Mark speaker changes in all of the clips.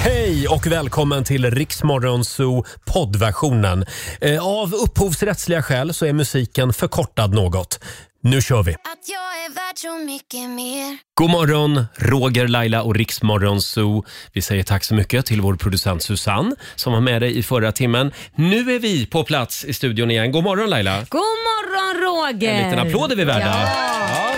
Speaker 1: Hej och välkommen till Riksmorgonzoo poddversionen. Eh, Av upphovsrättsliga skäl så är musiken förkortad något. Nu kör vi!
Speaker 2: Att jag är värd så mycket mer
Speaker 1: God morgon, Roger, Laila och Riksmorgonzoo. Vi säger tack så mycket till vår producent Susanne som var med dig i förra timmen. Nu är vi på plats i studion igen. God morgon Laila!
Speaker 3: God morgon Roger!
Speaker 1: En liten applåd är vi värda. Ja.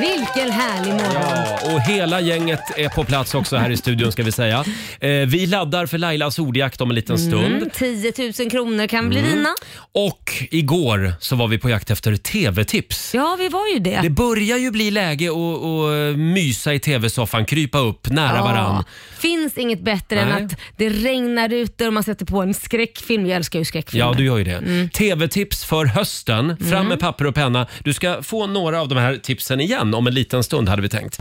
Speaker 3: Vilken härlig morgon.
Speaker 1: Ja, och hela gänget är på plats också här i studion ska vi säga. Eh, vi laddar för Lailas ordjakt om en liten stund.
Speaker 3: Mm, 10 000 kronor kan bli
Speaker 1: Mm.
Speaker 3: dina.
Speaker 1: Och igår så var vi på jakt efter tv-tips.
Speaker 3: Ja, vi var ju det.
Speaker 1: Det börjar ju bli läge att, att mysa i tv-soffan, krypa upp nära
Speaker 3: Ja.
Speaker 1: varann.
Speaker 3: Finns inget bättre
Speaker 1: Nej.
Speaker 3: än att det regnar ute och man sätter på en skräckfilm. Jag älskar ju skräckfilmer.
Speaker 1: Ja, du gör ju det.
Speaker 3: Mm.
Speaker 1: TV-tips för hösten. Fram med papper och penna. Du ska få några av de här tipsen igen om en liten stund hade vi tänkt.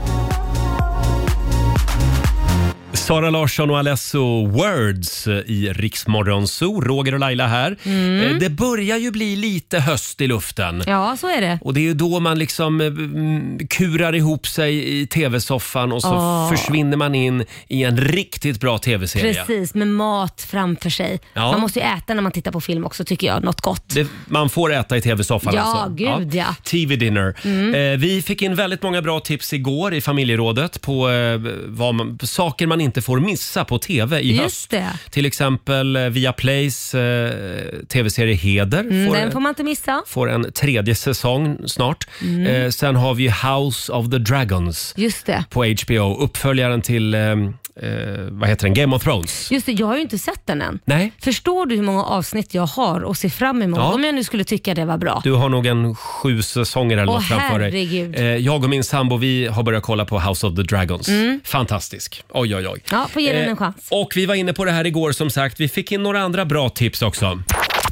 Speaker 1: Sara Larsson och Alesso Words i Riksmorgon Zoo. Roger och Laila här.
Speaker 3: Mm.
Speaker 1: Eh, Det börjar ju bli lite höst i luften.
Speaker 3: Ja, så är det.
Speaker 1: Och det är ju då man liksom eh, mm, kurar ihop sig i tv-soffan och så
Speaker 3: Ja.
Speaker 1: försvinner man in i en riktigt bra tv-serie.
Speaker 3: Precis, med mat framför sig.
Speaker 1: Ja.
Speaker 3: Man måste ju äta när man tittar på film också tycker jag. Något gott.
Speaker 1: Det, man får äta i tv-soffan
Speaker 3: Ja,
Speaker 1: alltså.
Speaker 3: gud, ja. Mm.
Speaker 1: TV-dinner. Eh, vi fick in väldigt många bra tips igår i familjerådet på eh, vad man, på saker man inte får missa på tv i höst.
Speaker 3: Just det.
Speaker 1: Till exempel eh, Viaplays eh, tv-serie Heder.
Speaker 3: Mm,
Speaker 1: får,
Speaker 3: den får man inte missa.
Speaker 1: får en tredje säsong snart.
Speaker 3: Mm.
Speaker 1: Eh, sen har vi House of the Dragons
Speaker 3: Just det.
Speaker 1: på HBO. Uppföljaren till, eh, eh, vad heter den, Game of Thrones.
Speaker 3: Just det, jag har ju inte sett den än.
Speaker 1: Nej,
Speaker 3: Förstår du hur många avsnitt jag har och ser fram emot?
Speaker 1: Ja.
Speaker 3: Om jag nu skulle tycka det var bra.
Speaker 1: du har nog en sju säsonger eller
Speaker 3: Åh,
Speaker 1: något framför dig.
Speaker 3: herregud.
Speaker 1: Eh, jag och min sambo vi har börjat kolla på House of the Dragons. Fantastisk. Oj, oj, oj.
Speaker 3: Mm. Ja, får ge den
Speaker 1: Eh,
Speaker 3: en chans.
Speaker 1: Och vi var inne på det här igår som sagt. Vi fick in några andra bra tips också.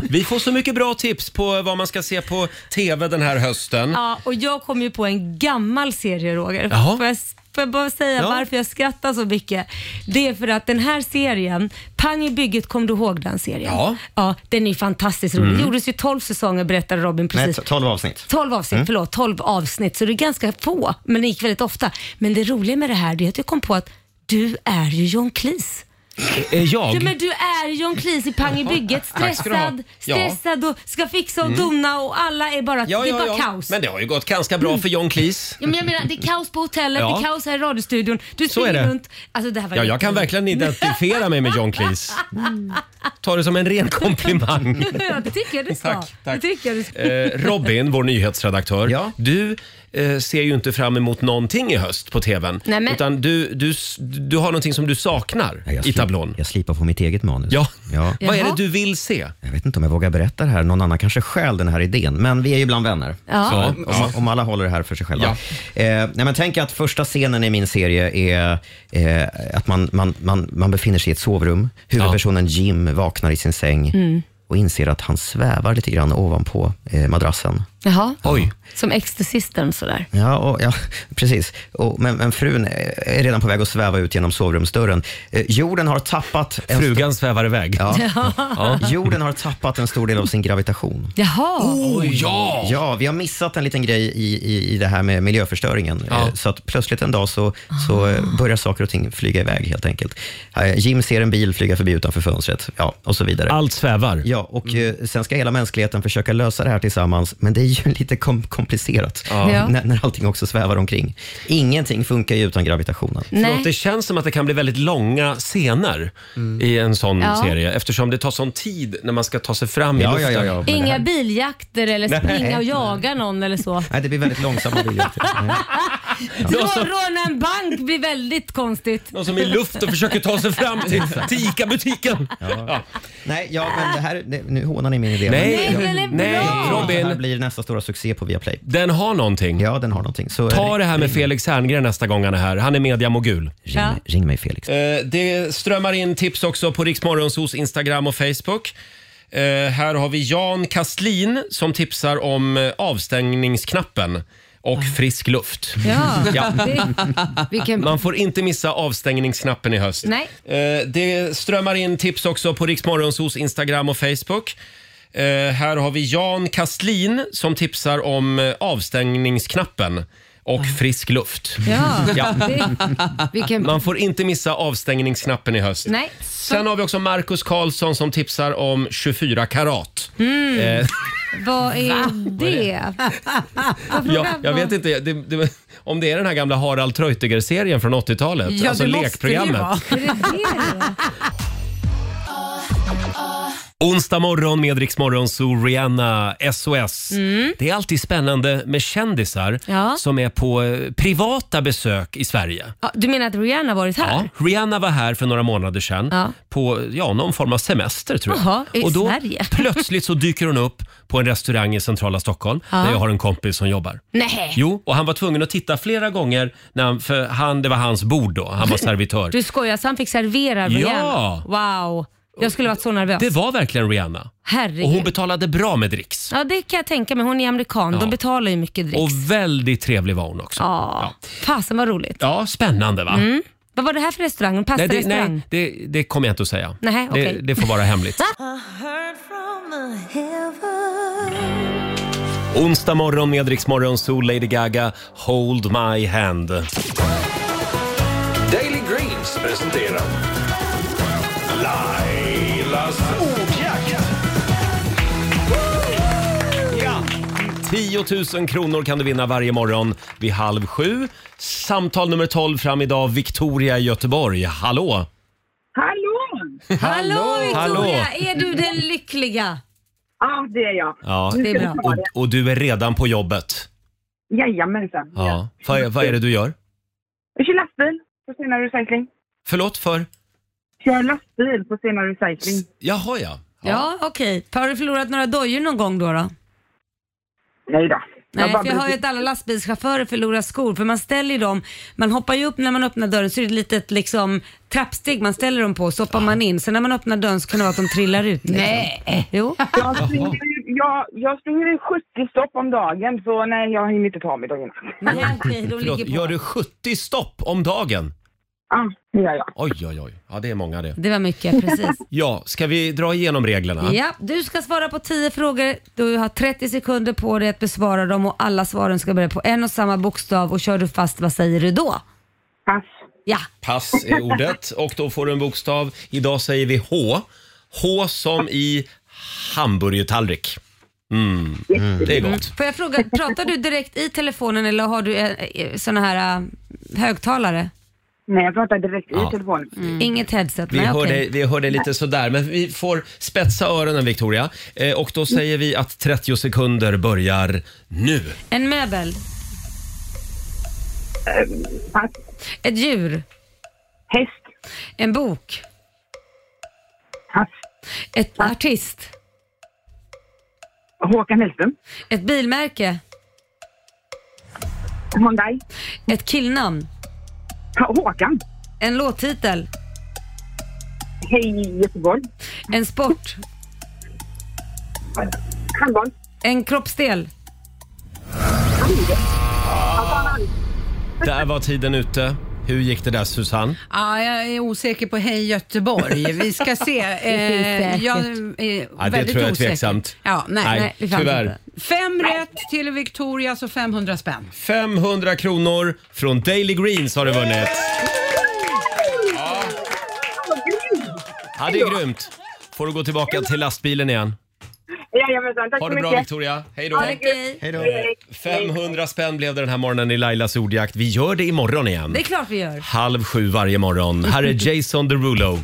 Speaker 1: Vi får så mycket bra tips på vad man ska se på TV den här hösten.
Speaker 3: Ja, och jag kom ju på en gammal serie Roger.
Speaker 1: Jaha.
Speaker 3: Får jag, får jag bara säga
Speaker 1: Ja.
Speaker 3: varför jag skrattar så mycket? Det är för att den här serien, Pang i bygget, kom du ihåg den serien?
Speaker 1: Ja. Mm.
Speaker 3: Ja, den är ju fantastiskt rolig. Det gjordes ju 12 säsonger berättade Robin
Speaker 4: Nej,
Speaker 3: precis.
Speaker 4: 12 avsnitt.
Speaker 3: 12 avsnitt,
Speaker 1: Mm.
Speaker 3: förlåt, 12 avsnitt, så det är ganska få, men det gick väldigt ofta. Men det roliga med det här det är att jag kom på att du är ju John Cleese.
Speaker 1: Eh, jag?
Speaker 3: Du, men du är John Cleese i Pang i bygget.
Speaker 1: Tack ska du ha.
Speaker 3: Stressad,
Speaker 1: Ja. Mm.
Speaker 3: stressad och ska fixa och dona och alla är bara, det är bara kaos. Mm.
Speaker 1: Men det har ju gått ganska bra för John Cleese.
Speaker 3: Ja, men jag menar, det är kaos på hotellet,
Speaker 1: Ja.
Speaker 3: det är kaos här i radiostudion. Du
Speaker 1: Så är
Speaker 3: springer
Speaker 1: det.
Speaker 3: runt. Alltså, det här var
Speaker 1: Ja, jag
Speaker 3: jätteroligt.
Speaker 1: kan verkligen identifiera mig med John Cleese. Ta det som en ren komplimang.
Speaker 3: ja, det tycker jag du ska.
Speaker 1: Tack, tack.
Speaker 3: Det tycker jag du ska.
Speaker 1: Eh, Robin, vår nyhetsredaktör,
Speaker 4: Ja.
Speaker 1: du eh, ser ju inte fram emot någonting i höst på TVn.
Speaker 3: Nej, men-
Speaker 1: Utan du, du, s- du har någonting som du saknar
Speaker 4: Ja, jag
Speaker 1: i
Speaker 4: slip-
Speaker 1: tablån.
Speaker 4: Jag slipar på mitt eget manus.
Speaker 1: Ja.
Speaker 4: ja.
Speaker 1: Vad är det
Speaker 3: Jaha.
Speaker 1: du vill se?
Speaker 4: Jag vet inte om jag vågar berätta det här. Någon annan kanske stjäl den här idén. Men vi är ju bland vänner.
Speaker 3: Ja.
Speaker 4: Så
Speaker 3: Ja,
Speaker 4: om, om alla håller det här för sig själva. Eh, nej, men tänk att första scenen i min serie är eh, att man, man, man, man befinner sig i ett sovrum. Huvudpersonen Jim vaknar i sin säng och inser att han svävar lite grann ovanpå eh, madrassen.
Speaker 3: Jaha.
Speaker 1: Oj.
Speaker 3: Som Exorcisten sådär.
Speaker 4: Ja, och, ja precis. Och, men, men frun är redan på väg att sväva ut genom sovrumsdörren. Eh, jorden har tappat... en stor-
Speaker 1: Frugan svävar iväg.
Speaker 4: Ja. Jorden har tappat en stor del av sin gravitation.
Speaker 3: Jaha.
Speaker 1: Oj, ja!
Speaker 4: Ja, vi har missat en liten grej i, i, i det här med miljöförstöringen.
Speaker 1: Ja.
Speaker 4: Eh, Så att plötsligt en dag så, så eh, börjar saker och ting flyga iväg helt enkelt. Eh, Jim ser en bil flyga förbi utanför fönstret ja, och så vidare.
Speaker 1: Allt svävar.
Speaker 4: Ja, och eh, sen ska hela mänskligheten försöka lösa det här tillsammans, men det är ju lite kom komplicerat
Speaker 3: Ja.
Speaker 4: när, när allting också svävar omkring. Ingenting funkar ju utan gravitationen.
Speaker 1: Förlåt, det
Speaker 3: Nej.
Speaker 1: känns som att det kan bli väldigt långa scener i en sån
Speaker 3: Ja.
Speaker 1: serie eftersom det tar sån tid när man ska ta sig fram i
Speaker 4: Ja, ja,
Speaker 1: luften.
Speaker 4: ja, ja. men det
Speaker 3: Inga
Speaker 4: här-
Speaker 3: biljakter eller
Speaker 4: Nej.
Speaker 3: springa och jaga någon eller så.
Speaker 4: Nej, det blir väldigt långsamma bilder.
Speaker 3: Dra och råna en bank blir väldigt konstigt.
Speaker 1: Någon som är i luften försöker ta sig fram till, till ICA-butiken. Ja.
Speaker 4: Nej, ja, men det här, det, nu hånar ni min idé. men-
Speaker 1: Nej,
Speaker 3: Nej, den är
Speaker 1: nej,
Speaker 3: bra.
Speaker 4: Det här
Speaker 1: Robin.
Speaker 4: blir nästa stora succé på Viaplay.
Speaker 1: Den har någonting.
Speaker 4: Ja, den har någonting. Så eh,
Speaker 1: Ta det här med Felix Herngren nästa gång han är här. Han är mediamogul.
Speaker 4: ring,
Speaker 3: Ja.
Speaker 4: ring mig Felix.
Speaker 1: Eh, det strömmar in tips också på Riksmorgonsos Instagram och Facebook. Eh, här har vi Jan Kastlin som tipsar om eh, avstängningsknappen och frisk luft.
Speaker 3: Ja.
Speaker 1: Ja.
Speaker 3: Det, vilken...
Speaker 1: Man får inte missa avstängningsknappen i höst.
Speaker 3: Nej.
Speaker 1: Eh, det strömmar in tips också på Riksmorgonsos Instagram och Facebook. Eh, här har vi Jan Kastlin som tipsar om eh, avstängningsknappen och frisk luft.
Speaker 3: Ja,
Speaker 1: Ja.
Speaker 3: Det, vilken...
Speaker 1: Man får inte missa avstängningsknappen i höst.
Speaker 3: Nej.
Speaker 1: Sen har vi också Marcus Karlsson som tipsar om 24 karat.
Speaker 5: Mm.
Speaker 1: Eh,
Speaker 3: Vad är det?
Speaker 1: ja, jag vet inte det, det, om det är den här gamla Harald Treutiger-serien från 80-talet.
Speaker 5: Ja,
Speaker 1: alltså
Speaker 5: det måste det ju
Speaker 1: lekprogrammet.
Speaker 5: vara.
Speaker 3: Är det det?
Speaker 1: Onsdag morgon med Rix Morgon, så Rihanna, SOS. Det är alltid spännande med kändisar
Speaker 3: Mm. Ja.
Speaker 1: som är på eh, privata besök i Sverige.
Speaker 3: Ja, du menar att Rihanna varit här?
Speaker 1: Ja, Rihanna var här för några månader sedan
Speaker 3: Ja.
Speaker 1: på ja, någon form av semester tror jag.
Speaker 3: Jaha, i
Speaker 1: och då
Speaker 3: Sverige.
Speaker 1: plötsligt så dyker hon upp på en restaurang i centrala Stockholm
Speaker 3: Ja.
Speaker 1: där jag har en kompis som jobbar.
Speaker 3: Nej.
Speaker 1: Jo, och han var tvungen att titta flera gånger när han, för han, det var hans bord då, han var servitör.
Speaker 3: Du skojar, så han fick servera
Speaker 1: Ja.
Speaker 3: Rihanna? Wow. Jag skulle varit så nervös.
Speaker 1: Det var verkligen Rihanna. Och hon
Speaker 3: Herregud.
Speaker 1: betalade bra med dricks.
Speaker 3: Ja, det kan jag tänka mig. Hon är amerikan.
Speaker 1: Ja.
Speaker 3: De betalar ju mycket dricks.
Speaker 1: Och väldigt trevlig var hon också.
Speaker 3: Ja. Fasen vad roligt.
Speaker 1: Ja, spännande va?
Speaker 3: Vad var det här för restaurang? En
Speaker 1: Nej, det,
Speaker 3: pastarestaurang?
Speaker 1: nej det, det kommer jag inte att säga.
Speaker 3: Nej, okej.
Speaker 1: det, det får vara hemligt. Onsdag morgon med Rix Morgon, Sol, Lady Gaga, Hold My Hand.
Speaker 6: Daily Greens presenterar Lailas ordjakt.
Speaker 1: 10 000 kronor kan du vinna varje morgon vid halv sju. Samtal nummer 12 fram idag, Victoria i Göteborg. Hallå!
Speaker 7: Hallå!
Speaker 3: Hallå Victoria!
Speaker 1: Hallå.
Speaker 3: Är du den lyckliga?
Speaker 7: Ja, det är jag.
Speaker 1: Ja,
Speaker 3: Det är bra.
Speaker 1: och, och du är redan på jobbet.
Speaker 7: Jajamensan. Ja.
Speaker 1: Ja. Vad, vad är det du gör?
Speaker 7: Jag kör lastbil på Stena Recycling.
Speaker 1: Förlåt för?
Speaker 7: Kör lastbil på Stena Recycling.
Speaker 1: Jaha ja.
Speaker 3: Ja, okej. Har du förlorat några dojor någon gång då? då?
Speaker 7: Nej då.
Speaker 3: Nej,
Speaker 7: bara
Speaker 3: för jag hör ju
Speaker 7: precis-
Speaker 3: att alla lastbilschaufförer förlorar skor, för man ställer ju dem, man hoppar ju upp när man öppnar dörren så är det ett litet liksom, trappsteg man ställer dem på, så hoppar man in. Sen när man öppnar dörren så kan det vara att de trillar ut. Liksom. Nej! Jo.
Speaker 7: jag, springer, ju- jag, jag springer ju 70 stopp om dagen, så nej, jag hinner inte ta mig dagarna.
Speaker 3: Nej, okej, de ligger
Speaker 1: Förlåt,
Speaker 3: på.
Speaker 1: gör du 70 stopp om dagen?
Speaker 7: Ja, det gör jag.
Speaker 1: Oj, oj, oj. Ja, det är många det.
Speaker 3: Det var mycket, precis.
Speaker 1: Ja, ska vi dra igenom reglerna?
Speaker 3: Ja, du ska svara på 10 frågor. Du har 30 sekunder på dig att besvara dem och alla svaren ska börja på en och samma bokstav och kör du fast, vad säger du då?
Speaker 7: Pass.
Speaker 3: Ja,
Speaker 1: Pass är ordet och då får du en bokstav. Idag säger vi H. H som i hamburgertallrik. Mm, det är gott.
Speaker 3: får jag fråga, pratar du direkt i telefonen eller har du eh, eh, såna här eh, högtalare?
Speaker 7: Nej, jag pratar direkt
Speaker 1: Ja.
Speaker 7: i telefonen.
Speaker 5: Mm.
Speaker 3: Inget headset?
Speaker 1: Mm. Vi
Speaker 3: Nej,
Speaker 1: hör,
Speaker 3: Mm. okej.
Speaker 1: dig, vi hör dig lite sådär, men vi får spetsa öronen Victoria. Eh, och då säger vi att 30 sekunder börjar nu.
Speaker 3: En möbel.
Speaker 7: Pass.
Speaker 3: Ett djur.
Speaker 7: Häst.
Speaker 3: En bok.
Speaker 7: Pass.
Speaker 3: Ett artist.
Speaker 7: Håkan Hellström.
Speaker 3: Ett bilmärke.
Speaker 7: Hyundai.
Speaker 3: Ett killnamn.
Speaker 7: Ha- Håkan.
Speaker 3: En låttitel.
Speaker 7: Hej Göteborg.
Speaker 3: En sport.
Speaker 7: Handboll.
Speaker 3: En kroppsdel.
Speaker 1: Där var tiden ute. Hur gick det där Susanne?
Speaker 5: Ja, jag är osäker på Hej Göteborg. Vi ska se. eh,
Speaker 3: säkert.
Speaker 5: jag är
Speaker 1: det
Speaker 5: väldigt
Speaker 1: tror jag är
Speaker 5: osäker.
Speaker 1: tveksamt.
Speaker 5: Ja, nej.
Speaker 1: Nej,
Speaker 5: nej.
Speaker 3: vi fann
Speaker 1: tyvärr.
Speaker 3: inte.
Speaker 5: Fem rätt till Victoria, så 500 spänn.
Speaker 1: 500 kronor från Daily Greens har du vunnit. Ja, det är grymt. Får du gå tillbaka till lastbilen igen.
Speaker 7: Jajamensan, tack
Speaker 1: Ha
Speaker 7: så
Speaker 1: det bra
Speaker 7: mycket.
Speaker 1: Victoria. Hej då.
Speaker 4: Hej då.
Speaker 1: 500 spänn blev det den här morgonen i Lailas ordjakt. Vi gör det imorgon igen.
Speaker 3: Det är klart vi gör.
Speaker 1: Halv sju varje morgon. Här är Jason Derulo.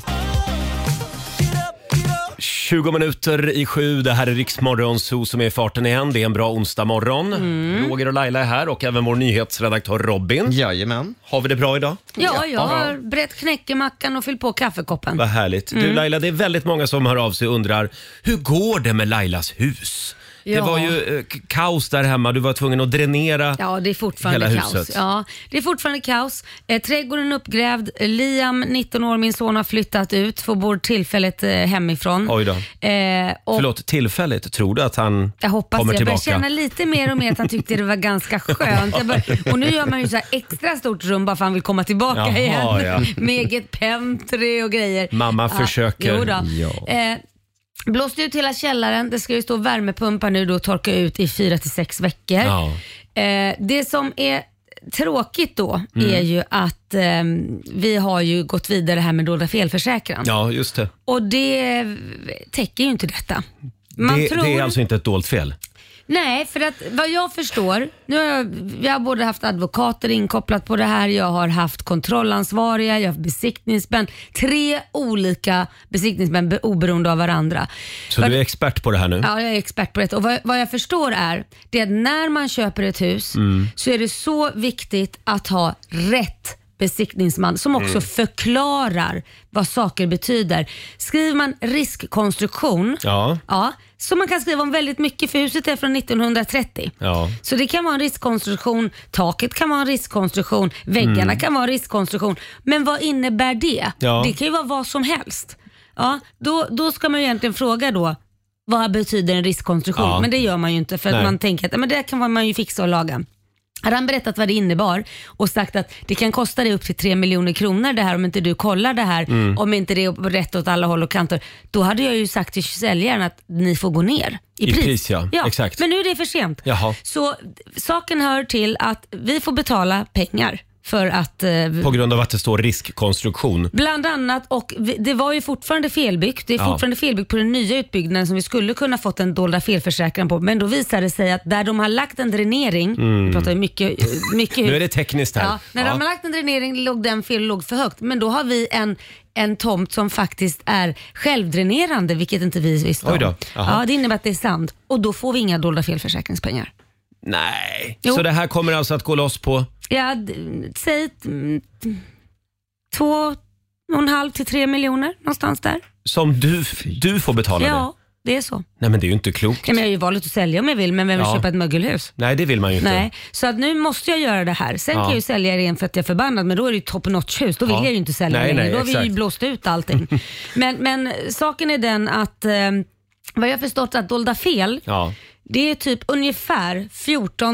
Speaker 1: 20 minuter i sju. Det här är Riksmorgon Zoo som är i farten igen. Det är en bra onsdag morgon.
Speaker 3: Mm.
Speaker 1: Roger och Laila är här och även vår nyhetsredaktör Robin.
Speaker 4: Jajamän.
Speaker 1: Har vi det bra idag?
Speaker 3: Ja, jag har brett knäckemackan och fyllt på kaffekoppen.
Speaker 1: Vad härligt.
Speaker 3: Mm.
Speaker 1: Du Laila, det är väldigt många som hör av sig och undrar hur går det med Lailas hus? Det
Speaker 3: Ja.
Speaker 1: var ju eh, k- kaos där hemma. Du var tvungen att dränera.
Speaker 3: Ja, det är fortfarande
Speaker 1: Hela
Speaker 3: kaos.
Speaker 1: huset.
Speaker 3: Ja, det är fortfarande kaos. Eh, trädgården är uppgrävd. Liam, 19 år, min son har flyttat ut, får bor tillfället eh, hemifrån.
Speaker 1: Oj då.
Speaker 3: Eh, och
Speaker 1: Förlåt, tillfälligt. Tror du att han
Speaker 3: Jag hoppas
Speaker 1: kommer
Speaker 3: det. Jag börjar
Speaker 1: tillbaka?
Speaker 3: känna lite mer och mer att han tyckte det var ganska skönt. Jag bör, och nu gör man ju så här extra stort rum bara för att han vill komma tillbaka
Speaker 1: Jaha, ja.
Speaker 3: igen. Med eget pentry och grejer.
Speaker 1: Mamma
Speaker 3: Ja,
Speaker 1: försöker.
Speaker 3: Jo då.
Speaker 1: Ja.
Speaker 3: Eh, Blåst ut hela källaren. Det ska ju stå värmepumpar nu då och torka ut i fyra till sex veckor.
Speaker 1: Ja.
Speaker 3: Eh, det som är tråkigt då
Speaker 1: Mm.
Speaker 3: är ju att ehm, vi har ju gått vidare här med dolda felförsäkran.
Speaker 1: Ja, just det.
Speaker 3: Och det eh, täcker ju inte detta. Man
Speaker 1: det,
Speaker 3: tror...
Speaker 1: det är alltså inte ett dolt fel.
Speaker 3: Nej, för att vad jag förstår, nu har jag, jag har både haft advokater inkopplat på det här, jag har haft kontrollansvariga, jag har haft besiktningsmän. Tre olika besiktningsmän be- oberoende av varandra.
Speaker 1: Så
Speaker 3: Vad-
Speaker 1: du är expert på det här nu?
Speaker 3: Ja, jag är expert på det. Och vad, vad jag förstår är, det är att när man köper ett hus så är det så viktigt att ha rätt besiktningsman som också förklarar vad saker betyder. Skriver man riskkonstruktion,
Speaker 1: Ja.
Speaker 3: ja, som man kan skriva om väldigt mycket för huset är från 1930.
Speaker 1: Ja.
Speaker 3: Så det kan vara en riskkonstruktion, taket kan vara en riskkonstruktion, väggarna kan vara en riskkonstruktion. Men vad innebär det?
Speaker 1: Mm. Ja.
Speaker 3: Det kan ju vara vad som helst. Ja, då, då ska man ju egentligen fråga då, vad betyder en riskkonstruktion?
Speaker 1: Ja.
Speaker 3: Men det gör man ju inte för att
Speaker 1: Nej.
Speaker 3: man tänker att "Ja, men det där kan man ju fixa och laga. Hade han berättat vad det innebar och sagt att det kan kosta dig upp till 3 miljoner kronor det här om inte du kollar det här,
Speaker 1: Mm.
Speaker 3: om inte det är rätt åt alla håll och kanter. Då hade jag ju sagt till säljaren att ni får gå ner i,
Speaker 1: I pris, ja. Exakt.
Speaker 3: Men nu är det för sent.
Speaker 1: Jaha.
Speaker 3: Så saken hör till att vi får betala pengar för att eh,
Speaker 1: På grund av att det står riskkonstruktion.
Speaker 3: Bland annat, och vi- det var ju fortfarande felbyggt. Det är
Speaker 1: Ja.
Speaker 3: fortfarande felbyggt på den nya utbyggnaden som vi skulle kunna fått en dolda felförsäkran på. Men då visade det sig att där de har lagt en dränering, vi pratar ju mycket, eh, mycket
Speaker 1: Mm. Nu är det tekniskt här.
Speaker 3: Ja, när de har lagt en dränering låg den fel låg för högt. Men då har vi en, en tomt som faktiskt är självdränerande, vilket inte vi visste
Speaker 1: Oj då.
Speaker 3: om.
Speaker 1: Jaha.
Speaker 3: Ja, det innebär att det är sand. Och då får vi inga dolda felförsäkringspengar.
Speaker 1: Nej.
Speaker 3: Jo.
Speaker 1: Så det här kommer alltså att gå loss på...
Speaker 3: Ja, d- säg mm, två och en halv till tre miljoner någonstans där.
Speaker 1: Som du, du får betala nu?
Speaker 3: Ja, det är så.
Speaker 1: Nej men det är ju inte klokt.
Speaker 3: Ja, men jag har ju valet att sälja om jag vill, men vem vill
Speaker 1: Ja.
Speaker 3: köpa ett mögelhus?
Speaker 1: Nej det vill man ju inte.
Speaker 3: Nej, så att nu måste jag göra det här. Sen
Speaker 1: Ja.
Speaker 3: kan jag ju sälja det igen för att jag är förbannad, men då är det ju top notch hus. Då vill
Speaker 1: Ja.
Speaker 3: jag ju inte sälja
Speaker 1: Nej,
Speaker 3: längre.
Speaker 1: nej,
Speaker 3: då har vi ju
Speaker 1: exakt.
Speaker 3: blåst ut allting. men, men saken är den att eh, vad jag har förstått att dolda fel,
Speaker 1: Ja.
Speaker 3: det är typ ungefär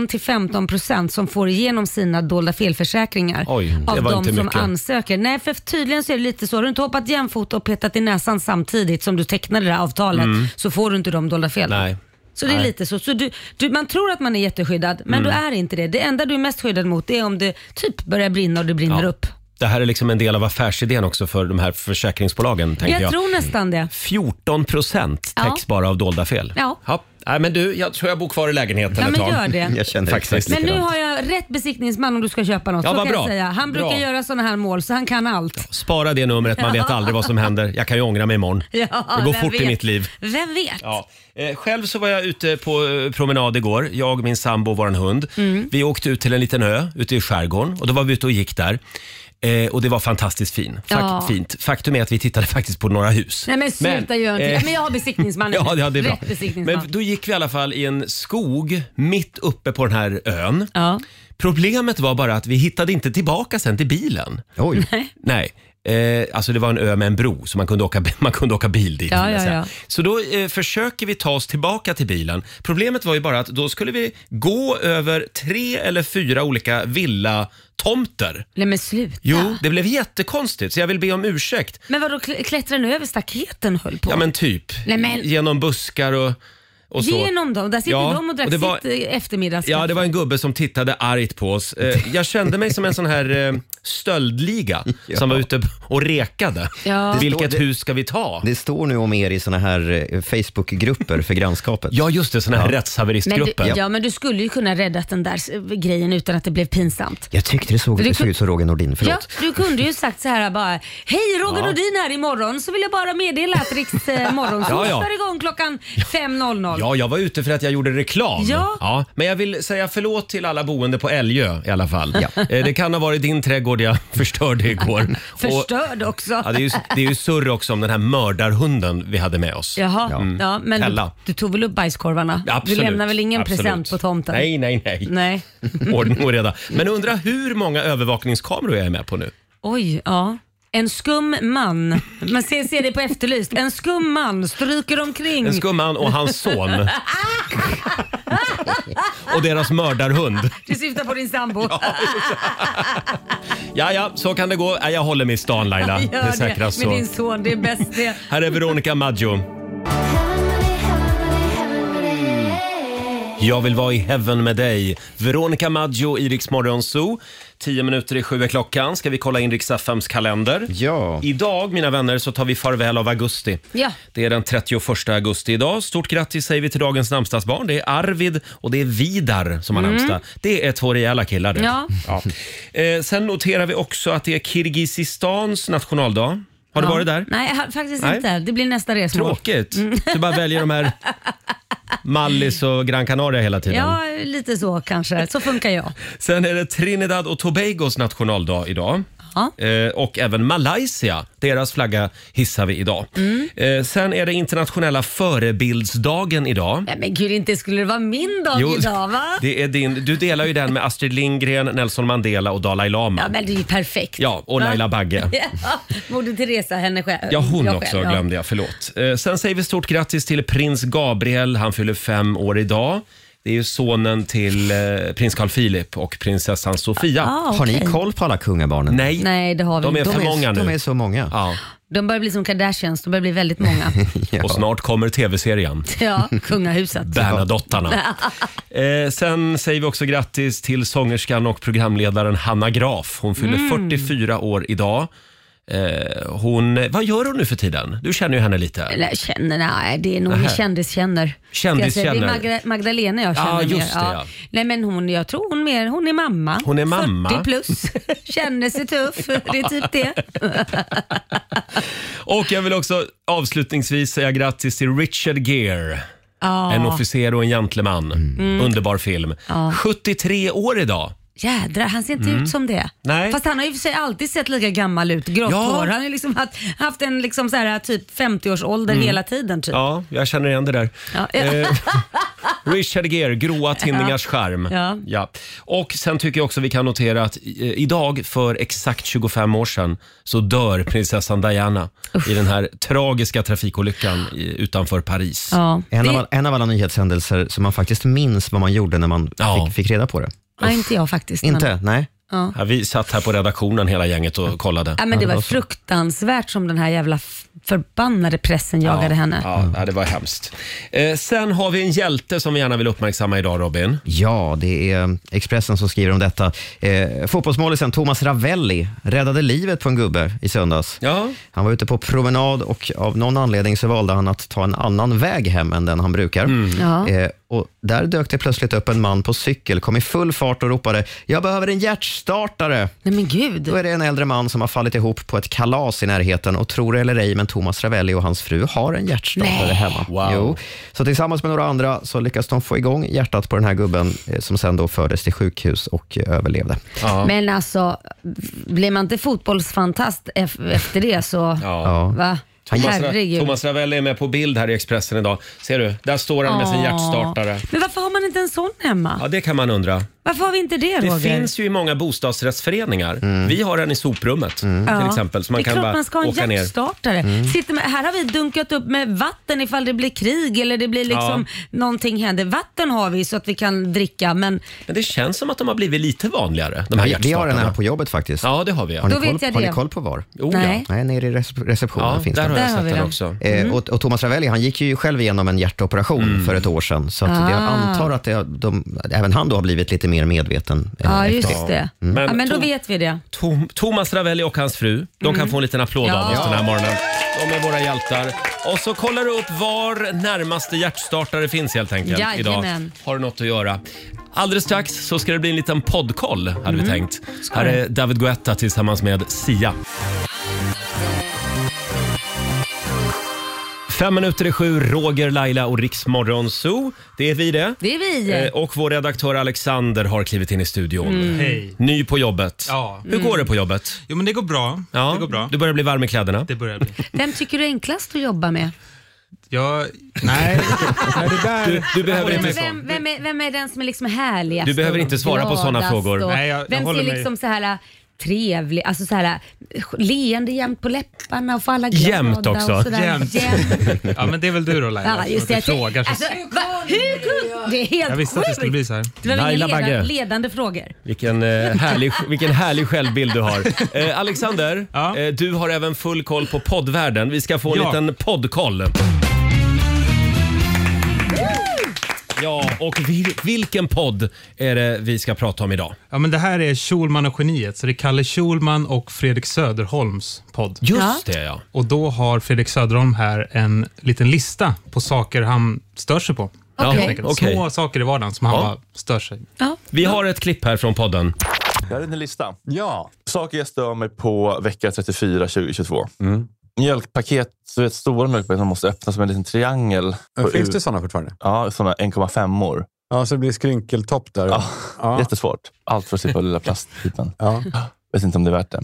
Speaker 3: 14-15% som får igenom sina dolda felförsäkringar
Speaker 1: Oj, det
Speaker 3: av
Speaker 1: var
Speaker 3: de
Speaker 1: inte
Speaker 3: som
Speaker 1: mycket.
Speaker 3: ansöker. Nej, för tydligen så är det lite så. Har du inte hoppat jämfota och petat i näsan samtidigt som du tecknade det här avtalet så får du inte de dolda felen.
Speaker 1: Mm. Nej.
Speaker 3: Så det är
Speaker 1: Nej. Mm.
Speaker 3: lite så. så du, du, man tror att man är jätteskyddad, men du är inte det. Det enda du är mest skyddad mot det är om det typ börjar brinna och det brinner
Speaker 1: Ja.
Speaker 3: upp.
Speaker 1: Det här är liksom en del av affärsidén också för de här försäkringsbolagen tänker
Speaker 3: Jag,
Speaker 1: jag. Mm.
Speaker 3: tror nästan det.
Speaker 1: 14 procent täcks
Speaker 3: Ja.
Speaker 1: bara av dolda fel.
Speaker 3: Ja.
Speaker 1: Nej men du, jag tror jag bor kvar i lägenheten
Speaker 3: Ja,
Speaker 1: ett
Speaker 3: men
Speaker 1: tag.
Speaker 3: gör det.
Speaker 4: Jag känner faktiskt
Speaker 1: Faktiskt.
Speaker 3: Men nu
Speaker 4: likadant.
Speaker 3: har jag rätt besiktningsman om du ska köpa något.
Speaker 1: Ja,
Speaker 3: så
Speaker 1: vad
Speaker 3: kan jag
Speaker 1: bra.
Speaker 3: säga. Han brukar
Speaker 1: Bra.
Speaker 3: göra sådana här mål så han kan allt.
Speaker 1: Spara det numret, man vet aldrig vad som händer. Jag kan ju ångra mig imorgon.
Speaker 3: Ja,
Speaker 1: det går
Speaker 3: vem
Speaker 1: fort i
Speaker 3: vet?
Speaker 1: mitt liv.
Speaker 3: Vem vet?
Speaker 1: Ja. Eh, själv så var jag ute på eh, promenad igår. Jag, min sambo och vår hund.
Speaker 3: Mm.
Speaker 1: Vi åkte ut till en liten ö ute i skärgården och då var vi ute och gick där. Eh, och det var fantastiskt fin. Fak-
Speaker 3: Ja.
Speaker 1: fint. Faktum är att vi tittade faktiskt på några hus.
Speaker 3: Nej men sluta göra inte
Speaker 1: eh,
Speaker 3: det. Men jag har besiktningsmannen.
Speaker 1: Ja, ja, det är bra.
Speaker 3: Rätt besiktningsman.
Speaker 1: Men då gick vi i alla fall i en skog mitt uppe på den här ön.
Speaker 3: ja.
Speaker 1: Problemet var bara att vi hittade inte tillbaka sen till bilen.
Speaker 4: Oj.
Speaker 1: Nej. Eh, alltså det var en ö med en bro så man kunde åka, man kunde åka bil dit.
Speaker 3: Ja,
Speaker 1: vill jag
Speaker 3: ja,
Speaker 1: säga.
Speaker 3: ja.
Speaker 1: Så då eh, försöker vi ta oss tillbaka till bilen. Problemet var ju bara att då skulle vi gå över tre eller fyra olika villatomter.
Speaker 3: Nej men sluta.
Speaker 1: Jo, det blev jättekonstigt så jag vill be om ursäkt.
Speaker 3: Men vadå kl- klättrar ni över staketen höll på?
Speaker 1: Ja men typ.
Speaker 3: Nej, men-
Speaker 1: Genom buskar och, och så.
Speaker 3: Genom dem, där sitter
Speaker 1: Ja,
Speaker 3: de och drack
Speaker 1: och det var-
Speaker 3: sitt eh, eftermiddagskaffe.
Speaker 1: Ja, det var en gubbe som tittade argt på oss. Eh, Jag kände mig som en sån här eh, stöldliga som var ute och rekade.
Speaker 3: Ja.
Speaker 1: Vilket
Speaker 4: Det-
Speaker 1: hus ska vi ta?
Speaker 4: Det står nu om er i såna här eh, Facebookgrupper för grannskapet.
Speaker 1: Ja, just det. Såna här
Speaker 3: men du,
Speaker 1: rättshaveristgrupper.
Speaker 3: ja men du skulle ju kunna rädda den där s- grejen utan att det blev pinsamt.
Speaker 4: Jag tyckte det såg,
Speaker 3: Men det
Speaker 4: det såg
Speaker 3: kun-
Speaker 4: ut som Roger Nordin,
Speaker 3: Ja,
Speaker 4: förlåt.
Speaker 3: du kunde ju sagt så här bara. Hej Roger
Speaker 1: Ja.
Speaker 3: Nordin här imorgon så vill jag bara meddela att Riks eh, morgonsol
Speaker 1: Ja, ja.
Speaker 3: kör igång klockan 5.00.
Speaker 1: Ja, jag var ute för att jag gjorde reklam.
Speaker 3: Ja.
Speaker 1: men jag vill säga förlåt till alla boende på Älgö i alla fall.
Speaker 4: Ja.
Speaker 1: Eh, Det kan ha varit din trädgård jag förstörde igår. Och-
Speaker 3: Förstörd också.
Speaker 1: Ja, det är ju, det är ju surr också om den här mördarhunden vi hade med oss.
Speaker 3: Jaha, ja.
Speaker 4: Ja.
Speaker 3: men du,
Speaker 1: Pella.
Speaker 3: du tog väl upp bajskorvarna?
Speaker 1: Mm. Absolut.
Speaker 3: Du lämnar väl ingen
Speaker 1: Absolut.
Speaker 3: present på tomten?
Speaker 1: Nej, nej, nej.
Speaker 3: Nej.
Speaker 1: Ordning och reda. Men undra hur många övervakningskameror jag är med på nu.
Speaker 3: Oj, ja. En skum man. Man ser, ser det på Efterlyst. En skum man stryker omkring.
Speaker 1: En skumman och hans son. och deras mördarhund.
Speaker 3: Du syftar på din sambo.
Speaker 1: Ja, ja, så kan det gå. Nej, Jag håller mig i stan Laila. Det
Speaker 3: Gör
Speaker 1: är säkrast
Speaker 3: med
Speaker 1: så.
Speaker 3: din son. Det är bäst det.
Speaker 1: Här är Veronica Maggio. Jag vill vara i heaven med dig. Veronica Maggio i Rix Morgon Zoo. Tio minuter i sju är klockan. Ska vi kolla in Rix FMs kalender?
Speaker 4: Ja.
Speaker 1: Idag, mina vänner, så tar vi farväl av augusti.
Speaker 3: Ja.
Speaker 1: Det är den 31 augusti idag. Stort grattis säger vi till dagens namnsdagsbarn. Det är Arvid och det är Vidar som har namnsdag. Det är två rejäla killar det.
Speaker 3: Mm. Ja.
Speaker 1: Eh, sen noterar vi också att det är Kirgizistans nationaldag. Har du varit där?
Speaker 3: Nej, ha- faktiskt
Speaker 1: Nej.
Speaker 3: inte. Det blir nästa resmål.
Speaker 1: Tråkigt.
Speaker 3: Mm.
Speaker 1: Du bara väljer de här Mallis och Gran Canaria hela tiden.
Speaker 3: Ja, lite så kanske. Så funkar jag.
Speaker 1: Sen är det Trinidad och Tobagos nationaldag idag.
Speaker 3: Ja.
Speaker 1: Eh, och även Malaysia, deras flagga hissar vi idag.
Speaker 3: Mm.
Speaker 1: Eh, sen är det internationella förebildsdagen idag.
Speaker 3: Nej, men gud, inte skulle det vara min dag idag va?
Speaker 1: det är din, du delar ju den med Astrid Lindgren, Nelson Mandela och Dalai Lama.
Speaker 3: Ja, men det är ju perfekt.
Speaker 1: Ja, och Laila Bagge.
Speaker 3: Ja, Moder Teresa, henne själv.
Speaker 1: Ja, hon
Speaker 3: jag
Speaker 1: också
Speaker 3: själv, ja.
Speaker 1: glömde jag. Förlåt. Eh, sen säger vi stort grattis till prins Gabriel. Han fyller fem år idag. Det är ju sonen till eh, prins Carl Philip och prinsessan Sofia.
Speaker 3: Ah,
Speaker 4: Har ni
Speaker 3: okej.
Speaker 4: koll på alla kungabarnen?
Speaker 1: Nej,
Speaker 3: Nej, det har vi
Speaker 1: de är
Speaker 3: inte.
Speaker 1: för
Speaker 4: De är,
Speaker 1: många nu.
Speaker 4: de är så många.
Speaker 1: Ja.
Speaker 3: De börjar bli som Kardashians, de börjar bli väldigt många.
Speaker 4: Ja.
Speaker 1: Och snart kommer tv-serien.
Speaker 3: ja, kungahuset.
Speaker 1: Bernadottarna. Eh, sen säger vi också grattis till sångerskan och programledaren Hanna Graf. Hon fyller
Speaker 3: Mm.
Speaker 1: 44 år idag. Eh, hon, vad gör hon nu för tiden? Du känner ju henne lite.
Speaker 3: Eller känner, nej det är nog
Speaker 1: Nähä.
Speaker 3: kändis-känner.
Speaker 1: Kändiskänner.
Speaker 3: Det är Magda, Magdalena jag känner
Speaker 1: Ja,
Speaker 3: mer.
Speaker 1: just det, ja.
Speaker 3: Nej men hon, jag tror hon mer, hon är mamma.
Speaker 1: Hon är mamma.
Speaker 3: 40 plus, känner sig tuff. Det är typ det.
Speaker 1: Och jag vill också avslutningsvis säga grattis till Richard Gere.
Speaker 3: Ja. Mm.
Speaker 1: En officer och en gentleman. Underbar film. 73 år idag.
Speaker 3: Jädrar, han ser inte ut som det.
Speaker 1: Mm. Nej.
Speaker 3: Fast han har ju för sig alltid sett lika gammal ut. Grått
Speaker 1: Ja.
Speaker 3: hår. Han har liksom haft, haft en liksom så här, typ 50-årsålder hela tiden. Typ.
Speaker 1: Mm. Ja, jag känner igen det där.
Speaker 3: Ja, ja.
Speaker 1: Eh, Richard Gere, Gråa tinningars charm.
Speaker 3: Ja.
Speaker 1: Och sen tycker jag också vi kan notera att eh, idag för exakt 25 år sedan så dör prinsessan Diana i den här tragiska trafikolyckan i, utanför Paris.
Speaker 3: Ja.
Speaker 4: En,
Speaker 3: det
Speaker 4: av, en av alla nyhetshändelser som man faktiskt minns vad man gjorde när man
Speaker 1: Ja.
Speaker 4: fick, fick reda på det.
Speaker 3: nej, inte jag faktiskt. Men,
Speaker 4: Inte? Nej.
Speaker 1: Ja, vi satt här på redaktionen hela gänget och kollade.
Speaker 3: ja, men det
Speaker 4: det
Speaker 3: var
Speaker 4: var så.
Speaker 3: fruktansvärt som den här jävla f- förbannade pressen jagade henne.
Speaker 1: Ja, ja, det var hemskt. Eh, sen har vi en hjälte som vi gärna vill uppmärksamma idag, Robin.
Speaker 4: Ja, det är eh, Expressen som skriver om detta. Eh, fotbollsmålisen Thomas Ravelli räddade livet på en gubbe i söndags.
Speaker 1: Ja.
Speaker 4: Han var ute på promenad och av någon anledning så valde han att ta en annan väg hem än den han brukar.
Speaker 1: Mm.
Speaker 3: Ja.
Speaker 4: Eh, och där dök det plötsligt upp en man på cykel, kom i full fart och ropade “Jag behöver en hjärtstartare!”
Speaker 3: Nej men gud.
Speaker 4: Då är det en äldre man som har fallit ihop på ett kalas i närheten och tror det eller ej, men Thomas Ravelli och hans fru har en hjärtstartare
Speaker 3: Nej.
Speaker 4: hemma.
Speaker 1: Wow.
Speaker 4: Jo. Så tillsammans med några andra så lyckas de få igång hjärtat på den här gubben eh, som sen då fördes till sjukhus och eh, överlevde.
Speaker 3: Men alltså, blir man inte fotbollsfantast ef- efter det så...
Speaker 4: Ja.
Speaker 3: Va?
Speaker 1: Thomas, Ra-
Speaker 3: Herregud.
Speaker 1: Thomas Ravelli är med på bild här i Expressen idag. Ser du? Där står han med sin
Speaker 3: Ja.
Speaker 1: hjärtstartare.
Speaker 3: Men varför har man inte en sån hemma?
Speaker 1: Ja, det kan man undra.
Speaker 3: Varför har vi inte det,
Speaker 1: Det
Speaker 3: Roger?
Speaker 1: finns ju i många bostadsrättsföreningar.
Speaker 4: Mm.
Speaker 1: Vi har en i soprummet till
Speaker 3: Ja.
Speaker 1: exempel. Så man
Speaker 3: det är
Speaker 1: kan
Speaker 3: klart
Speaker 1: bara
Speaker 3: man ska ha en
Speaker 1: åka ner. Mm.
Speaker 3: hjärtstartare. Sitter med, här har vi dunkat upp med vatten ifall det blir krig eller det blir liksom någonting händer. Vatten har vi så att vi kan dricka men
Speaker 1: Men det känns som att de har blivit lite vanligare, de här
Speaker 4: Vi- Vi har den här
Speaker 1: hjärtstartarna.
Speaker 4: på jobbet faktiskt.
Speaker 1: Ja, det har vi.
Speaker 4: Har,
Speaker 1: Ja.
Speaker 4: ni
Speaker 3: Då vet
Speaker 4: koll,
Speaker 3: jag
Speaker 4: har ni
Speaker 3: det.
Speaker 4: koll på var?
Speaker 1: Oh,
Speaker 3: nej.
Speaker 4: Nej, nere i recep- receptionen
Speaker 1: Ja,
Speaker 4: finns
Speaker 1: där
Speaker 4: den.
Speaker 1: har jag
Speaker 3: Där har
Speaker 1: sett
Speaker 3: vi
Speaker 1: den Mm.
Speaker 3: den.
Speaker 1: också.
Speaker 4: Eh, och, och Thomas Ravelli han gick ju själv igenom en hjärtoperation för ett år sedan, så att jag antar att det, de, även han då har blivit lite mer medveten. eh,
Speaker 3: ja just
Speaker 4: efteråt.
Speaker 3: det.
Speaker 1: Mm. Men-
Speaker 3: Men, ja, men då
Speaker 1: Tom-
Speaker 3: vet vi det.
Speaker 1: Tom, Thomas Ravelli och hans fru, de kan få en liten applåd av
Speaker 3: Mm. Ja.
Speaker 1: oss den här morgonen. De är våra hjältar. Och så kollar du upp var närmaste hjärtstartare finns helt enkelt idag.
Speaker 3: Jajamän.
Speaker 1: Har du något att göra. Alldeles strax så ska det bli en liten poddkoll, hade
Speaker 3: Mm.
Speaker 1: vi tänkt. Här är David Guetta tillsammans med Sia. Fem minuter i sju, Roger, Laila och Riksmorgon Zoo. Det är vi det.
Speaker 3: Det är vi.
Speaker 1: Eh, Och vår redaktör Alexander har klivit in i studion.
Speaker 8: Hej.
Speaker 1: Ny på jobbet.
Speaker 8: Ja.
Speaker 1: Hur går det på jobbet?
Speaker 8: Jo men det går bra.
Speaker 1: Ja,
Speaker 8: Det går bra.
Speaker 1: Du börjar bli varm i kläderna.
Speaker 8: Det börjar bli.
Speaker 3: Vem tycker du är enklast att jobba med?
Speaker 8: Jag... Nej. Nej det där...
Speaker 1: Du, du, behöver,
Speaker 8: håller
Speaker 1: inte,
Speaker 8: mig
Speaker 3: Vem, vem, är, vem är den som är liksom härligast?
Speaker 1: Du behöver
Speaker 3: och
Speaker 1: inte svara på såna
Speaker 3: gladast
Speaker 1: frågor.
Speaker 3: och
Speaker 8: Nej, jag- jag
Speaker 3: vem
Speaker 8: håller
Speaker 3: ser
Speaker 8: mig-
Speaker 3: liksom så här trevlig, alltså så här leende jämt på läpparna och får alla glada
Speaker 1: Jämt också.
Speaker 3: och sådär.
Speaker 8: Jämt.
Speaker 3: Jämt.
Speaker 8: Ja men det är väl du då Laila?
Speaker 3: Ja, just det.
Speaker 8: Du frågar så...
Speaker 3: Alltså, va, hur kunde... Det är helt
Speaker 8: Jag visste att det skulle
Speaker 3: sjukt.
Speaker 8: bli så här.
Speaker 3: Det var
Speaker 1: Laila
Speaker 3: inga
Speaker 1: Bagge.
Speaker 3: ledande, ledande frågor.
Speaker 1: vilken, eh, härlig, vilken härlig självbild du har. Eh, Alexander,
Speaker 8: Ja.
Speaker 1: eh, du har även full koll på poddvärlden. Vi ska få en
Speaker 8: Ja.
Speaker 1: liten poddkoll. Ja, och vil, vilken podd är det vi ska prata om idag?
Speaker 8: Ja, men det här är Schulman och geniet, så det är Kalle Schulman och Fredrik Söderholms podd.
Speaker 1: Just det ja.
Speaker 8: Och då har Fredrik Söderholm här en liten lista på saker han stör sig på.
Speaker 1: Ja,
Speaker 3: Okej.
Speaker 8: Helt enkelt.
Speaker 1: okej.
Speaker 8: Små saker i vardagen som han
Speaker 1: Ja.
Speaker 8: bara stör sig.
Speaker 3: Ja.
Speaker 1: Vi har ett klipp här från podden.
Speaker 9: Jag har en liten lista. Ja. Saker jag stör mig på vecka 34 2022.
Speaker 10: Mm.
Speaker 9: Mjölkpaket, du vet stora mjölkpaket som måste öppnas som en liten triangel. På
Speaker 10: Finns
Speaker 9: ut-
Speaker 10: det sådana fortfarande?
Speaker 9: Ja, sådana 1,5-or.
Speaker 10: Ja, så det blir skrynkeltopp där.
Speaker 9: Ja.
Speaker 10: Ja.
Speaker 9: Jättesvårt. Allt för att slippa lilla plastpipen.
Speaker 10: Ja.
Speaker 9: Vet inte om det är värt det.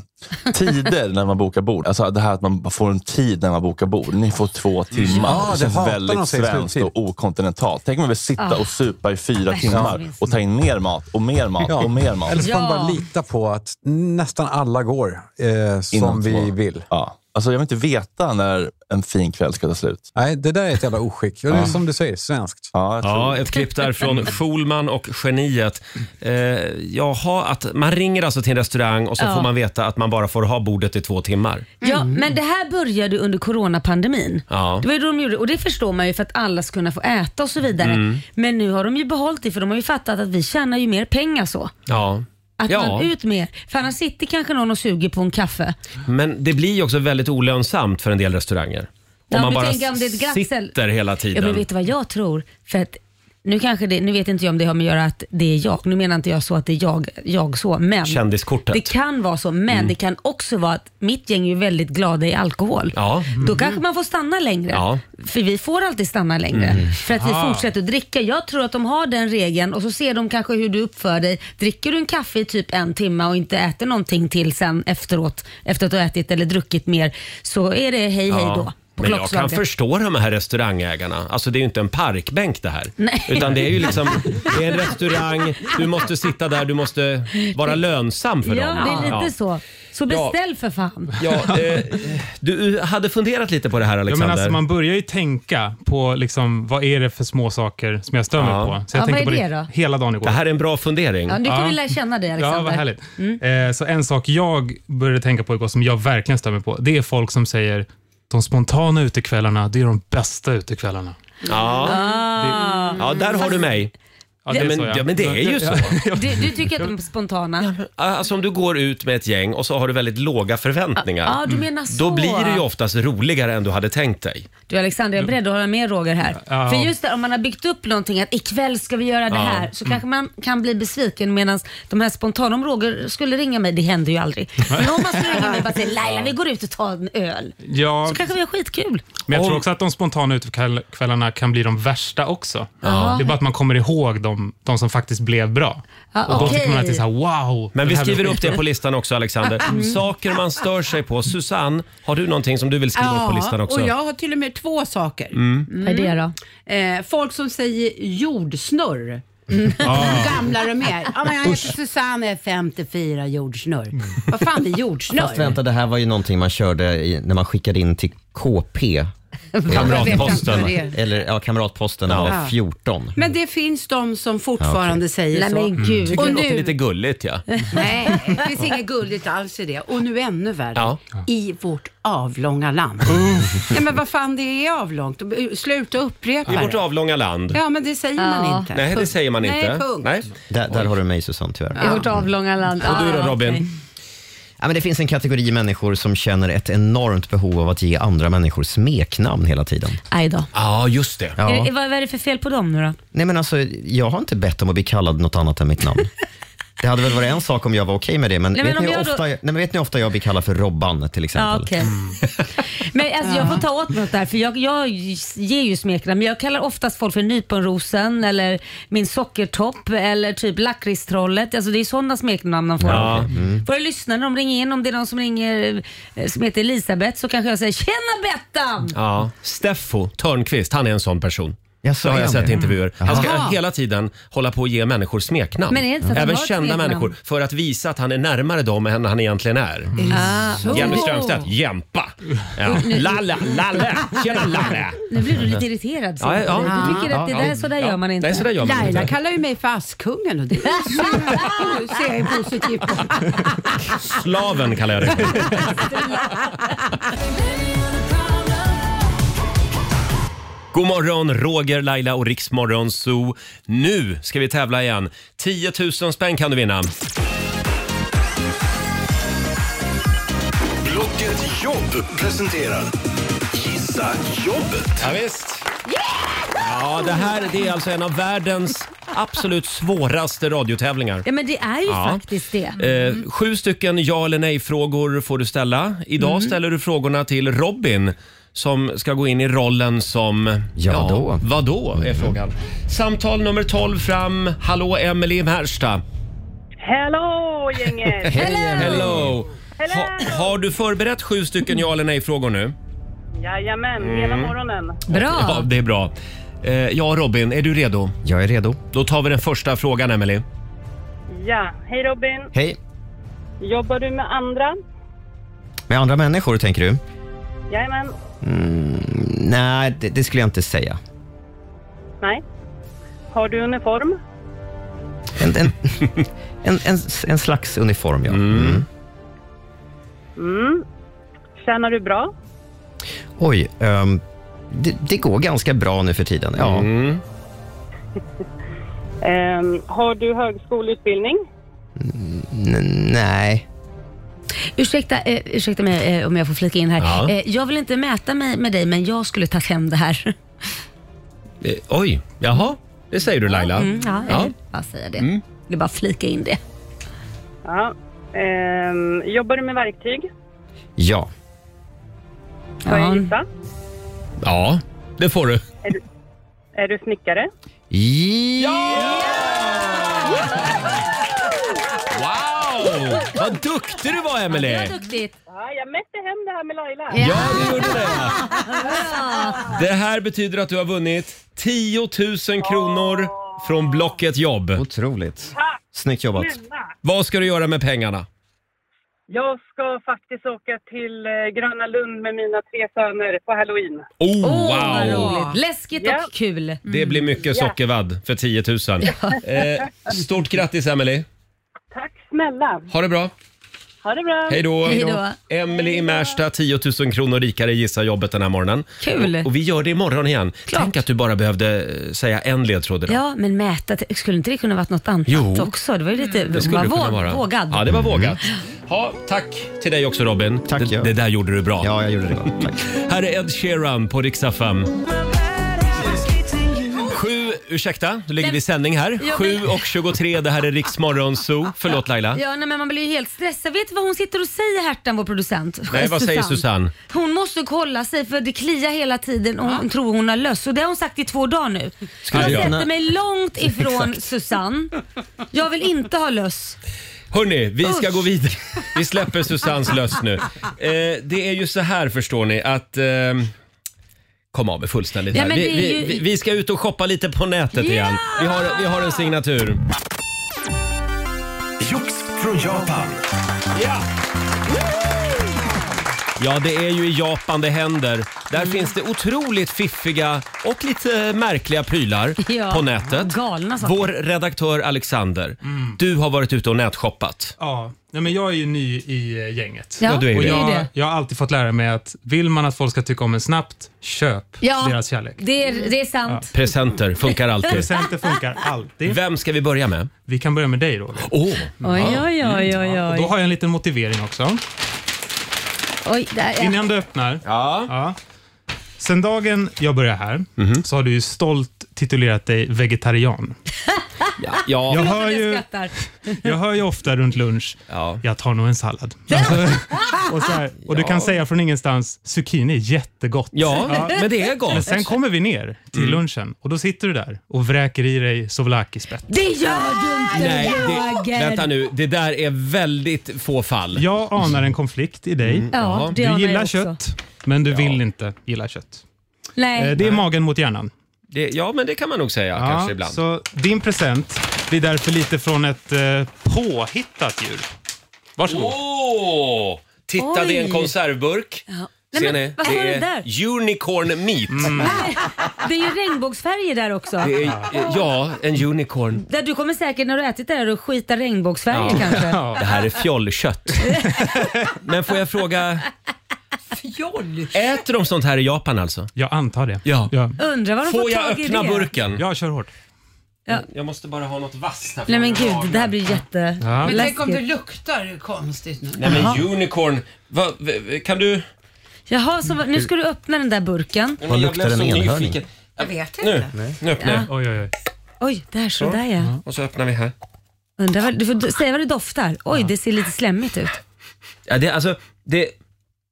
Speaker 9: Tider när man bokar bord. Alltså det här att man får en tid när man bokar bord. Ni får två timmar.
Speaker 10: Ja, det
Speaker 9: det känns
Speaker 10: hatar de
Speaker 9: väldigt
Speaker 10: att säga
Speaker 9: svenskt
Speaker 10: sluttid.
Speaker 9: och okontinentalt. Tänk om man vill sitta
Speaker 3: Ah.
Speaker 9: och supa i fyra
Speaker 3: Nej,
Speaker 9: timmar
Speaker 3: visst.
Speaker 9: och ta in mer mat och mer mat
Speaker 10: Ja.
Speaker 9: och mer mat.
Speaker 10: Eller så får man
Speaker 3: Ja.
Speaker 10: bara lita på att nästan alla går eh, som
Speaker 9: Innan
Speaker 10: vi
Speaker 9: två.
Speaker 10: vill.
Speaker 9: Ja. Alltså, jag vill inte veta när en fin kväll ska ta slut.
Speaker 10: Nej, det där är ett jävla oskick. Och det är som du säger, svenskt.
Speaker 9: Ja, jag tror
Speaker 1: Ja, ett klipp där från Schulman och geniet. Eh, jaha, att man ringer alltså till en restaurang och så
Speaker 3: Ja.
Speaker 1: får man veta att man bara får ha bordet i två timmar.
Speaker 3: Ja, men det här började under coronapandemin.
Speaker 1: Mm. Ja.
Speaker 3: Det var ju då de gjorde, och det förstår man ju för att alla ska kunna få äta och så vidare.
Speaker 1: Mm.
Speaker 3: Men nu har de ju behållit det för de har ju fattat att vi tjänar ju mer pengar så.
Speaker 1: Ja.
Speaker 3: Att
Speaker 1: Ja.
Speaker 3: man ut mer. För annars sitter kanske någon och suger på en kaffe.
Speaker 1: Men det blir ju också väldigt olönsamt för en del restauranger.
Speaker 3: Ja,
Speaker 1: om man
Speaker 3: men
Speaker 1: bara
Speaker 3: tänk om det är ett gassel.
Speaker 1: sitter hela
Speaker 3: Ja, men
Speaker 1: tiden.
Speaker 3: vet du vad jag tror? För att nu, kanske det, nu vet inte jag om det har med att göra att det är jag. Nu menar inte jag så att det är jag, jag så, men
Speaker 1: Kändiskortet. Mm.
Speaker 3: det kan vara så. Men det kan också vara att mitt gäng är ju väldigt glada i alkohol.
Speaker 1: Ja.
Speaker 3: Då kanske man får stanna längre.
Speaker 1: Ja. Mm.
Speaker 3: För vi får alltid stanna längre. För att vi fortsätter att dricka. Jag tror att de har den regeln och så ser de kanske hur du uppför dig. Dricker du en kaffe i typ en timme och inte äter någonting till sen efteråt, efter att du har ätit eller druckit mer, så är det hej hej då.
Speaker 1: Ja.
Speaker 3: på
Speaker 1: Men jag kan
Speaker 3: klockslaget.
Speaker 1: förstå de här restaurangägarna. Alltså det är ju inte en parkbänk det här.
Speaker 3: Nej.
Speaker 1: Utan det är ju liksom, det är en restaurang, du måste sitta där, du måste vara lönsam för
Speaker 3: Ja,
Speaker 1: dem.
Speaker 3: det är lite
Speaker 1: Ja.
Speaker 3: så. Så
Speaker 1: Ja.
Speaker 3: beställ för fan.
Speaker 1: Ja, eh, du hade funderat lite på det här
Speaker 8: Ja,
Speaker 1: Alexander?
Speaker 8: men alltså, man börjar ju tänka på liksom, vad är det för små saker som jag stör mig
Speaker 1: Ja.
Speaker 8: på. Så jag
Speaker 3: Ja,
Speaker 8: tänkte
Speaker 3: vad är
Speaker 8: på
Speaker 3: det då?
Speaker 8: hela dagen igår.
Speaker 1: Det här är en bra fundering.
Speaker 3: Ja, nu kan
Speaker 8: Ja.
Speaker 3: vi lära känna dig Alexander. Mm.
Speaker 8: Ja, vad härligt. Eh, så en sak jag började tänka på igår som jag verkligen stämmer på, det är folk som säger de spontana utekvällarna, det är de bästa utekvällarna.
Speaker 1: Ja,
Speaker 3: Ah.
Speaker 1: ja där har du mig.
Speaker 8: Ja, det är
Speaker 1: men-
Speaker 8: så,
Speaker 1: ja, men det är ju så.
Speaker 3: Du, du tycker att de är spontana?
Speaker 1: Alltså om du går ut med ett gäng och så har du väldigt låga förväntningar.
Speaker 3: Ja, du menar så.
Speaker 1: Mm. Då blir det ju oftast roligare än du hade tänkt dig.
Speaker 3: Du Alexander, jag är beredd att hålla med Roger här.
Speaker 8: Ja.
Speaker 3: För just det, om man har byggt upp någonting att ikväll ska vi göra det
Speaker 1: Ja. Mm.
Speaker 3: här, så kanske man kan bli besviken medan de här spontana, om Roger skulle ringa mig, det händer ju aldrig. Men om man skulle ringa mig och bara säga Laila vi går ut och tar en öl,
Speaker 8: Ja,
Speaker 3: så kanske vi har skitkul.
Speaker 8: men jag tror
Speaker 1: Om-
Speaker 8: också att de spontana utekvällarna kan bli de värsta också. Det är bara att man kommer ihåg de, de som faktiskt blev bra.
Speaker 3: Ja,
Speaker 8: och då
Speaker 3: okej.
Speaker 8: tycker man att det är så här, wow.
Speaker 1: Men
Speaker 8: den
Speaker 1: vi
Speaker 8: här blev
Speaker 1: skriver upp
Speaker 8: skitbra.
Speaker 1: det på listan också Alexander.
Speaker 5: Mm.
Speaker 1: Saker man stör sig på. Susanne, har du någonting som du vill skriva upp på listan också? Mm.
Speaker 5: och jag har till och med två saker.
Speaker 3: Vad är det då?
Speaker 5: Eh, folk som säger
Speaker 1: Mm.
Speaker 5: jordsnurr.
Speaker 1: Ah.
Speaker 5: Hur gamla de är. Ja, men jag heter Susanne, jag är 54, jordsnurr.
Speaker 1: Mm.
Speaker 5: Vad fan är
Speaker 4: Fast
Speaker 5: jordsnurr?
Speaker 4: vänta, det här var ju någonting man körde i, när man skickade in till KP.
Speaker 1: Kamratposten.
Speaker 5: Jag vet inte vad det är.
Speaker 4: Eller ja, Kamratposten när man var 14.
Speaker 5: Men det finns de som fortfarande säger
Speaker 3: Nej
Speaker 5: så.
Speaker 3: men gud.
Speaker 5: Och
Speaker 1: Det låter
Speaker 5: nu-
Speaker 1: lite gulligt ja.
Speaker 5: Nej, det finns inget gulligt alls i det. Och nu ännu värre.
Speaker 1: Ja.
Speaker 5: I vårt avlånga land. Ja, men vad fan, det är avlångt. Sluta upprepa
Speaker 1: I vårt
Speaker 5: det.
Speaker 1: avlånga land.
Speaker 5: Ja, men det säger man inte.
Speaker 1: Nej, det
Speaker 5: Punkt.
Speaker 1: säger man inte.
Speaker 5: Nej, punkt.
Speaker 1: Nej.
Speaker 4: Där, där har du mig Susanne tyvärr.
Speaker 3: I vårt avlånga land.
Speaker 1: Och du då
Speaker 3: Ah,
Speaker 1: Robin?
Speaker 3: okej.
Speaker 4: Ja, men det finns en kategori människor som känner ett enormt behov av att ge andra människor smeknamn hela tiden.
Speaker 3: Aj då.
Speaker 1: Ja, just det.
Speaker 4: Ja.
Speaker 3: Är det- Vad vad är det för fel på dem nu då?
Speaker 4: Nej, men alltså, jag har inte bett om att bli kallad något annat än mitt namn. Det hade väl varit en sak om jag var okej med det, men,
Speaker 3: Nej, men
Speaker 4: vet,
Speaker 3: om
Speaker 4: ni hur
Speaker 3: jag då-
Speaker 4: ofta, nej, men vet ni hur ofta jag blir kallad för Robban till
Speaker 3: Ja,
Speaker 4: exempel?
Speaker 3: okej.
Speaker 1: Mm.
Speaker 3: Men alltså, jag får ta åt mig något där, för jag, jag ger ju smeknamn. Men jag kallar oftast folk för nyponrosen eller min sockertopp eller typ lakritstrollet. Alltså, det är sådana smeknamn de får.
Speaker 1: Ja,
Speaker 3: Våra lyssnare, de ringer in, om det är någon som ringer eh, som heter Elisabeth så kanske jag säger “Tjena Bettan!”
Speaker 1: Ja. Steffo Törnqvist, han är en sån person.
Speaker 4: Jag sa
Speaker 1: det har jag
Speaker 4: han
Speaker 1: sett
Speaker 4: det?
Speaker 1: i intervjuer. Han ska
Speaker 5: Jaha.
Speaker 1: hela tiden hålla på och ge människor smeknamn.
Speaker 3: Men är det inte så att han
Speaker 1: Även
Speaker 3: har ett
Speaker 1: kända
Speaker 3: smeknamn?
Speaker 1: människor. För att visa att han är närmare dem än han egentligen är.
Speaker 3: Mm.
Speaker 1: Mm.
Speaker 5: Så.
Speaker 1: Jenny Strömstedt, Jämpa. Ja. Lalla, Lalle, tjena Lalle.
Speaker 3: Nu blir du lite irriterad. så.
Speaker 1: Ja, ja.
Speaker 3: Du tycker att det
Speaker 1: Ja,
Speaker 3: där,
Speaker 1: ja.
Speaker 3: så där gör man inte.
Speaker 1: Nej, så där gör man
Speaker 5: Laila
Speaker 1: inte.
Speaker 5: kallar ju mig för Askungen och det Nu ser jag ju positivt på det.
Speaker 1: Slaven kallar jag det. God morgon, Roger, Laila och Riksmorgon Zoo. Nu ska vi tävla igen. 10 000 spänn kan du vinna.
Speaker 6: Blocket Jobb presenterar Gissa jobbet.
Speaker 1: Ja, Ja, det här det är alltså en av världens absolut svåraste radiotävlingar.
Speaker 3: Ja men det är ju
Speaker 1: Ja.
Speaker 3: faktiskt det.
Speaker 1: Eh, sju stycken ja eller nej-frågor får du ställa. Idag
Speaker 3: Mm.
Speaker 1: ställer du frågorna till Robin som ska gå in i rollen som... Ja, då. Mm. Vad då är frågan. Samtal nummer 12 fram. Hallå Emelie i Märsta.
Speaker 11: Hello gänget!
Speaker 1: Hello. Ha, har du förberett sju stycken ja eller nej-frågor nu?
Speaker 11: Jajamän, hela
Speaker 1: Mm.
Speaker 11: morgonen.
Speaker 1: Ja, det är bra. Eh, ja, Robin, är du redo? Jag är redo. Då tar vi den första frågan, Emelie.
Speaker 11: Ja, hej Robin.
Speaker 4: Hej.
Speaker 11: Jobbar du med andra?
Speaker 4: Med andra människor, tänker du?
Speaker 11: Jajamän.
Speaker 4: Mm, nej, det, det skulle jag inte säga.
Speaker 11: Nej. Har du uniform?
Speaker 4: En, en, en, en, en slags uniform, ja. Mm.
Speaker 11: Mm. Tjänar du bra?
Speaker 4: Oj, ehm, det, det går ganska bra nu för tiden. Ja.
Speaker 1: Mm.
Speaker 11: Ehm, har du högskoleutbildning?
Speaker 4: N- nej.
Speaker 3: Ursäkta, eh, ursäkta mig eh, om jag får flika in här.
Speaker 1: Ja.
Speaker 3: Eh, jag vill inte mäta mig med dig men jag skulle tagit hem det här.
Speaker 1: Eh, oj, jaha. Det säger du, Laila.
Speaker 3: Mm, ja, jag vill bara säga det.
Speaker 1: Mm.
Speaker 3: Jag vill bara flika in det.
Speaker 11: Ja. Ehm, jobbar du med verktyg?
Speaker 4: Ja.
Speaker 11: Får jag gissa?
Speaker 1: Ja, det får du.
Speaker 11: Är du snickare?
Speaker 1: Ja! Wow! Vad duktig du var, Emelie!
Speaker 3: duktigt.
Speaker 11: Ja, jag mätte hem det här med Laila.
Speaker 1: Ja, du gjorde det. Det här betyder att du har vunnit 10 000 kronor från Blocket Jobb. Otroligt. Snyggt jobbat.
Speaker 11: Snälla.
Speaker 1: Vad ska du göra med pengarna?
Speaker 11: Jag ska faktiskt åka till eh, Gröna Lund med mina tre söner på halloween.
Speaker 1: Oh, wow!
Speaker 3: Läskigt och kul.
Speaker 1: Det blir mycket sockervadd för 10 000.
Speaker 11: Ja.
Speaker 1: Eh, stort grattis Emelie.
Speaker 11: Snälla,
Speaker 1: Ha det bra.
Speaker 11: ha det bra!
Speaker 1: Hej då. Emelie i Märsta, 10 000 kronor rikare gissar jobbet den här morgonen.
Speaker 3: Kul.
Speaker 1: Och, och vi gör det imorgon igen. Tänk att du bara behövde eh, säga en ledtråd idag.
Speaker 3: Ja, men mäta, skulle inte det kunna varit något annat
Speaker 1: Jo. Mm.
Speaker 3: också? Det var ju lite
Speaker 1: Det skulle det
Speaker 3: var
Speaker 1: kunna
Speaker 3: vå-
Speaker 1: vara.
Speaker 3: vågad. Mm.
Speaker 1: Ja, det var vågat. Ja, tack till dig också Robin. Tack, det, det där gjorde du bra. Ja, jag gjorde det. Här är Ed Sheeran på Rix FM. Sju, ursäkta, nu ligger vi i sändning här.
Speaker 3: Ja,
Speaker 1: Sju
Speaker 3: men-
Speaker 1: och 23, det här är Rix Morgon Zoo. Förlåt Laila.
Speaker 3: Ja, nej, men man blir ju helt stressad. Vet du vad hon sitter och säger, Hertan, vår producent?
Speaker 1: Nej, vad säger Susanne?
Speaker 3: Hon måste kolla sig för det kliar hela tiden och hon tror hon har löss. Och det har hon sagt i två dagar nu.
Speaker 1: Skulle
Speaker 3: jag
Speaker 1: jag göra?
Speaker 3: sätter mig långt ifrån
Speaker 1: Exakt.
Speaker 3: Susanne. Jag vill inte ha löss.
Speaker 1: Hörni, vi ska
Speaker 3: Usch.
Speaker 1: gå vidare. Vi släpper Susans löss nu. Eh, det är ju så här förstår ni att... Eh, kom av med fullständigt
Speaker 3: Ja,
Speaker 1: här.
Speaker 3: men
Speaker 1: vi,
Speaker 3: det är
Speaker 1: vi, vi,
Speaker 3: ju-
Speaker 1: vi ska ut och shoppa lite på nätet igen. Vi har, vi har en signatur.
Speaker 6: Jox från Japan.
Speaker 1: Ja! Ja, det är ju i Japan det händer. Där
Speaker 3: Mm.
Speaker 1: finns det otroligt fiffiga och lite märkliga prylar
Speaker 3: Ja,
Speaker 1: på nätet.
Speaker 3: galna saker.
Speaker 1: Vår redaktör Alexander,
Speaker 8: Mm.
Speaker 1: du har varit ute och nätshoppat.
Speaker 8: Ja, nej, men jag är ju ny i eh, gänget.
Speaker 1: Ja, Ja, du är ju
Speaker 8: och
Speaker 1: det.
Speaker 8: jag,
Speaker 1: Det är det.
Speaker 8: jag har alltid fått lära mig att vill man att folk ska tycka om en snabbt, köp
Speaker 3: Ja.
Speaker 8: deras kärlek.
Speaker 3: Det är, det är sant.
Speaker 1: Presenter funkar alltid.
Speaker 8: Presenter funkar alltid.
Speaker 1: Vem ska vi börja med?
Speaker 8: Vi kan börja med dig Roger.
Speaker 1: Oh.
Speaker 3: Oj, oj, oj, oj,
Speaker 8: Och då
Speaker 3: oj.
Speaker 8: har jag en liten motivering också.
Speaker 3: oj där, ja.
Speaker 8: Innan du öppnar. Ja. Sen dagen jag började här så har du ju stolt titulerat dig vegetarian.
Speaker 1: Ja.
Speaker 8: Jag
Speaker 3: Förlåt
Speaker 8: hör
Speaker 3: att jag
Speaker 8: ju
Speaker 3: skrattar.
Speaker 8: Jag hör ju ofta runt lunch, jag tar nog en sallad. Alltså, och så här, och du
Speaker 1: Ja.
Speaker 8: kan säga från ingenstans, zucchini är jättegott.
Speaker 1: Ja, men det är gott.
Speaker 8: Men sen kommer vi ner till
Speaker 3: Mm.
Speaker 8: lunchen och då sitter du där och vräker i dig souvlaki-spett.
Speaker 3: Det gör du inte
Speaker 1: Nej, det,
Speaker 3: Roger!
Speaker 1: vänta nu. Det där är väldigt få fall.
Speaker 8: Jag anar en konflikt i dig.
Speaker 3: Mm. Ja, Jaha. det anar
Speaker 8: du
Speaker 3: jag
Speaker 8: gillar
Speaker 3: också.
Speaker 8: kött, men du vill inte gilla kött.
Speaker 3: Nej.
Speaker 8: Eh, Det är magen mot hjärnan.
Speaker 1: Det, ja, men det kan man nog säga
Speaker 8: Ja,
Speaker 1: kanske ibland.
Speaker 8: Så din present blir därför lite från ett eh, påhittat djur. Oh. Varsågod.
Speaker 1: Åh! Titta, det är en
Speaker 8: Oj.
Speaker 1: konservburk.
Speaker 3: Nej,
Speaker 1: Ser
Speaker 3: men
Speaker 1: ni?
Speaker 3: vad var
Speaker 1: Det
Speaker 3: det
Speaker 1: är
Speaker 3: där?
Speaker 1: unicorn meat.
Speaker 8: Mm.
Speaker 3: Det är ju regnbågsfärger där också.
Speaker 1: Det är, ja, en unicorn.
Speaker 3: Där du kommer säkert när du ätit det här och skita regnbågsfärger kanske.
Speaker 1: Det här är fjollkött. Men får jag fråga,
Speaker 5: Fjoll!
Speaker 1: Äter de sånt här i Japan alltså?
Speaker 8: Jag antar det.
Speaker 1: Ja.
Speaker 3: Undrar vad de
Speaker 1: Får
Speaker 3: får
Speaker 1: jag
Speaker 3: tag i
Speaker 1: öppna
Speaker 3: det?
Speaker 1: burken?
Speaker 8: Ja, kör hårt.
Speaker 3: Ja.
Speaker 1: Jag måste bara ha något vasst här
Speaker 3: Nej men
Speaker 1: framför
Speaker 3: gud, det här blir jätte...
Speaker 1: Ja.
Speaker 5: Men tänk om det
Speaker 3: läskigt.
Speaker 5: luktar konstigt nu.
Speaker 1: Nej men unicorn. Va, v- v- kan du...
Speaker 3: Jaha, så, vad- nu ska du öppna den där burken.
Speaker 1: Vad luktar en enhörning?
Speaker 5: Jag vet inte.
Speaker 1: Nu, nu öppnar jag.
Speaker 8: Oj, oj, oj.
Speaker 3: Oj, där så där ja.
Speaker 1: Och så öppnar vi här.
Speaker 3: Undrar vad, du får d- säga vad det doftar. Oj, det ser lite slemmigt ut.
Speaker 1: Ja, det, alltså, det,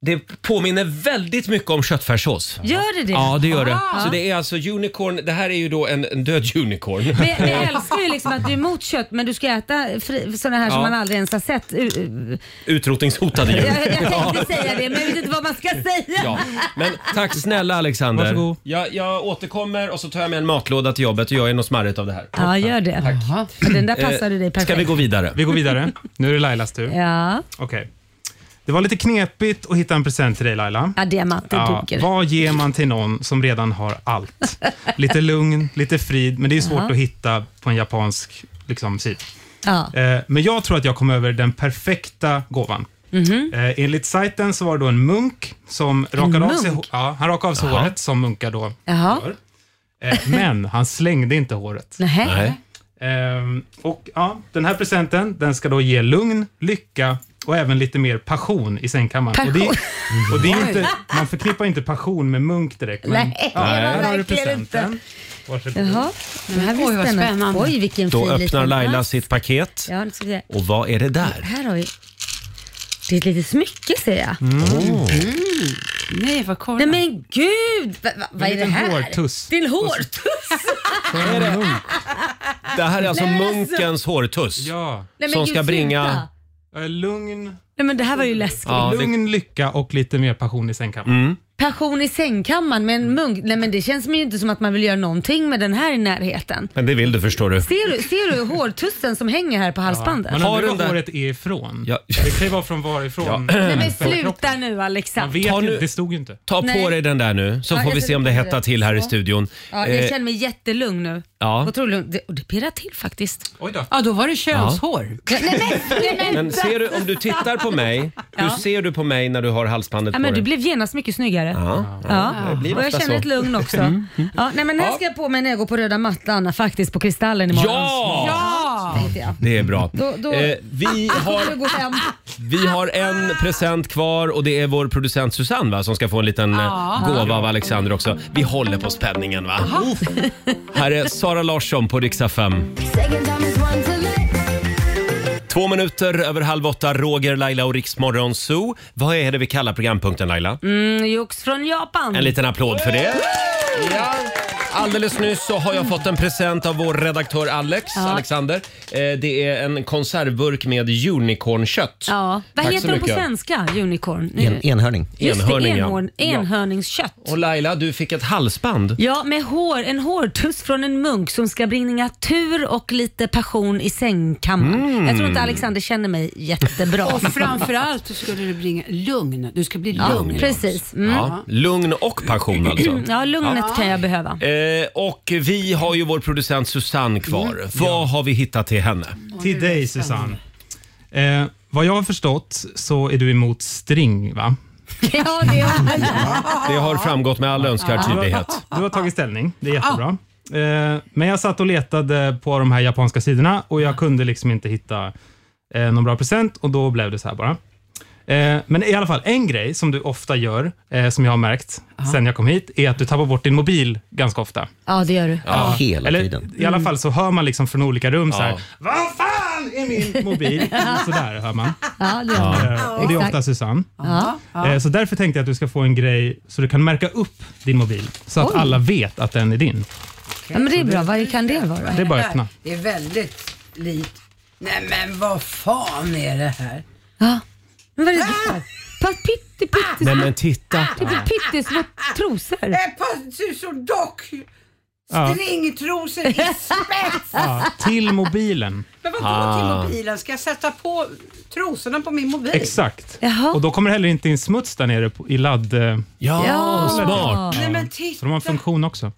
Speaker 1: det påminner väldigt mycket om köttfärssås.
Speaker 3: Gör det det?
Speaker 1: Ja, det gör det.
Speaker 3: Ah.
Speaker 1: Så det är alltså unicorn. Det här är ju då en, en död unicorn.
Speaker 3: Men jag, men jag älskar ju liksom att du är emot kött men du ska äta fri, sådana här som
Speaker 1: Ja.
Speaker 3: man aldrig ens har sett. U- u-
Speaker 1: Utrotningshotade
Speaker 3: Jag,
Speaker 1: djur.
Speaker 3: jag tänkte säga det men jag vet inte vad man ska säga.
Speaker 1: Ja, men tack snälla Alexander.
Speaker 8: Varsågod.
Speaker 1: Jag, jag återkommer och så tar jag med en matlåda till jobbet och gör något smarrigt av det här.
Speaker 3: Ja, gör det. Ja, Den där passade dig
Speaker 1: Eh,
Speaker 3: perfekt.
Speaker 1: Ska vi gå vidare?
Speaker 8: Vi går vidare. Nu är det Lailas tur.
Speaker 3: Ja,
Speaker 8: Okej. Det var lite knepigt att hitta en present till dig Laila.
Speaker 3: ja diamanten
Speaker 8: Ja,
Speaker 3: duger.
Speaker 8: vad ger man till någon som redan har allt? Lite lugn, lite frid, men det är svårt
Speaker 3: Jaha.
Speaker 8: att hitta på en japansk liksom, sida.
Speaker 3: Ja.
Speaker 8: Eh, Men jag tror att jag kom över den perfekta gåvan.
Speaker 3: Mhm.
Speaker 8: Eh, Enligt sajten så var det då en munk som rakade av sig,
Speaker 3: munk?
Speaker 8: ja, han rakade av sig håret, som munkar då
Speaker 3: Jaha.
Speaker 8: Eh, Men han slängde inte håret.
Speaker 3: Nähä. Nej.
Speaker 8: Ehm, och ja, Den här presenten den ska då ge lugn, lycka och även lite mer passion i sängkammaren. Och det, och det är inte, man förknippar inte passion med munk direkt. Men,
Speaker 3: Nej,
Speaker 8: ja,
Speaker 3: det gör man
Speaker 8: här har du
Speaker 3: verkligen
Speaker 8: presenten. Varsågod.
Speaker 3: Jaha. Det här blir
Speaker 5: Oj, vad
Speaker 3: spännande.
Speaker 5: spännande.
Speaker 3: Oj, vilken
Speaker 1: Då
Speaker 3: fin
Speaker 1: öppnar
Speaker 3: liten
Speaker 1: Laila
Speaker 3: plats.
Speaker 1: sitt paket.
Speaker 3: Ja, nu ska vi se.
Speaker 1: Och vad är det där?
Speaker 3: Här har vi... Det är ett litet smycke ser jag.
Speaker 5: Nej, vad kolla.
Speaker 3: Nej men gud! Va, va, vad är det
Speaker 8: liten
Speaker 3: här?
Speaker 8: hårtuss.
Speaker 3: Det är en hårtuss!
Speaker 1: Det här är alltså
Speaker 3: Nej, men alltså-
Speaker 1: munkens hårtuss.
Speaker 8: Ja,
Speaker 3: Nej, men
Speaker 1: Som
Speaker 3: gud,
Speaker 1: ska bringa-
Speaker 3: sluta.
Speaker 8: eh, lugn,
Speaker 3: Nej men det här var ju läskigt.
Speaker 1: Ja, det-
Speaker 8: lugn, lycka och lite mer passion i sängkammaren.
Speaker 3: Passion i sängkammaren med
Speaker 1: Mm.
Speaker 3: en munk. Nej men det känns ju inte som att man vill göra någonting med den här i närheten.
Speaker 1: Men det vill du förstår du.
Speaker 3: Ser du, ser du hårtussen som hänger här på halsbandet?
Speaker 8: Man
Speaker 1: Har
Speaker 8: undrar var
Speaker 1: den där-
Speaker 8: håret är ifrån.
Speaker 1: Ja.
Speaker 8: Det kan ju vara från varifrån.
Speaker 3: Nej men
Speaker 8: Från kroppen.
Speaker 3: sluta nu
Speaker 8: Man
Speaker 3: Alexander.
Speaker 8: vet
Speaker 1: Ta
Speaker 8: ju,
Speaker 1: nu-
Speaker 8: det stod ju inte.
Speaker 1: Ta på
Speaker 3: Nej.
Speaker 1: dig den där nu så
Speaker 3: Ja,
Speaker 1: får
Speaker 3: jag
Speaker 1: vi
Speaker 3: ska
Speaker 1: se om det
Speaker 3: ta
Speaker 1: hettar
Speaker 3: det.
Speaker 1: till här i
Speaker 3: Så.
Speaker 1: studion.
Speaker 3: Ja,
Speaker 1: Eh,
Speaker 3: jag känner mig jättelugn nu.
Speaker 1: Ja.
Speaker 3: Otroligt lugn. Det, och det pirrar till faktiskt.
Speaker 8: Oj då.
Speaker 5: Ja, då var det könshår.
Speaker 3: Nej, men, nej, men,
Speaker 1: Men ser du, om du tittar på mig, hur ser du på mig när du har halsbandet
Speaker 3: ja,
Speaker 1: på
Speaker 3: men du
Speaker 1: dig?
Speaker 3: blev genast mycket snyggare.
Speaker 1: Ja.
Speaker 3: Ja,
Speaker 1: blir
Speaker 3: och jag
Speaker 1: ofta så.
Speaker 3: känner
Speaker 1: Mm.
Speaker 3: ett lugn också. Ja, nej, men här
Speaker 1: Ja.
Speaker 3: ska jag på mig när jag går på röda mattan faktiskt på Kristallen imorgon.
Speaker 1: Ja!
Speaker 3: ja! Tänkte jag.
Speaker 1: Det är bra.
Speaker 3: Då- då-
Speaker 1: Eh, vi,
Speaker 3: Har...
Speaker 1: har,
Speaker 3: Du går hem.
Speaker 1: vi har en present kvar och det är vår producent Susanne va, som ska få en liten eh, gåva av Alexander också. Vi håller på spänningen va. Här är Sara Larsson på Riksa 5.
Speaker 2: Second time is one to let
Speaker 1: Två minuter över halv åtta, Roger, Laila och Riksmorgon Zoo. Vad är det vi kallar programpunkten Laila?
Speaker 3: Mm, Jox från Japan.
Speaker 1: En liten applåd för det. Ja. Alldeles nyss så har jag fått en present av vår redaktör Alex,
Speaker 3: Ja.
Speaker 1: Alexander. Eh, det är en konservburk med unicornkött.
Speaker 3: Ja. Vad
Speaker 1: Tack så
Speaker 3: heter den på
Speaker 1: mycket.
Speaker 3: svenska? Unicorn? Nu-
Speaker 4: En, enhörning.
Speaker 3: Just det,
Speaker 1: Enhörning, ja.
Speaker 3: enhorn, enhörningskött.
Speaker 1: Och Laila, du fick ett halsband.
Speaker 3: Ja, med hår, en hårtuss från en munk som ska bringa tur och lite passion i sängkammaren. Jag tror inte Alexander känner mig jättebra.
Speaker 5: Och framförallt så skulle det bringa lugn. Du ska bli
Speaker 3: ja,
Speaker 5: lugn.
Speaker 3: precis. Mm. Ja.
Speaker 1: Ja. Lugn och passion alltså.
Speaker 3: lugnet kan jag behöva.
Speaker 1: Eh, och vi har ju vår producent Susanne kvar.
Speaker 3: Mm.
Speaker 1: Vad har vi hittat till henne?
Speaker 8: Till dig Susanne. Eh, vad jag har förstått så är du emot string va?
Speaker 3: Ja, det är
Speaker 1: Det har framgått med all önskvärd tydlighet.
Speaker 8: Du har tagit ställning, det är jättebra. Eh, men jag satt och letade på de här japanska sidorna och jag kunde liksom inte hitta eh, någon bra present och då blev det så här bara. Eh, men i alla fall, en grej som du ofta gör, eh, som jag har märkt sen jag kom hit, är att du tappar bort din mobil ganska ofta.
Speaker 3: Ja, det gör du.
Speaker 4: Hela
Speaker 8: Eller
Speaker 4: tiden.
Speaker 8: i alla fall så hör man liksom från olika rum så
Speaker 1: Ja.
Speaker 8: här, Vad fan är min mobil? Sådär hör man.
Speaker 3: Ja, det gör du.
Speaker 8: Eh, Och det är ofta Susanne.
Speaker 3: Ja.
Speaker 8: Eh, Så därför tänkte jag att du ska få en grej så du kan märka upp din mobil. Så att alla vet att den är din.
Speaker 3: ja, men det är bra. Vad kan det vara?
Speaker 8: Det är bara att öppna.
Speaker 5: Det är väldigt likt. Nej men vad fan är det här?
Speaker 3: Ja. Men vad är det du har? Pass pytte, pytte,
Speaker 1: Nej men titta.
Speaker 3: pytte, pyttesmå trosor.
Speaker 5: Ett par tusen dock.
Speaker 8: Ja.
Speaker 5: Stringtrosor i spets.
Speaker 8: Ja, till mobilen.
Speaker 5: Men vadå till mobilen? Ska jag sätta på trosorna på min mobil?
Speaker 8: Exakt.
Speaker 3: Jaha.
Speaker 8: Och då kommer heller inte in smuts där nere på- i ladd... eh,
Speaker 1: Ja,
Speaker 3: Ja.
Speaker 1: smart. alltså-
Speaker 5: Nej men
Speaker 8: Så de har
Speaker 5: titta.
Speaker 8: en funktion också.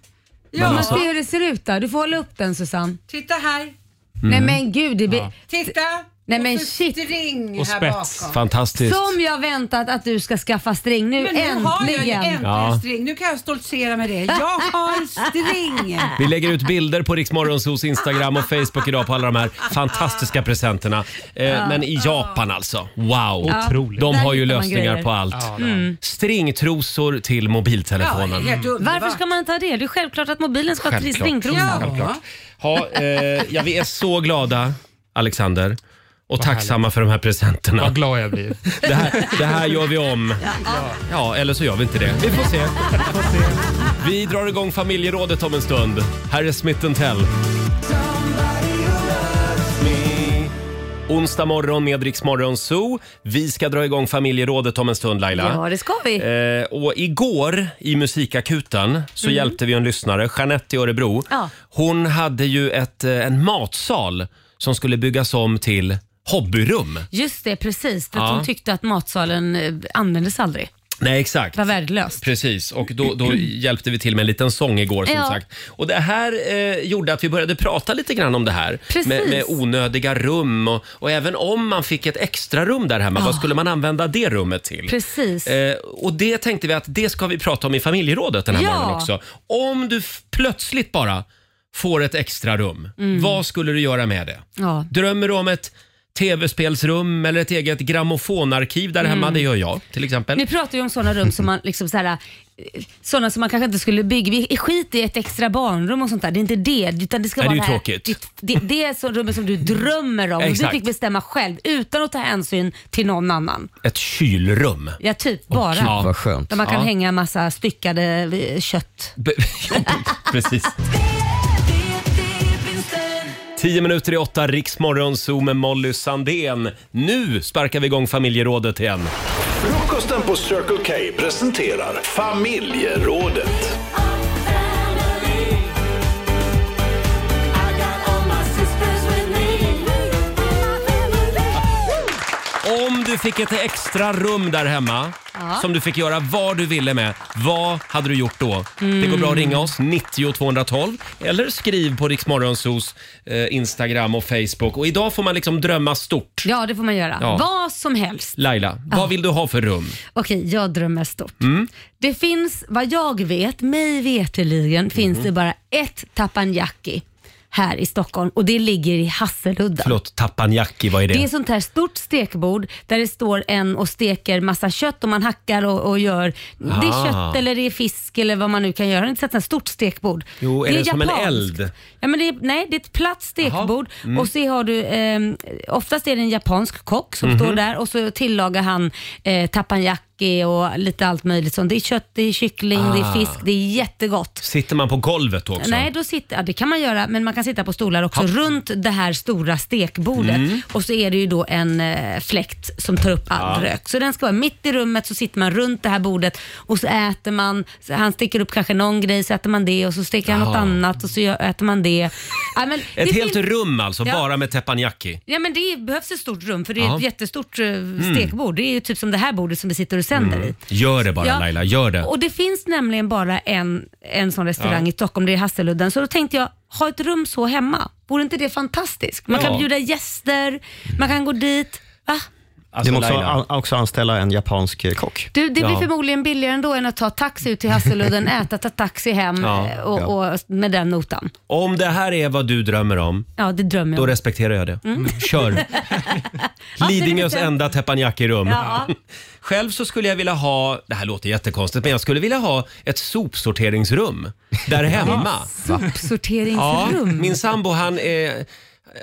Speaker 5: ja,
Speaker 3: Man ser hur det ser ut där. Du får hålla upp den Susanne.
Speaker 5: Titta här.
Speaker 1: Mm.
Speaker 3: Nej men gud. Det blir...
Speaker 5: Titta.
Speaker 3: Nej men shit.
Speaker 5: String
Speaker 1: Och här spets. bakom. Fantastiskt.
Speaker 3: Som jag väntat att du ska skaffa string. Nu,
Speaker 5: Men nu
Speaker 3: äntligen.
Speaker 5: har jag ju äntligen
Speaker 1: Ja.
Speaker 5: string. Nu kan jag stoltsera med det. Jag har string.
Speaker 1: Vi lägger ut bilder på Riksmorgonsos Instagram och Facebook idag på alla de här fantastiska presenterna. Eh,
Speaker 3: Ja.
Speaker 1: Men i Japan alltså. Wow!
Speaker 3: Ja, Otroligt.
Speaker 1: De
Speaker 3: där
Speaker 1: har ju
Speaker 3: hittar man
Speaker 1: lösningar
Speaker 3: grejer.
Speaker 1: på allt. Mm.
Speaker 3: Ja, det har de.
Speaker 1: Stringtrosor till mobiltelefonen.
Speaker 3: Varför ska man ta det? Det är självklart att mobilen ska ha
Speaker 1: Självklart.
Speaker 3: stringtrosor.
Speaker 1: Självklart. Ha, eh, ja, vi är så glada, Alexander. Och tacksamma för de här presenterna. Vad glad jag blir. Det här, det här gör vi om. Ja, eller så gör vi inte det. Vi får se. Vi drar igång familjerådet om en stund. Här är Smith Tell. Onsdag morgon med Rix Morgon Zoo. Vi ska dra igång familjerådet om en stund Laila.
Speaker 3: Ja, det ska vi.
Speaker 1: Eh, och igår i musikakuten så
Speaker 3: Mm.
Speaker 1: hjälpte vi en lyssnare, Jeanette i Örebro.
Speaker 3: Ja.
Speaker 1: Hon hade ju ett, eh, en matsal som skulle byggas om till hobbyrum.
Speaker 3: Just det, precis. För att
Speaker 1: Ja.
Speaker 3: hon tyckte att matsalen eh, användes aldrig.
Speaker 1: Nej, exakt.
Speaker 3: Det var värdelöst.
Speaker 1: Precis, och då, då hjälpte vi till med en liten sång igår som
Speaker 3: Ja.
Speaker 1: sagt. Och det här eh, gjorde att vi började prata lite grann om det här.
Speaker 3: Precis.
Speaker 1: Med, med onödiga rum och, och även om man fick ett extra rum där hemma,
Speaker 3: Ja.
Speaker 1: vad skulle man använda det rummet till?
Speaker 3: Precis.
Speaker 1: Eh, och det tänkte vi att det ska vi prata om i familjerådet den här
Speaker 3: Ja.
Speaker 1: morgonen också. Om du f- plötsligt bara får ett extra rum,
Speaker 3: Mm.
Speaker 1: vad skulle du göra med det?
Speaker 3: Ja.
Speaker 1: Drömmer du om ett tv-spelsrum eller ett eget grammofonarkiv där hemma?
Speaker 3: Mm.
Speaker 1: Det gör jag till exempel.
Speaker 3: Nu pratar vi om sådana rum som man liksom så här, eh, sådana som man kanske inte skulle bygga. Vi skiter i ett extra barnrum och sånt där. Det är inte det. Utan det ska
Speaker 1: Nej,
Speaker 3: vara
Speaker 1: det är ju
Speaker 3: här-
Speaker 1: tråkigt.
Speaker 3: Det, det är så rummet som du drömmer om. och Du
Speaker 1: Exakt.
Speaker 3: fick bestämma själv utan att ta hänsyn till någon annan.
Speaker 1: Ett kylrum.
Speaker 3: Ja, typ bara.
Speaker 1: Ja. Vad skönt.
Speaker 3: Där man kan
Speaker 1: Ja.
Speaker 3: hänga en massa styckade eh, kött.
Speaker 1: Be- Ja, Precis. Tio minuter i åtta, Riksmorgon Zoo med Molly Sandén. Nu sparkar vi igång familjerådet igen.
Speaker 6: Frukosten på Circle K presenterar Familjerådet.
Speaker 1: Om du fick ett extra rum där hemma
Speaker 6: Ja.
Speaker 1: som du fick göra vad du ville med, vad hade du gjort då?
Speaker 6: Mm.
Speaker 1: Det går bra att ringa oss, 90 212 eller skriv på Riksmorgonsos eh, Instagram och Facebook. Och idag får man liksom drömma stort.
Speaker 3: Ja, det får man göra.
Speaker 1: Ja.
Speaker 3: Vad som helst.
Speaker 1: Laila, vad vill du ha för rum?
Speaker 3: Okej, jag drömmer stort.
Speaker 1: Mm?
Speaker 3: Det finns, vad jag vet, mig veterligen, finns
Speaker 1: Mhm.
Speaker 3: det bara ett Tapanyaki här i Stockholm och det ligger i Hasseludden.
Speaker 1: Förlåt, tapanjaki, vad är det?
Speaker 3: Det är ett sånt här stort stekbord där det står en och steker massa kött och man hackar och, och gör. Det
Speaker 1: Ah.
Speaker 3: är kött eller det är fisk eller vad man nu kan göra. Har ni inte sett ett sånt här stort stekbord?
Speaker 1: Jo, är det, som en
Speaker 3: japanskt.
Speaker 1: eld?
Speaker 3: Ja, men det är, nej, det är ett platt stekbord
Speaker 1: Mm.
Speaker 3: och så har du, ehm, oftast är det en japansk kock som
Speaker 1: Mhm.
Speaker 3: står där och så tillagar han eh, tapanyaki och lite allt möjligt sånt. Det är kött, det är kyckling, det
Speaker 1: Ah.
Speaker 3: är fisk, det är jättegott.
Speaker 1: Sitter man på golvet då också?
Speaker 3: Nej, då sitter, ja, det kan man göra, men man kan sitta på stolar också runt det här stora stekbordet.
Speaker 1: Mm.
Speaker 3: Och så är det ju då en eh, fläkt som tar upp all
Speaker 1: Ja.
Speaker 3: rök. Så den ska vara mitt i rummet, så sitter man runt det här bordet och så äter man. Så han sticker upp kanske någon grej, så äter man det och så steker han något
Speaker 1: Jaha.
Speaker 3: annat och så gör- äter man det. Ja, men det
Speaker 1: Ett helt
Speaker 3: finns-
Speaker 1: rum alltså,
Speaker 3: Ja.
Speaker 1: bara med teppanyaki?
Speaker 3: Ja, men det behövs ett stort rum för det är
Speaker 1: Ja. Mm.
Speaker 3: ett jättestort eh, stekbord. Det är ju typ som det här bordet som vi sitter och sänder i.
Speaker 1: Gör det bara
Speaker 3: Ja.
Speaker 1: Laila, gör det.
Speaker 3: Och det finns nämligen bara en, en sån restaurang
Speaker 1: Ja.
Speaker 3: i Stockholm, det är Hasseludden. Så då tänkte jag, ha ett rum så hemma. Vore inte det fantastiskt? Man
Speaker 4: Ja.
Speaker 3: kan bjuda gäster, man kan gå dit. Va?
Speaker 1: Alltså,
Speaker 4: du måste
Speaker 1: Laila.
Speaker 4: an- också anställa en japansk eh, kock.
Speaker 3: Du, det blir förmodligen billigare ändå än att ta taxi ut till Hasseludden, äta, ta taxi hem
Speaker 1: Ja.
Speaker 3: eh, och, och med den notan.
Speaker 1: Om det här är vad du drömmer om,
Speaker 3: Ja, det drömmer jag
Speaker 1: då
Speaker 3: om.
Speaker 1: respekterar jag det.
Speaker 3: Mm.
Speaker 1: Kör! Lidingös enda teppanyaki-rum.
Speaker 3: Ja.
Speaker 1: Själv så skulle jag vilja ha, det här låter jättekonstigt, men jag skulle vilja ha ett sopsorteringsrum där hemma. Ja,
Speaker 3: Sopsorteringsrum.
Speaker 1: min sambo han är,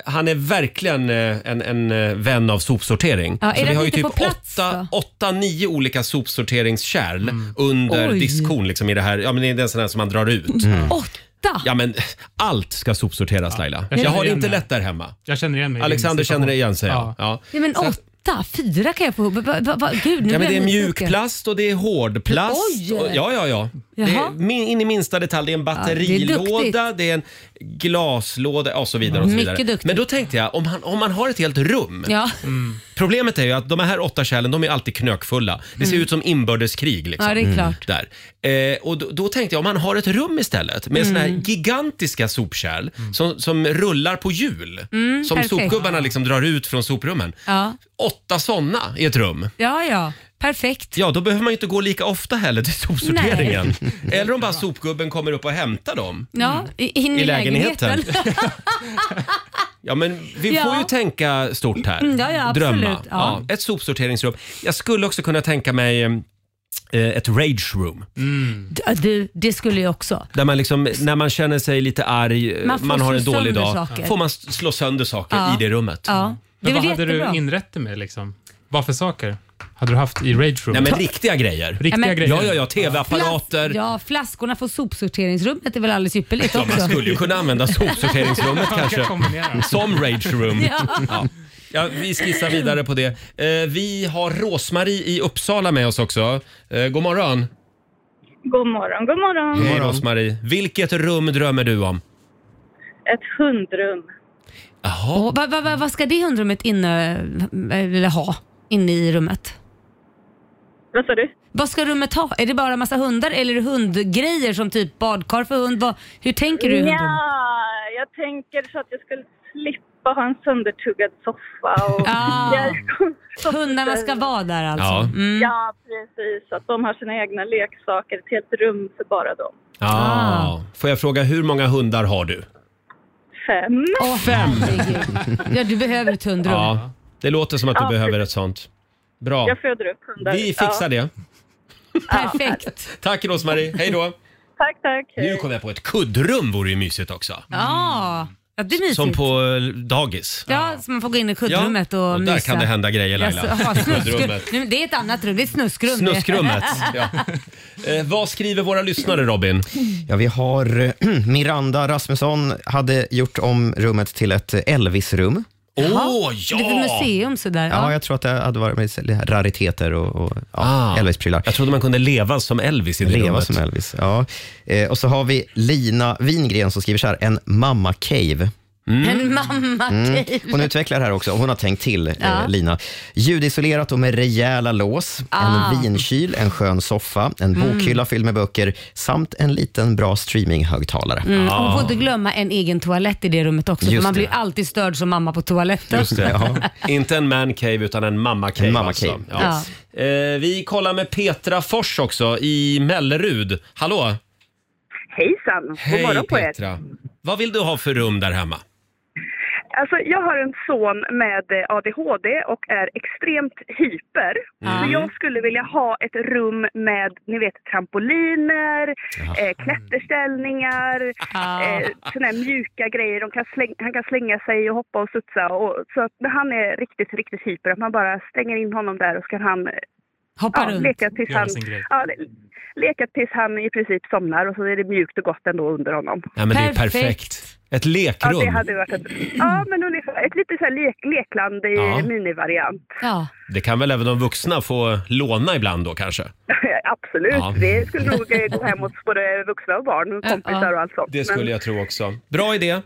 Speaker 1: han är verkligen eh, en, en eh, vän av sopsortering.
Speaker 3: Ja, är
Speaker 1: så
Speaker 3: den
Speaker 1: vi har ju
Speaker 3: inte
Speaker 1: typ
Speaker 3: på plats, Mm.
Speaker 1: åtta, åtta, nio olika sopsorteringskärl under
Speaker 3: Oj.
Speaker 1: diskhon liksom i det här, ja men det är en sån här som man drar ut.
Speaker 3: Åtta?
Speaker 1: Mm. Ja men allt ska sopsorteras Laila.
Speaker 8: jag
Speaker 1: Jag,
Speaker 8: känner
Speaker 1: har det
Speaker 8: igen
Speaker 1: inte
Speaker 8: det.
Speaker 1: lätt där hemma.
Speaker 8: Jag känner igen mig.
Speaker 1: Alexander känner det igen sig. Ja. Ja.
Speaker 3: Nej, men åtta, fyra kan jag få ihop. Va, va, va, gud, nu
Speaker 1: Ja, men
Speaker 3: blir
Speaker 1: det är
Speaker 3: jag nyfiken.
Speaker 1: mjukplast och det är hårdplast.
Speaker 3: Oj!
Speaker 1: Och, ja, ja, ja. Det är
Speaker 3: Jaha.
Speaker 1: min, in i minsta detalj. Det är en batterilåda,
Speaker 3: duktigt.
Speaker 1: det, är en glaslåda och så vidare. Och så
Speaker 3: Mycket
Speaker 1: vidare.
Speaker 3: duktigt.
Speaker 1: Men då tänkte jag, om, han, om man har ett helt rum.
Speaker 3: Ja.
Speaker 1: Mm. Problemet är ju att de här åtta kärlen, de är alltid knökfulla. Det ser
Speaker 3: Mm.
Speaker 1: ut som inbördeskrig. Liksom.
Speaker 3: Ja, det är klart.
Speaker 1: Där. Eh, och då, då tänkte jag, om man har ett rum istället med såna här
Speaker 3: Mm.
Speaker 1: gigantiska sopkärl som, som rullar på hjul.
Speaker 3: Mm,
Speaker 1: som
Speaker 3: perfekt.
Speaker 1: sopgubbarna liksom drar ut från soprummen.
Speaker 3: Ja,
Speaker 1: Åtta sådana i ett rum.
Speaker 3: ja, ja. perfekt.
Speaker 1: Ja, då behöver man ju inte gå lika ofta heller till sopsorteringen. Eller om bara sopgubben kommer upp och hämtar dem.
Speaker 3: Ja, i- in
Speaker 1: Mm. I
Speaker 3: i
Speaker 1: lägenheten.
Speaker 3: lägenheten.
Speaker 1: Ja, men vi
Speaker 3: Ja.
Speaker 1: får ju tänka stort här.
Speaker 3: Mm, ja, ja, absolut.
Speaker 1: Drömma.
Speaker 3: Ja.
Speaker 1: ett sopsorteringsrum. Jag skulle också kunna tänka mig eh, ett rage room.
Speaker 3: D- Du, det skulle jag också.
Speaker 1: Där man liksom, när man känner sig lite arg, eh,
Speaker 3: Man får
Speaker 1: man har
Speaker 3: slå
Speaker 1: en dålig
Speaker 3: sönder
Speaker 1: dag,
Speaker 3: saker.
Speaker 1: får man s- slå sönder saker
Speaker 3: Ja.
Speaker 1: i det rummet.
Speaker 3: Ja. Mm. Det
Speaker 8: Men
Speaker 3: är
Speaker 8: vad
Speaker 3: väl
Speaker 8: hade
Speaker 3: jättebra.
Speaker 8: du inrett det med? Liksom? Vad för saker hade du haft i Rage Room?
Speaker 1: Nej, men riktiga grejer.
Speaker 8: Riktiga
Speaker 3: men-
Speaker 8: grejer.
Speaker 1: Ja, ja, ja, tv-apparater.
Speaker 3: Ja, flaskorna från sopsorteringsrummet är väl alldeles ypperligt
Speaker 1: Ja,
Speaker 3: också.
Speaker 1: man skulle ju kunna använda sopsorteringsrummet
Speaker 8: Man kan
Speaker 1: kanske
Speaker 8: kombinera.
Speaker 1: som rage room.
Speaker 3: Ja.
Speaker 1: Ja. Ja, vi skissar vidare på det. Eh, vi har Rosmarie i Uppsala med oss också. Eh, god morgon.
Speaker 12: God morgon, god morgon.
Speaker 1: Hej Rosmarie. Vilket rum drömmer du om?
Speaker 12: Ett hundrum.
Speaker 3: Och vad, vad, vad- vad ska det hundrummet inne, eller ha inne i rummet?
Speaker 12: Vad sa du?
Speaker 3: Vad ska rummet ha? Är det bara massa hundar eller är det hundgrejer som typ badkar för hund? Vad, hur tänker du i hundrummet?
Speaker 12: Ja, jag tänker så att jag skulle slippa ha en söndertuggad soffa. Och
Speaker 3: Ah.
Speaker 12: Jag-
Speaker 3: Hundarna ska vara där alltså?
Speaker 1: Ja.
Speaker 3: Mm.
Speaker 12: Ja, precis. Att de har sina egna leksaker, ett helt rum för bara dem.
Speaker 1: Ah. Får jag fråga, hur många hundar har du?
Speaker 12: Fem.
Speaker 1: Fem!
Speaker 3: Ja, du behöver ett hundrum.
Speaker 1: Ja, det låter som att du
Speaker 12: Ja,
Speaker 1: behöver ett sånt. Bra.
Speaker 12: Jag föder upp hundar.
Speaker 1: Vi fixar
Speaker 12: ja.
Speaker 1: det.
Speaker 3: Perfekt.
Speaker 1: Tack Rosmarie, hej då.
Speaker 12: Tack, tack.
Speaker 1: Nu kom jag på ett kuddrum vore ju mysigt också.
Speaker 3: Ja, ja det är mysigt.
Speaker 1: Som på eh, dagis.
Speaker 3: Ja, så man får gå in i kuddrummet och,
Speaker 1: och där
Speaker 3: mysa.
Speaker 1: kan det hända grejer, Laila.
Speaker 3: Jaså, aha,
Speaker 1: Kuddrummet.
Speaker 3: snuskrum. Nu, det är ett annat rum, det är ett snuskrum. det.
Speaker 1: Snuskrummet. Ja. Eh, vad skriver våra lyssnare Robin?
Speaker 4: Ja, vi har eh, Miranda Rasmusson hade gjort om rummet till ett Elvis-rum.
Speaker 3: Jaha, Lite museum sådär.
Speaker 4: Ja,
Speaker 3: Ja.
Speaker 4: jag tror att det hade varit med lite rariteter och, och ja, Elvis-prylar.
Speaker 1: Ah. Jag trodde man kunde leva som Elvis i det
Speaker 4: Leva
Speaker 1: rummet.
Speaker 4: som Elvis, ja. Eh, och så har vi Lina Wingren som skriver så här, en mamma-cave.
Speaker 3: En mamma
Speaker 4: Mm.
Speaker 3: cave.
Speaker 4: Hon utvecklar det här också, och hon har tänkt till,
Speaker 3: Ja.
Speaker 4: eh, Lina. Ljudisolerat och med rejäla lås,
Speaker 3: Ah.
Speaker 4: en vinkyl, en skön soffa, en
Speaker 3: Mm.
Speaker 4: bokhylla fylld med böcker samt en liten bra streaminghögtalare.
Speaker 3: Mm, och Hon får inte glömma en egen toalett i det rummet också, för
Speaker 4: Just
Speaker 3: man
Speaker 4: det.
Speaker 3: blir alltid störd som mamma på toaletten.
Speaker 1: Just det, ja. Inte en man cave utan en mamma cave.
Speaker 4: En mamma
Speaker 1: alltså.
Speaker 4: cave,
Speaker 1: Ja. Eh, vi kollar med Petra Fors också i Mellerud. Hallå!
Speaker 13: Hejsan! God
Speaker 1: Hej
Speaker 13: morgon på er!
Speaker 1: Petra! Vad vill du ha för rum där hemma?
Speaker 13: Alltså, jag har en son med eh, ADHD och är extremt hyper.
Speaker 1: Mm.
Speaker 13: Så jag skulle vilja ha ett rum med, ni vet, trampoliner, eh, klätterställningar,
Speaker 3: Ah.
Speaker 13: eh, såna här mjuka grejer. De kan släng, han kan slänga sig och hoppa och studsa. Och, så att när han är riktigt, riktigt hyper, att man bara stänger in honom där och så kan han eh,
Speaker 3: Hoppa
Speaker 13: ja,
Speaker 3: runt.
Speaker 13: Leka tills
Speaker 3: Göra
Speaker 13: han,
Speaker 3: sin grej.
Speaker 13: ja, le- leka tills han i princip somnar och så är det mjukt och gott ändå under honom.
Speaker 1: Ja, men Det är perfekt. Ett lekrum.
Speaker 13: Ja, det hade varit ett, ja men ungefär, ett lite så här lek, lekland i
Speaker 1: Ja.
Speaker 13: minivariant.
Speaker 3: Ja.
Speaker 1: Det kan väl även de vuxna få låna ibland då kanske?
Speaker 13: Absolut,
Speaker 1: Ja.
Speaker 13: det skulle nog eh, gå hem hos både vuxna och barn, och kompisar och allt sånt.
Speaker 1: Det skulle
Speaker 13: Men
Speaker 1: jag tro också. Bra idé!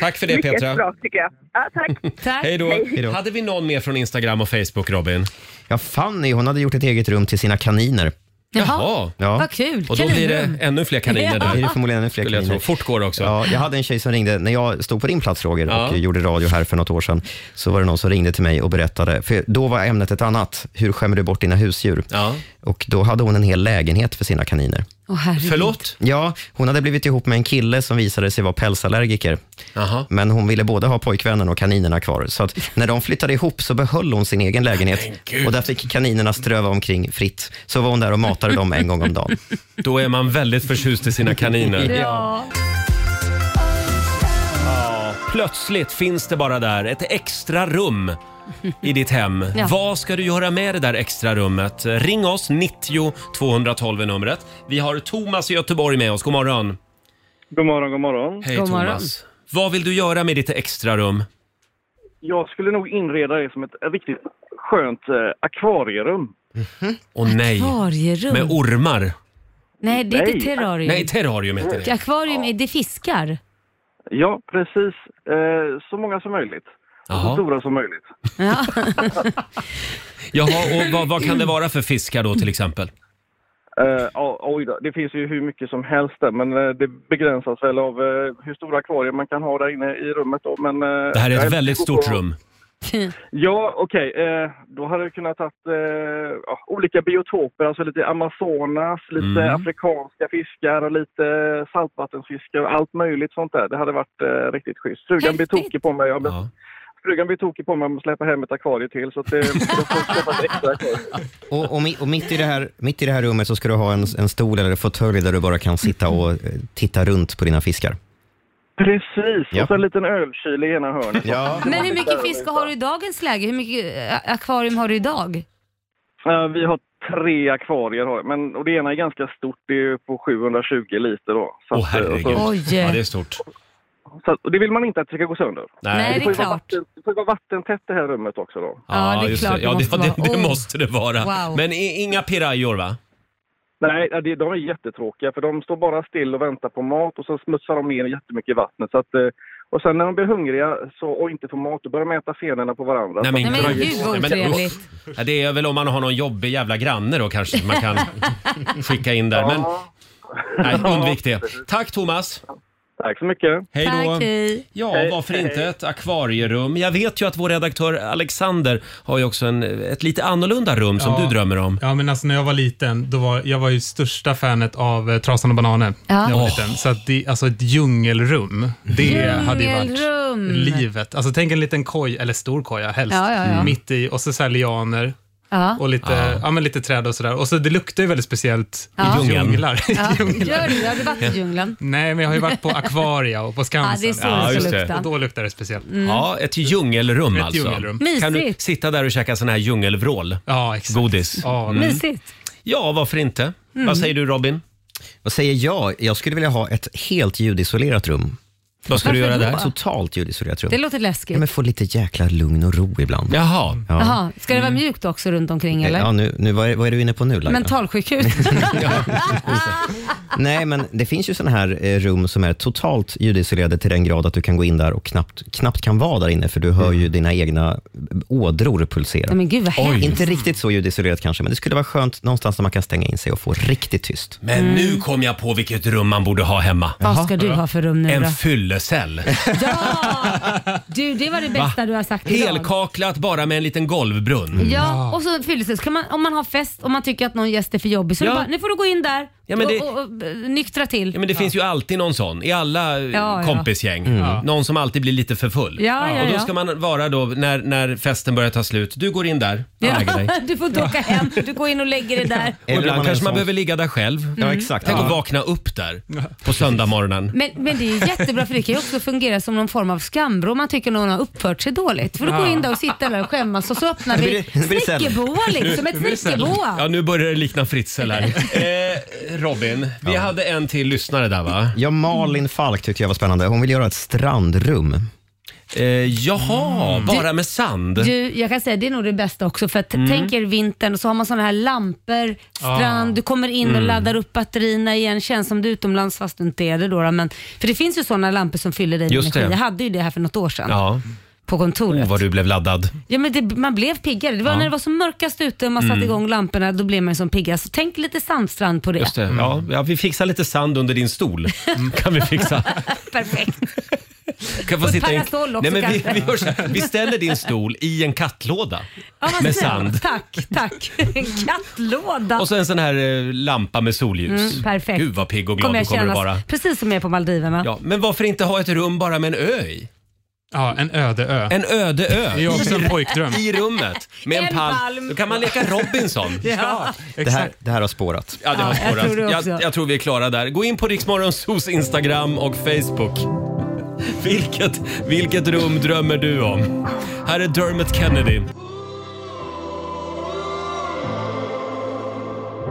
Speaker 1: Tack för det
Speaker 13: mycket
Speaker 1: Petra.
Speaker 13: bra tycker jag. Ja, tack.
Speaker 1: Hej då. Hade vi någon mer från Instagram och Facebook, Robin?
Speaker 4: Ja, Fanny hon hade gjort ett eget rum till sina kaniner.
Speaker 3: Jaha, vad kul.
Speaker 4: Och då blir det
Speaker 3: Kaninrum.
Speaker 1: ännu fler
Speaker 4: kaniner där. Det är förmodligen ännu fler
Speaker 1: Skulle jag
Speaker 4: kaniner.
Speaker 1: tro. Fort går det också.
Speaker 4: Ja, jag hade en tjej som ringde, när jag stod på din plats Roger
Speaker 1: Ja.
Speaker 4: och gjorde radio här för något år sedan, så var det någon som ringde till mig och berättade, för då var ämnet ett annat, hur skämmer du bort dina husdjur? Och då hade hon en hel lägenhet för sina kaniner.
Speaker 3: Åh, herregud.
Speaker 4: Ja, hon hade blivit ihop med en kille som visade sig vara pälsallergiker. Men hon ville både ha pojkvännen och kaninerna kvar. Så att när de flyttade ihop så behöll hon sin egen lägenhet. Och där fick kaninerna ströva omkring fritt. Så var hon där och matade dem en gång om dagen.
Speaker 1: Då är man väldigt förtjust i sina kaniner.
Speaker 3: Ja.
Speaker 1: Ja, Plötsligt finns det bara där ett extra rum i ditt hem.
Speaker 3: Ja.
Speaker 1: Vad ska du göra med det där extra rummet? Ring oss, 90 212 är numret. Vi har Thomas i Göteborg med oss. God morgon.
Speaker 14: God morgon, god morgon.
Speaker 1: Hej Thomas. Vad vill du göra med ditt extra rum?
Speaker 14: Jag skulle nog inreda det som ett riktigt skönt eh, akvarierum.
Speaker 1: Åh nej,
Speaker 3: Akvarierum.
Speaker 1: Mm. med ormar.
Speaker 3: Nej, det är inte terrarium.
Speaker 1: Nej, terrarium heter det.
Speaker 3: Akvarium, är det fiskar?
Speaker 14: Ja, precis. Eh, så många som möjligt. Och Så
Speaker 1: Jaha.
Speaker 14: stora som möjligt.
Speaker 3: Ja.
Speaker 1: Jaha, och vad, vad kan det vara för fiskar då till exempel?
Speaker 14: Eh, ja, oj då, det finns ju hur mycket som helst där, men eh, det begränsas väl av eh, hur stora akvarier man kan ha där inne i rummet då. Men, eh,
Speaker 1: Det här är
Speaker 14: jag
Speaker 1: ett väldigt
Speaker 14: går
Speaker 1: stort
Speaker 14: på-
Speaker 1: rum.
Speaker 14: Ja, okej. Eh, då hade jag kunnat haft eh, ja, olika biotoper, alltså lite Amazonas, lite
Speaker 1: Mm.
Speaker 14: afrikanska fiskar och lite saltvattensfiskar och allt möjligt sånt där. Det hade varit eh, riktigt schysst. Frugan blir tokig på mig om jag, frugan blir tokig på mig om jag släpper hem ett akvarie till så eh, att det, jag får köpa ett extra akvarie.
Speaker 4: Och, och, mi- och mitt, i det här, mitt i det här rummet så ska du ha en, en stol eller en fåtölj där du bara kan sitta och eh, titta runt på dina fiskar.
Speaker 14: Precis,
Speaker 4: Ja.
Speaker 14: och så en liten ölkyl i ena hörnet.
Speaker 3: Men hur mycket fisk har du i dagens läge? Hur mycket eh, akvarium har du idag?
Speaker 14: Eh, Vi har tre akvarier, har jag, men, och det ena är ganska stort, det är ju på 720 liter. Då. Så
Speaker 1: Åh
Speaker 14: att, eh, och
Speaker 1: herregud.
Speaker 14: så-
Speaker 1: Ja, det är stort.
Speaker 14: Så, att- och det vill man inte att det ska gå sönder.
Speaker 1: Nej. Nej, det är
Speaker 14: får ju vara
Speaker 1: klart.
Speaker 14: Vatten, det får ju vara vattentätt det här rummet också då.
Speaker 1: Ja, just det. Ja, det, ja, det, det måste det vara.
Speaker 14: Wow.
Speaker 1: Men i- inga pirajor va?
Speaker 14: Nej, ja, det- de är jättetråkiga för de står bara still och väntar på mat och så smutsar de ner jättemycket i vattnet. Så att, eh, och sen när de blir hungriga så, och inte får mat, då börjar de äta fenorna på varandra. Så att-
Speaker 1: Nej, men- Ja, det är väl om man har någon jobbig jävla granne då kanske som man kan skicka in där. Men nej, undvik det. Tack Thomas!
Speaker 14: Tack så mycket!
Speaker 1: Hej då!
Speaker 3: Tack, hej.
Speaker 1: Ja,
Speaker 3: Hej,
Speaker 1: varför
Speaker 3: hej.
Speaker 1: inte ett akvarierum? Jag vet ju att vår redaktör Alexander har ju också en, ett lite annorlunda rum som
Speaker 8: Ja.
Speaker 1: du drömmer om.
Speaker 8: Ja, men alltså när jag var liten, då var jag var ju största fanet av eh, Trasan och bananen.
Speaker 3: Ja.
Speaker 8: När jag var
Speaker 3: Åh.
Speaker 8: liten. Så att det, alltså ett djungelrum, det hade ju varit
Speaker 3: Djungelrum.
Speaker 8: livet. Alltså tänk en liten koj, eller stor koja helst,
Speaker 3: Ja, ja, ja.
Speaker 8: mitt i och så, så här lianer.
Speaker 3: Ja.
Speaker 8: Och lite, ja. men lite träd och sådär. Och så det luktar ju väldigt speciellt
Speaker 3: Ja.
Speaker 8: i
Speaker 3: djungeln.
Speaker 8: djunglar.
Speaker 3: Ja, gör det. Har du varit i djungeln?
Speaker 1: Mm.
Speaker 8: Nej, men jag har ju varit på Akvaria och på Skansen.
Speaker 3: Ja, det är så Ja, det just ska det. lukta.
Speaker 8: Och då luktar det speciellt.
Speaker 3: Mm.
Speaker 1: Ja, ett djungelrum
Speaker 8: Ett
Speaker 1: alltså.
Speaker 8: djungelrum.
Speaker 1: Kan du
Speaker 3: Mysigt.
Speaker 1: sitta där och käka sån här djungelvrål?
Speaker 8: Ja, exakt.
Speaker 1: Godis. Mm.
Speaker 3: Mysigt.
Speaker 1: Ja, varför inte?
Speaker 4: Mm.
Speaker 1: Vad säger du Robin?
Speaker 4: Vad säger jag? Jag skulle vilja ha ett helt ljudisolerat rum.
Speaker 1: Vad
Speaker 3: ska du Varför göra då? där?
Speaker 4: Totalt ljudisolerat rum.
Speaker 3: Det låter läskigt.
Speaker 4: Ja, men få lite jäkla lugn och ro ibland.
Speaker 1: Jaha.
Speaker 4: Ja.
Speaker 3: Jaha, ska det vara
Speaker 1: Mm.
Speaker 3: mjukt också runt omkring eller?
Speaker 4: Ja, nu, nu, vad, är, vad är du inne på nu Laila?
Speaker 3: Mentalsjukhus?
Speaker 4: Nej, men det finns ju sådana här eh, rum som är totalt ljudisolerade till den grad att du kan gå in där och knappt, knappt kan vara där inne, för du hör ju
Speaker 3: Mm.
Speaker 4: dina egna eh, ådror pulsera.
Speaker 3: Nej, men gud, vad hemskt.
Speaker 4: Inte riktigt så ljudisolerat kanske, men det skulle vara skönt någonstans där man kan stänga in sig och få riktigt tyst.
Speaker 1: Men
Speaker 3: Mm.
Speaker 1: nu kom jag på vilket rum man borde ha hemma.
Speaker 3: Vad ska du ha för rum nu
Speaker 1: En
Speaker 3: då?
Speaker 1: fyllecell.
Speaker 3: Du, det var det bästa
Speaker 1: Va?
Speaker 3: du har sagt idag.
Speaker 1: Helkaklat bara med en liten golvbrunn.
Speaker 3: Ja, och så fyllecell. Så kan man, om man har fest och man tycker att någon gäst är för jobbig så
Speaker 1: Ja.
Speaker 3: är det bara, nu får du gå in där
Speaker 1: Ja, men det-
Speaker 3: och, och, och eh, nyktra till.
Speaker 1: Ja, men det finns ju alltid någon sån i alla eh,
Speaker 3: Ja, ja.
Speaker 1: kompisgäng.
Speaker 3: Mm.
Speaker 1: Någon som alltid blir lite för full.
Speaker 3: Ja, ja,
Speaker 1: och då
Speaker 3: ja.
Speaker 1: ska man vara då när, när festen börjar ta slut. Du går in där och lägger dig.
Speaker 3: Ja, du får inte åka hem, du går in och lägger dig där.
Speaker 1: Och ibland kanske man
Speaker 4: sån-
Speaker 1: behöver ligga där själv. Mm.
Speaker 4: Ja, exakt.
Speaker 1: Tänk att
Speaker 4: Ja.
Speaker 1: vakna upp där på söndagsmorgonen.
Speaker 3: Men, men det är ju jättebra för det kan ju också fungera som någon form av skambrå om man tycker någon har uppfört sig dåligt. Får du gå in där och sitta där och skämmas och så öppnar
Speaker 1: Nu blir
Speaker 3: vi
Speaker 1: det- nu blir det säll.
Speaker 3: snickerboa liksom,
Speaker 1: Nu-
Speaker 3: ett
Speaker 1: nu blir det säll.
Speaker 3: snickerboa.
Speaker 1: Ja, nu börjar det likna Fritzl här. Eh, Robin, vi hade en till lyssnare där va?
Speaker 4: Ja, Malin Falk tyckte jag var spännande. Hon vill göra ett strandrum.
Speaker 1: Eh, jaha,
Speaker 3: Mm.
Speaker 1: bara med sand?
Speaker 3: Du, jag kan säga det är nog det bästa också för att
Speaker 1: Mm.
Speaker 3: tänk er vintern och så har man sådana här lampor, strand,
Speaker 1: Ah.
Speaker 3: du kommer in och
Speaker 1: Mm.
Speaker 3: laddar upp batterierna igen, känns som du är utomlands fast du inte är det då. då, Men, för det finns ju sådana lampor som fyller dig med
Speaker 1: Just
Speaker 3: energi.
Speaker 1: det.
Speaker 3: Jag hade ju det här för något år sedan
Speaker 1: Ja.
Speaker 3: på kontoret.
Speaker 1: Oh, vad du blev laddad.
Speaker 3: Ja, men det, man blev piggare. Det var
Speaker 1: Ja.
Speaker 3: när det var som mörkast ute och man
Speaker 1: Mm.
Speaker 3: satte igång lamporna, då blev man som piggast. Så tänk lite sandstrand på det. Mm.
Speaker 1: Just det. Ja, ja, vi fixar lite sand under din stol. Kan vi fixa.
Speaker 3: Perfekt.
Speaker 1: Kan
Speaker 3: Och
Speaker 1: få
Speaker 3: ett
Speaker 1: sitta i en...
Speaker 3: parasoll också
Speaker 1: Nej, men vi,
Speaker 3: kanske.
Speaker 1: vi, gör så här. vi ställer din stol i en kattlåda
Speaker 3: Ja, vad
Speaker 1: med
Speaker 3: snällt.
Speaker 1: sand.
Speaker 3: Tack, tack. En kattlåda.
Speaker 1: Och så en sån här eh, lampa med solljus.
Speaker 3: Mm, perfekt.
Speaker 1: Gud vad pigg och glad du kommer att vara.
Speaker 3: precis som jag är på Maldiverna.
Speaker 1: Ja, men varför inte ha ett rum bara med en ö i?
Speaker 8: Ja, en öde ö.
Speaker 1: En öde ö.
Speaker 8: Det är också en
Speaker 1: I-
Speaker 8: pojkdröm.
Speaker 1: I rummet. Med en,
Speaker 3: En
Speaker 1: palm.
Speaker 3: palm.
Speaker 1: Då kan man leka Robinson.
Speaker 3: Ja,
Speaker 4: Det här, det här har spårat.
Speaker 1: Ja, det har
Speaker 4: Ja, jag
Speaker 1: spårat.
Speaker 4: tror det
Speaker 1: jag,
Speaker 4: också.
Speaker 1: jag, tror vi är klara där. Gå in på Riksmorgonsos Instagram och Facebook. Vilket, vilket rum drömmer du om? Här är Dermot Kennedy.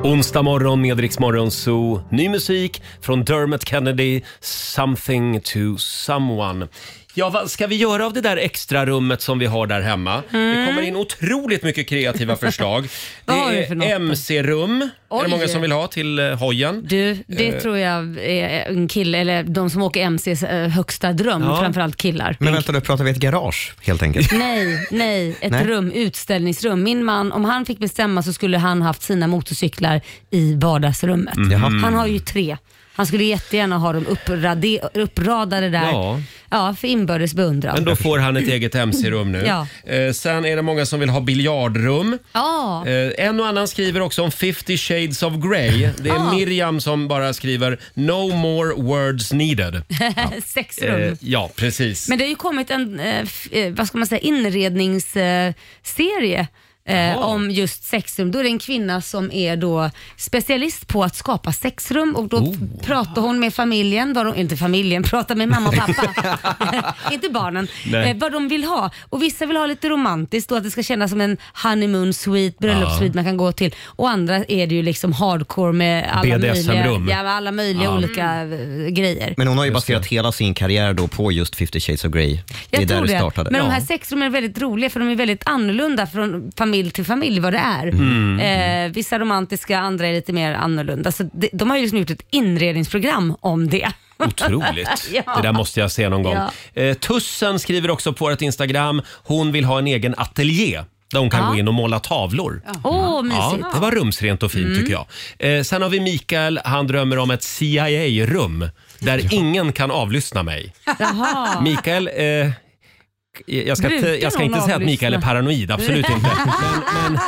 Speaker 1: Onsdag morgon med Riksmorgonso. Ny musik från Dermot Kennedy, Something to someone. Ja, vad ska vi göra av det där extra rummet som vi har där hemma? Det
Speaker 3: Mm.
Speaker 1: kommer in otroligt mycket kreativa förslag. Det
Speaker 3: Vad har vi
Speaker 1: är
Speaker 3: för något då?
Speaker 1: MC-rum. Är det
Speaker 3: Oj.
Speaker 1: många som vill ha till eh, hojen?
Speaker 3: Du, det
Speaker 1: Eh,
Speaker 3: tror jag är en kille, eller de som åker MCs eh, högsta dröm,
Speaker 4: Ja.
Speaker 3: framförallt killar.
Speaker 4: Men vänta nu, pratar vi ett garage helt enkelt?
Speaker 3: Nej, nej, ett
Speaker 4: Nej.
Speaker 3: rum, utställningsrum. Min man, om han fick bestämma så skulle han haft sina motorcyklar i vardagsrummet.
Speaker 4: Mhm. Jaha.
Speaker 3: Han har ju tre. Han skulle jättegärna ha dem upprade, uppradade där.
Speaker 1: Ja.
Speaker 3: Ja. för inbördes beundran.
Speaker 1: Men då får han ett eget MC-rum nu.
Speaker 3: Ja.
Speaker 1: Eh, sen är det många som vill ha biljardrum.
Speaker 3: Ja.
Speaker 1: Eh, en och annan skriver också om 50 shades of Grey. Det är
Speaker 3: Ah.
Speaker 1: Miriam som bara skriver “No more words needed”.
Speaker 3: Sex rum.
Speaker 1: Eh, ja, precis.
Speaker 3: Men det har ju kommit en eh, f- eh, vad ska man säga, inredningsserie eh, om just sexrum. Då är det en kvinna som är då specialist på att skapa sexrum och då f- pratar hon med familjen, vad de, inte familjen, pratar med mamma och pappa, inte barnen,
Speaker 2: Nej.
Speaker 3: eh, vad de vill ha. Och vissa vill ha lite romantiskt och att det ska kännas som en honeymoon suite, bröllopssuite
Speaker 2: Ja.
Speaker 3: man kan gå till. Och andra är det ju liksom hardcore med alla
Speaker 4: BDSM-rum.
Speaker 3: möjliga, ja, med alla möjliga
Speaker 4: Ja.
Speaker 3: olika eh, grejer.
Speaker 4: Men hon har ju baserat hela sin karriär då på just 50 shades of Grey.
Speaker 3: Jag
Speaker 4: det är
Speaker 3: tror
Speaker 4: där
Speaker 3: det.
Speaker 4: det startade.
Speaker 3: Men de här sexrummen är väldigt roliga för de är väldigt annorlunda från familj till familj vad det är.
Speaker 4: Mm.
Speaker 3: Eh, vissa romantiska, andra är lite mer annorlunda. Så de, de har ju liksom gjort ett inredningsprogram om
Speaker 1: Mm.
Speaker 3: det.
Speaker 1: Otroligt.
Speaker 3: ja.
Speaker 1: Det där måste jag se någon gång.
Speaker 3: Ja.
Speaker 1: Eh, Tussen skriver också på vårt Instagram, hon vill ha en egen ateljé där hon kan
Speaker 3: Ja.
Speaker 1: gå in och måla tavlor.
Speaker 3: Åh,
Speaker 1: Ja,
Speaker 3: mysigt. Mm.
Speaker 1: det var rumsrent och fint tycker jag. Eh, sen har vi Mikael, han drömmer om ett CIA-rum där ingen kan avlyssna mig.
Speaker 3: Jaha.
Speaker 1: Mikael, eh, jag ska, inte-
Speaker 3: Brukar
Speaker 1: jag ska
Speaker 3: någon
Speaker 1: inte säga att
Speaker 3: avlyssna?
Speaker 1: Mikael är paranoid, absolut inte. Men,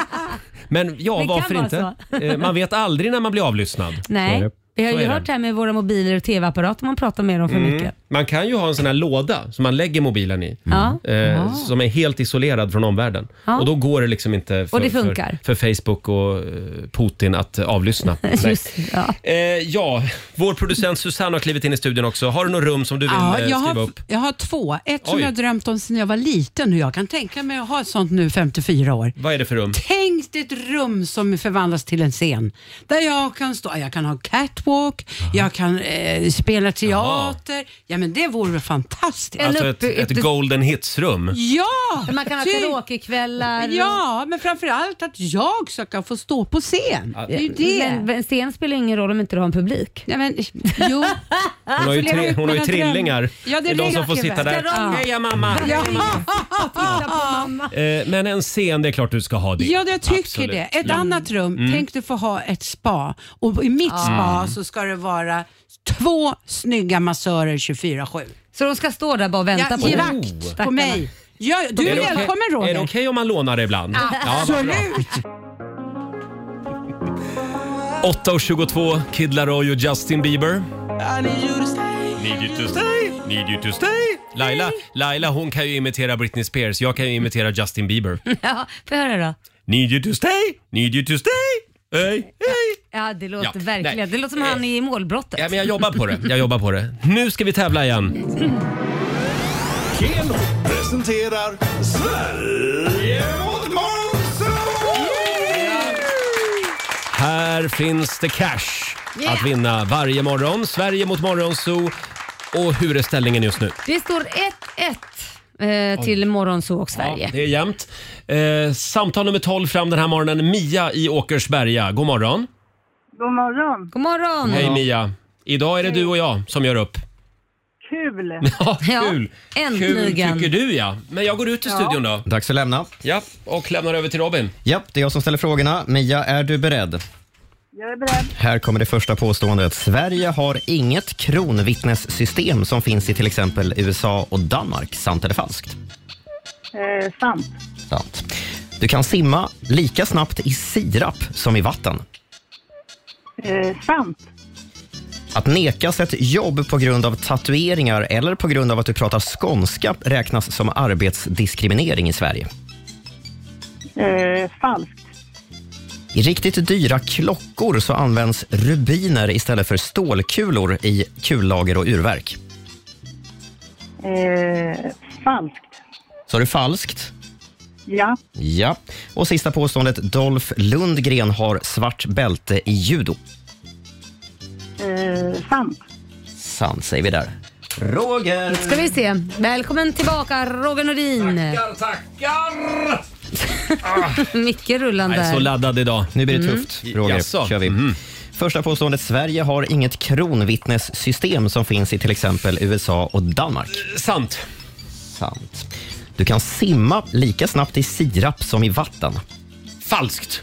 Speaker 1: men, men ja,
Speaker 3: Det kan
Speaker 1: varför
Speaker 3: vara
Speaker 1: inte?
Speaker 3: så.
Speaker 1: Eh, man vet aldrig när man blir avlyssnad.
Speaker 3: Nej, vi har
Speaker 1: Så
Speaker 3: ju
Speaker 1: är det.
Speaker 3: hört det här med våra mobiler och tv-apparater, man pratar med dem för
Speaker 1: Mm.
Speaker 3: mycket.
Speaker 1: Man kan ju ha en sån här låda som man lägger mobilen i.
Speaker 3: Ja.
Speaker 1: Eh,
Speaker 3: Ah.
Speaker 1: Som är helt isolerad från omvärlden.
Speaker 3: Ja.
Speaker 1: Och då går det liksom inte för,
Speaker 3: Och det funkar.
Speaker 1: för, för Facebook och eh, Putin att eh, avlyssna. Nej.
Speaker 3: Just, ja.
Speaker 1: Eh, ja, vår producent Susanne har klivit in i studion också. Har du något rum som du vill
Speaker 5: Ja,
Speaker 1: eh,
Speaker 5: jag,
Speaker 1: skriva
Speaker 5: har,
Speaker 1: upp?
Speaker 5: jag har två. Ett som
Speaker 1: Oj.
Speaker 5: jag har drömt om sedan jag var liten och jag kan tänka mig att ha ett sånt nu 54 år.
Speaker 1: Vad är det för rum?
Speaker 5: Tänk dig ett rum som förvandlas till en scen. Där jag kan stå, jag kan ha catwalk, jag kan eh, spela teater. Ja men det vore väl fantastiskt.
Speaker 1: Alltså ett, ett golden hits-rum.
Speaker 5: Ja!
Speaker 3: Man kan ha
Speaker 5: typ.
Speaker 3: karaokekvällar.
Speaker 5: Ja, men framförallt att jag ska kunna få stå på scen. Det är ju det.
Speaker 3: Men, men scen spelar ingen roll om inte du har en publik.
Speaker 5: Nej, men, jo.
Speaker 1: Hon har ju,
Speaker 5: Leva
Speaker 1: tre,
Speaker 5: ut
Speaker 1: hon har ju
Speaker 5: mina drömmar.
Speaker 1: trillingar.
Speaker 5: Ja, det
Speaker 1: är de som
Speaker 5: räcker
Speaker 1: får
Speaker 5: väl.
Speaker 1: sitta där.
Speaker 5: Ska de-
Speaker 1: Heja mamma!
Speaker 5: Ja.
Speaker 1: Eh, men en scen, det är klart du ska ha det.
Speaker 5: Ja, jag tycker
Speaker 1: Absolut.
Speaker 5: det. Ett
Speaker 1: Ja.
Speaker 5: annat rum,
Speaker 1: Mm.
Speaker 5: tänk du få ha ett spa. Och i mitt
Speaker 1: Ja.
Speaker 5: spa
Speaker 1: Mm.
Speaker 5: så ska det vara två snygga massörer 24-7.
Speaker 3: Så de ska stå där bara och vänta
Speaker 5: ja,
Speaker 3: på dig?
Speaker 5: givakt
Speaker 3: Stackarna.
Speaker 5: på mig. Ja, du är
Speaker 1: det okej-
Speaker 5: välkommen
Speaker 1: Är
Speaker 5: Roger.
Speaker 1: det okej om man lånar det ibland? Ja, vad bra.
Speaker 5: Absolut!
Speaker 1: 8.22, Kid Laroi och Justin Bieber. Need you to stay, need you to stay. Laila, Laila hon kan ju imitera Britney Spears, jag kan ju imitera Justin Bieber.
Speaker 3: Ja, får jag höra då?
Speaker 1: Need you to stay, need you to stay. Hey.
Speaker 3: Ja, det låter
Speaker 1: Ja,
Speaker 3: verkligen.
Speaker 1: nej.
Speaker 3: Det låter som han i målbrottet.
Speaker 1: Ja, men jag jobbar på det, jag jobbar på det. Nu ska vi tävla igen.
Speaker 6: Keno presenterar Sverige mot
Speaker 1: Här finns det cash
Speaker 3: Yeah.
Speaker 1: att vinna varje morgon. Sverige mot Morgonzoo. Och hur är ställningen just nu?
Speaker 3: Det står 1-1 eh, till Morgonzoo och Sverige.
Speaker 1: Det är jämnt. Eh, samtal nummer 12 fram den här morgonen. Mia i Åkersberga. God morgon.
Speaker 12: God morgon.
Speaker 3: God morgon.
Speaker 1: Hej Mia. Idag är det du och jag som gör upp.
Speaker 12: Kul.
Speaker 1: Ja, kul. Kul
Speaker 3: äntligen.
Speaker 1: tycker du ja. Men jag går ut i
Speaker 12: Ja.
Speaker 1: studion då.
Speaker 4: Dags att lämna.
Speaker 1: Ja, och lämnar över till Robin.
Speaker 4: Japp, det är jag som ställer frågorna. Mia, är du beredd?
Speaker 12: Jag är beredd.
Speaker 4: Här kommer det första påståendet. Sverige har inget kronvittnessystem som finns i till exempel USA och Danmark. Sant eller falskt?
Speaker 12: Eh, sant.
Speaker 4: Sant. Du kan simma lika snabbt i sirap som i vatten.
Speaker 12: Eh, sant.
Speaker 4: Att nekas ett jobb på grund av tatueringar eller på grund av att du pratar skånska räknas som arbetsdiskriminering i Sverige.
Speaker 12: Eh, falskt.
Speaker 4: I riktigt dyra klockor så används rubiner istället för stålkulor i kullager och urverk.
Speaker 12: Eh, falskt.
Speaker 4: Så är det falskt?
Speaker 12: Ja.
Speaker 4: Ja. Och sista påståendet. Dolph Lundgren har svart bälte i judo.
Speaker 12: Eh, sant.
Speaker 4: Sant, säger vi där. Roger!
Speaker 3: ska vi se. Välkommen tillbaka Roger Nordin. Tackar, tackar! Mycket rullande.
Speaker 4: Nej, så
Speaker 1: laddad idag.
Speaker 4: Nu blir det
Speaker 3: Mm.
Speaker 4: tufft, Roger.
Speaker 1: Jaså? Mm.
Speaker 4: Kör vi. Första påståendet. Sverige har inget kronvittnessystem som finns i till exempel USA och Danmark.
Speaker 1: Sant.
Speaker 4: Sant. Du kan simma lika snabbt i sirap som i vatten.
Speaker 1: Falskt.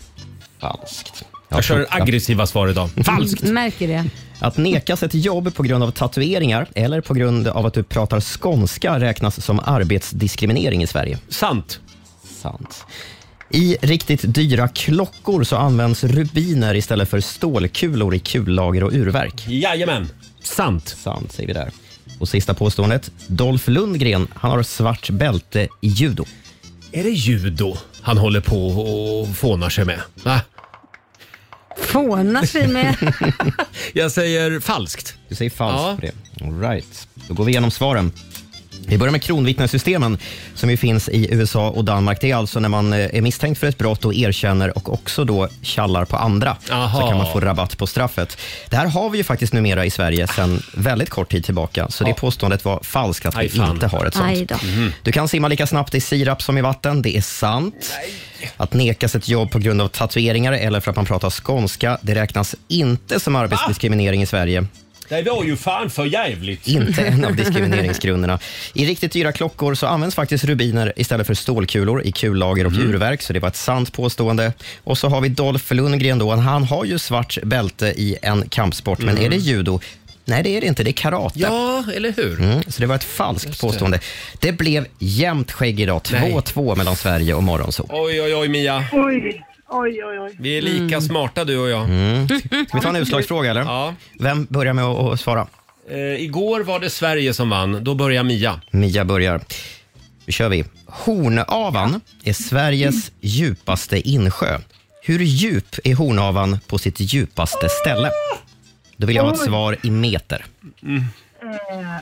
Speaker 4: Falskt.
Speaker 1: Jag kör aggressiva svar idag. Falskt.
Speaker 3: Märker det.
Speaker 4: Att nekas ett jobb på grund av tatueringar eller på grund av att du pratar skånska räknas som arbetsdiskriminering i Sverige.
Speaker 1: Sant.
Speaker 4: Sant. I riktigt dyra klockor så används rubiner istället för stålkulor i kullager och urverk.
Speaker 1: Jajamän. Sant.
Speaker 4: Sant säger vi där. Och sista påståendet. Dolph Lundgren, han har svart bälte i judo.
Speaker 1: Är det judo han håller på och fånar sig med? Va?
Speaker 3: Fånas vi med.
Speaker 1: Jag säger falskt.
Speaker 4: Du säger falskt på det. All right. Då går vi igenom svaren. Vi börjar med kronvittnessystemen som ju finns i USA och Danmark. Det är alltså när man eh, är misstänkt för ett brott och erkänner och också då kallar på andra.
Speaker 1: Aha.
Speaker 4: Så kan man få rabatt på straffet. Det här har vi ju faktiskt numera i Sverige sedan väldigt kort tid tillbaka. Så det påståendet var falskt att vi
Speaker 1: Aj, fan.
Speaker 4: inte har ett
Speaker 3: Aj
Speaker 4: sånt.
Speaker 3: då. Mhm.
Speaker 4: Du kan simma lika snabbt i sirap som i vatten. Det är sant. Att nekas ett jobb på grund av tatueringar eller för att man pratar skånska, det räknas inte som arbetsdiskriminering i Sverige.
Speaker 1: Det var ju fan för jävligt.
Speaker 4: Inte en av diskrimineringsgrunderna. I riktigt dyra klockor så används faktiskt rubiner istället för stålkulor i kullager
Speaker 1: Mm.
Speaker 4: och urverk, så det var ett sant påstående. Och så har vi Dolph Lundgren då. Han har ju svart bälte i en kampsport, men
Speaker 1: Mm.
Speaker 4: är det judo? Nej, det är det inte. Det är karate.
Speaker 1: Ja, eller hur?
Speaker 4: Mm, så det var ett falskt påstående. Det blev jämnt skägg idag.
Speaker 1: Nej.
Speaker 4: 2-2 mellan Sverige och Morgonzoo.
Speaker 1: Oj, oj, oj Mia.
Speaker 12: Oj, oj, oj. oj.
Speaker 1: Vi är lika smarta du och jag.
Speaker 4: Mm. Ska vi ta en utslagsfråga eller?
Speaker 1: Ja.
Speaker 4: Vem börjar med att att svara?
Speaker 1: Eh, igår var det Sverige som vann. Då börjar Mia.
Speaker 4: Mia börjar. Nu kör vi. Hornavan är Sveriges djupaste insjö. Hur djup är Hornavan på sitt djupaste ställe? Då vill jag ha ett
Speaker 12: Oj.
Speaker 4: svar i meter.
Speaker 12: Eh,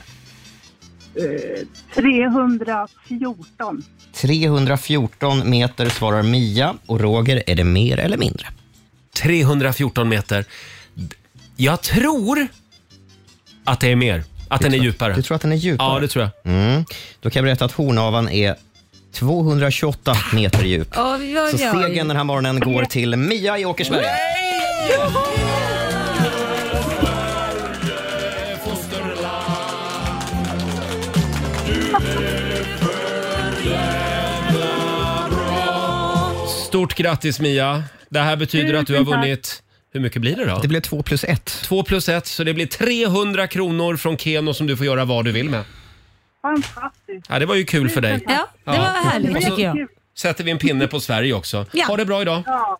Speaker 12: eh, 314.
Speaker 4: 314 meter svarar Mia och Roger, är det mer eller mindre?
Speaker 1: 314 meter. D- Jag tror att det är mer. Att den är djupare.
Speaker 4: Du tror att den är djupare?
Speaker 1: Ja, det tror jag.
Speaker 4: Mm. Då kan jag berätta att Hornavan är 228 meter djup.
Speaker 3: Oj, oj,
Speaker 4: Så
Speaker 3: oj.
Speaker 4: segern den här morgonen går till Mia i Åkersberga.
Speaker 1: Stort grattis Mia. Det här betyder att du har
Speaker 4: Tusen tack.
Speaker 1: vunnit... Hur mycket blir det då?
Speaker 4: Det blev 2 plus 1.
Speaker 1: 2 plus 1, så det blir 300 kronor från Keno som du får göra vad du vill med.
Speaker 12: Fantastiskt.
Speaker 1: Ja, det var ju kul för dig.
Speaker 3: Ja, det var härligt,
Speaker 1: Och så
Speaker 3: tycker jag.
Speaker 1: sätter vi en pinne på Sverige också.
Speaker 12: Ja.
Speaker 1: Ha det bra idag.
Speaker 12: Ja.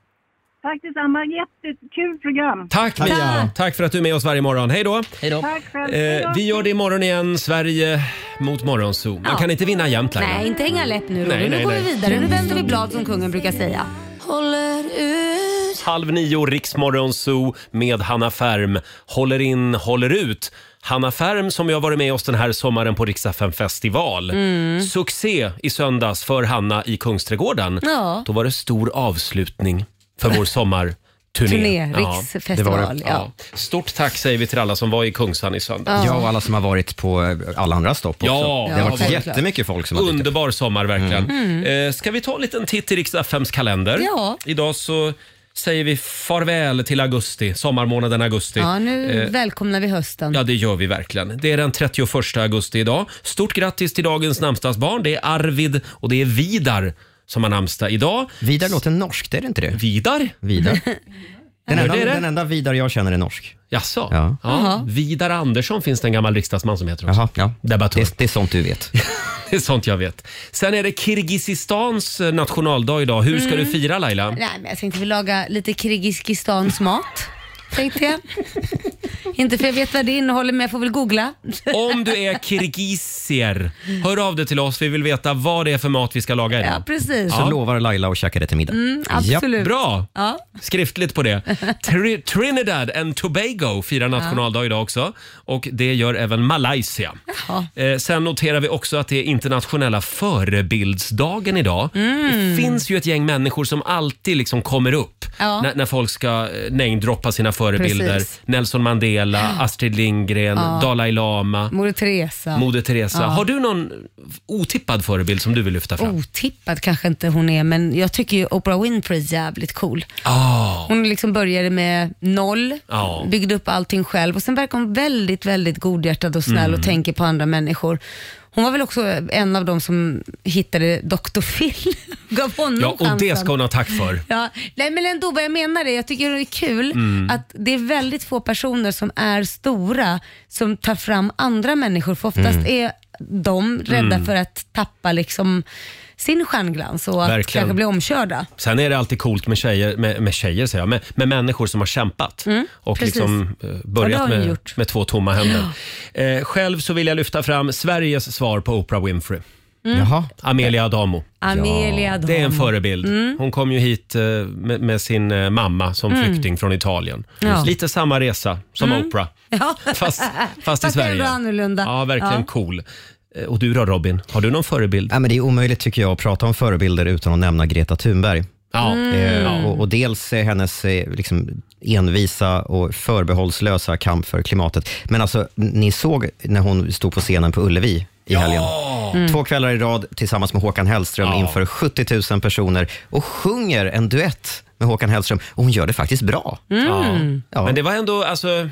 Speaker 12: Tack detsamma. Jättekul program.
Speaker 1: Tack Mia! Tack för att du är med oss varje morgon. Hej då!
Speaker 4: Hej
Speaker 12: då. Tack själv. Hej
Speaker 1: Eh,
Speaker 12: då.
Speaker 1: vi gör det imorgon igen, Sverige mot Morgonzoo. Man
Speaker 3: Ja.
Speaker 1: kan inte vinna jämt längre.
Speaker 3: Nej, inte hänga läpp nu Roger.
Speaker 1: Nej, nej,
Speaker 3: nu går
Speaker 1: nej.
Speaker 3: vi vidare. Nu vänder vi blad som kungen brukar säga. Håller ut.
Speaker 1: Halv nio, Riksmorgonzoo med Hanna Färm. Håller in, håller ut. Hanna Färm som ju har varit med oss den här sommaren på Riksdagen festival.
Speaker 3: Mm.
Speaker 1: Succé i söndags för Hanna i Kungsträdgården.
Speaker 3: Ja.
Speaker 1: Då var det stor avslutning för vår sommarturné.
Speaker 3: Turné, riksfestival, ja.
Speaker 1: Stort tack säger vi till alla som var i Kungsan i söndags.
Speaker 4: Ja, och alla som har varit på eh, alla andra stopp också.
Speaker 1: Ja,
Speaker 4: det har varit
Speaker 1: självklart.
Speaker 4: jättemycket folk som har dykt upp.
Speaker 1: Underbar sommar verkligen.
Speaker 3: Mm.
Speaker 1: Eh, ska vi ta en liten titt i Riks-FMs kalender?
Speaker 3: Ja.
Speaker 1: Idag så säger vi farväl till augusti, sommarmånaden augusti.
Speaker 3: Ja, nu
Speaker 1: Eh,
Speaker 3: välkomnar vi hösten.
Speaker 1: Ja, det gör vi verkligen. Det är den 31 augusti idag. Stort grattis till dagens namnsdagsbarn. Det är Arvid och det är Vidar som har namnsdag idag.
Speaker 4: Vidar låter norskt, är det inte det?
Speaker 1: Vidar?
Speaker 4: Vidar. Den
Speaker 1: Hör
Speaker 4: enda,
Speaker 1: det det?
Speaker 4: den enda Vidar jag känner är norsk.
Speaker 1: Jaså?
Speaker 4: Ja.
Speaker 1: Ja. Vidar Andersson finns det en gammal riksdagsman som heter också.
Speaker 4: Jaha, ja.
Speaker 1: Debattör.
Speaker 4: Det, det är sånt du vet.
Speaker 1: Det är sånt jag vet. Sen är det Kirgizistans eh, nationaldag idag. Hur ska
Speaker 3: Mm.
Speaker 1: du fira Laila?
Speaker 3: Nej, men jag tänkte vi laga lite Kirgizistans mat. Tänkte jag. Inte för jag vet vad det innehåller men jag får väl googla.
Speaker 1: Om du är kirgisier, hör av dig till oss. Vi vill veta vad det är för mat vi ska laga idag.
Speaker 3: Ja, precis.
Speaker 4: Så lovar Laila att käka det till middag.
Speaker 3: Mm, absolut.
Speaker 1: Bra!
Speaker 3: Ja.
Speaker 1: Skriftligt på det. Tri- Trinidad and Tobago firar nationaldag idag också. Och det gör även Malaysia.
Speaker 3: Ja.
Speaker 1: Eh, sen noterar vi också att det är internationella förebildsdagen idag.
Speaker 3: Mm.
Speaker 1: Det finns ju ett gäng människor som alltid liksom kommer upp
Speaker 3: Ja.
Speaker 1: när, när folk ska eh, namedroppa sina förebilder.
Speaker 3: Precis.
Speaker 1: Nelson Mandela Lambrela, Astrid Lindgren,
Speaker 3: Ja.
Speaker 1: Dalai Lama,
Speaker 3: Moder Teresa.
Speaker 1: Moder Teresa.
Speaker 3: Ja.
Speaker 1: Har du någon otippad förebild som du vill lyfta fram?
Speaker 3: Otippad kanske inte hon är, men jag tycker ju Oprah Winfrey är jävligt cool.
Speaker 1: Ah.
Speaker 3: Hon liksom började med noll,
Speaker 1: Ja.
Speaker 3: byggde upp allting själv och sen verkar hon väldigt, väldigt godhjärtad och snäll
Speaker 15: Mm.
Speaker 3: och tänker på andra människor. Hon var väl också en av de som hittade Dr. Phil. Gav honom
Speaker 1: Ja, och det
Speaker 3: chansen.
Speaker 1: ska hon ha tack för.
Speaker 3: Ja, nej men ändå vad jag menar är, jag tycker det är kul
Speaker 1: Mm.
Speaker 3: att det är väldigt få personer som är stora som tar fram andra människor för oftast
Speaker 1: Mm.
Speaker 3: är de rädda
Speaker 1: Mm.
Speaker 3: för att tappa liksom sin stjärnglans och att
Speaker 1: Verkligen.
Speaker 3: kanske bli omkörda.
Speaker 1: Sen är det alltid coolt med tjejer, med, med tjejer säger jag, med, med människor som har kämpat
Speaker 3: Mm,
Speaker 1: och
Speaker 3: precis.
Speaker 1: liksom eh,
Speaker 3: Ja, det
Speaker 1: börjat
Speaker 3: har hon
Speaker 1: med,
Speaker 3: gjort.
Speaker 1: med två tomma händer. Eh, själv så vill jag lyfta fram Sveriges svar på Oprah Winfrey.
Speaker 3: Mm. Jaha.
Speaker 1: Amelia Adamo.
Speaker 3: Amelia Adamo.
Speaker 1: Det är en förebild.
Speaker 3: Mm.
Speaker 1: Hon kom ju hit eh, med, med sin eh, mamma som
Speaker 3: Mm.
Speaker 1: flykting från Italien.
Speaker 3: Ja.
Speaker 1: Lite samma resa som
Speaker 3: Mm.
Speaker 1: Oprah,
Speaker 3: Ja.
Speaker 1: fast, fast i
Speaker 3: ändå
Speaker 1: Sverige.
Speaker 3: annorlunda.
Speaker 1: Ja, verkligen
Speaker 3: Ja.
Speaker 1: cool. Eh, Och du då Robin, har du någon förebild?
Speaker 4: Ja, men det är omöjligt tycker jag att prata om förebilder utan att nämna Greta Thunberg.
Speaker 1: Ja. Mm.
Speaker 4: Eh, och, och dels eh, hennes eh, liksom, envisa och förbehållslösa kamp för klimatet. Men alltså, n- ni såg när hon stod på scenen på Ullevi i helgen.
Speaker 6: Mm.
Speaker 4: Två kvällar i rad tillsammans med Håkan Hellström inför 70 000 personer och sjunger en duett med Håkan Hellström. Och hon gör det faktiskt bra.
Speaker 1: Mm.
Speaker 3: Mm.
Speaker 1: Ja. Men det var ändå, alltså,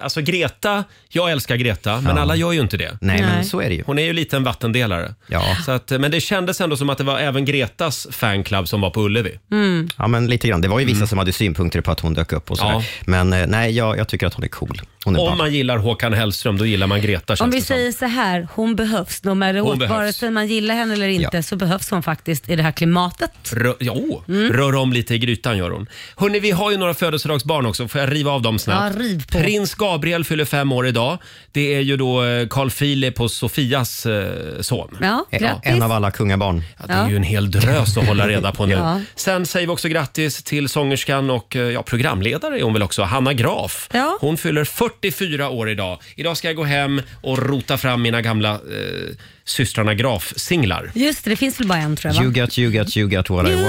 Speaker 1: alltså Greta, jag älskar Greta, men alla gör ju inte det.
Speaker 4: Nej, men Nej. så är det ju.
Speaker 1: Hon är ju lite en vattendelare.
Speaker 4: Ja.
Speaker 1: Så att, eh, men det kändes ändå som att det var även Gretas fanclub som var på Ullevi.
Speaker 3: Mm.
Speaker 4: Ja, men lite grann. Det var ju vissa som hade synpunkter på att hon dök upp och sådär.
Speaker 1: Mm. Ja.
Speaker 4: Men eh, nej, jag, jag tycker att hon är cool. Hon är
Speaker 1: Om
Speaker 4: ball.
Speaker 1: man gillar Håkan Hellström, då gillar man Greta
Speaker 3: Om
Speaker 1: känns
Speaker 3: vi
Speaker 1: det som.
Speaker 3: säger så här, hon behövs no matter
Speaker 1: Hon
Speaker 3: what.
Speaker 1: behövs.
Speaker 3: Vare sig man gillar henne eller inte så behövs hon faktiskt i det här klimatet.
Speaker 1: Rör, ja, åh,
Speaker 3: Mm.
Speaker 1: rör om lite i grytan gör hon. Hörrni, vi har ju några födelsedagsbarn också. Får jag riva av dem snabbt?
Speaker 3: Ja, riv på.
Speaker 1: Prins Gabriel fyller fem år idag. Det är ju då eh, Carl Philip och Sofias eh, son.
Speaker 3: Ja,
Speaker 4: En- En av alla kungabarn.
Speaker 1: Det är ju en hel drös att hålla reda på nu.
Speaker 4: Ja.
Speaker 1: Sen säger vi också grattis till sångerskan och eh, ja, programledare är hon väl också, Hanna Graf. Hon fyller 44 år idag. Idag ska jag gå hem och rota fram mina gamla eh, systrarna Graf-singlar.
Speaker 3: Just det, det finns väl bara en tror jag va?
Speaker 1: You
Speaker 4: got, you got, you got what
Speaker 3: You,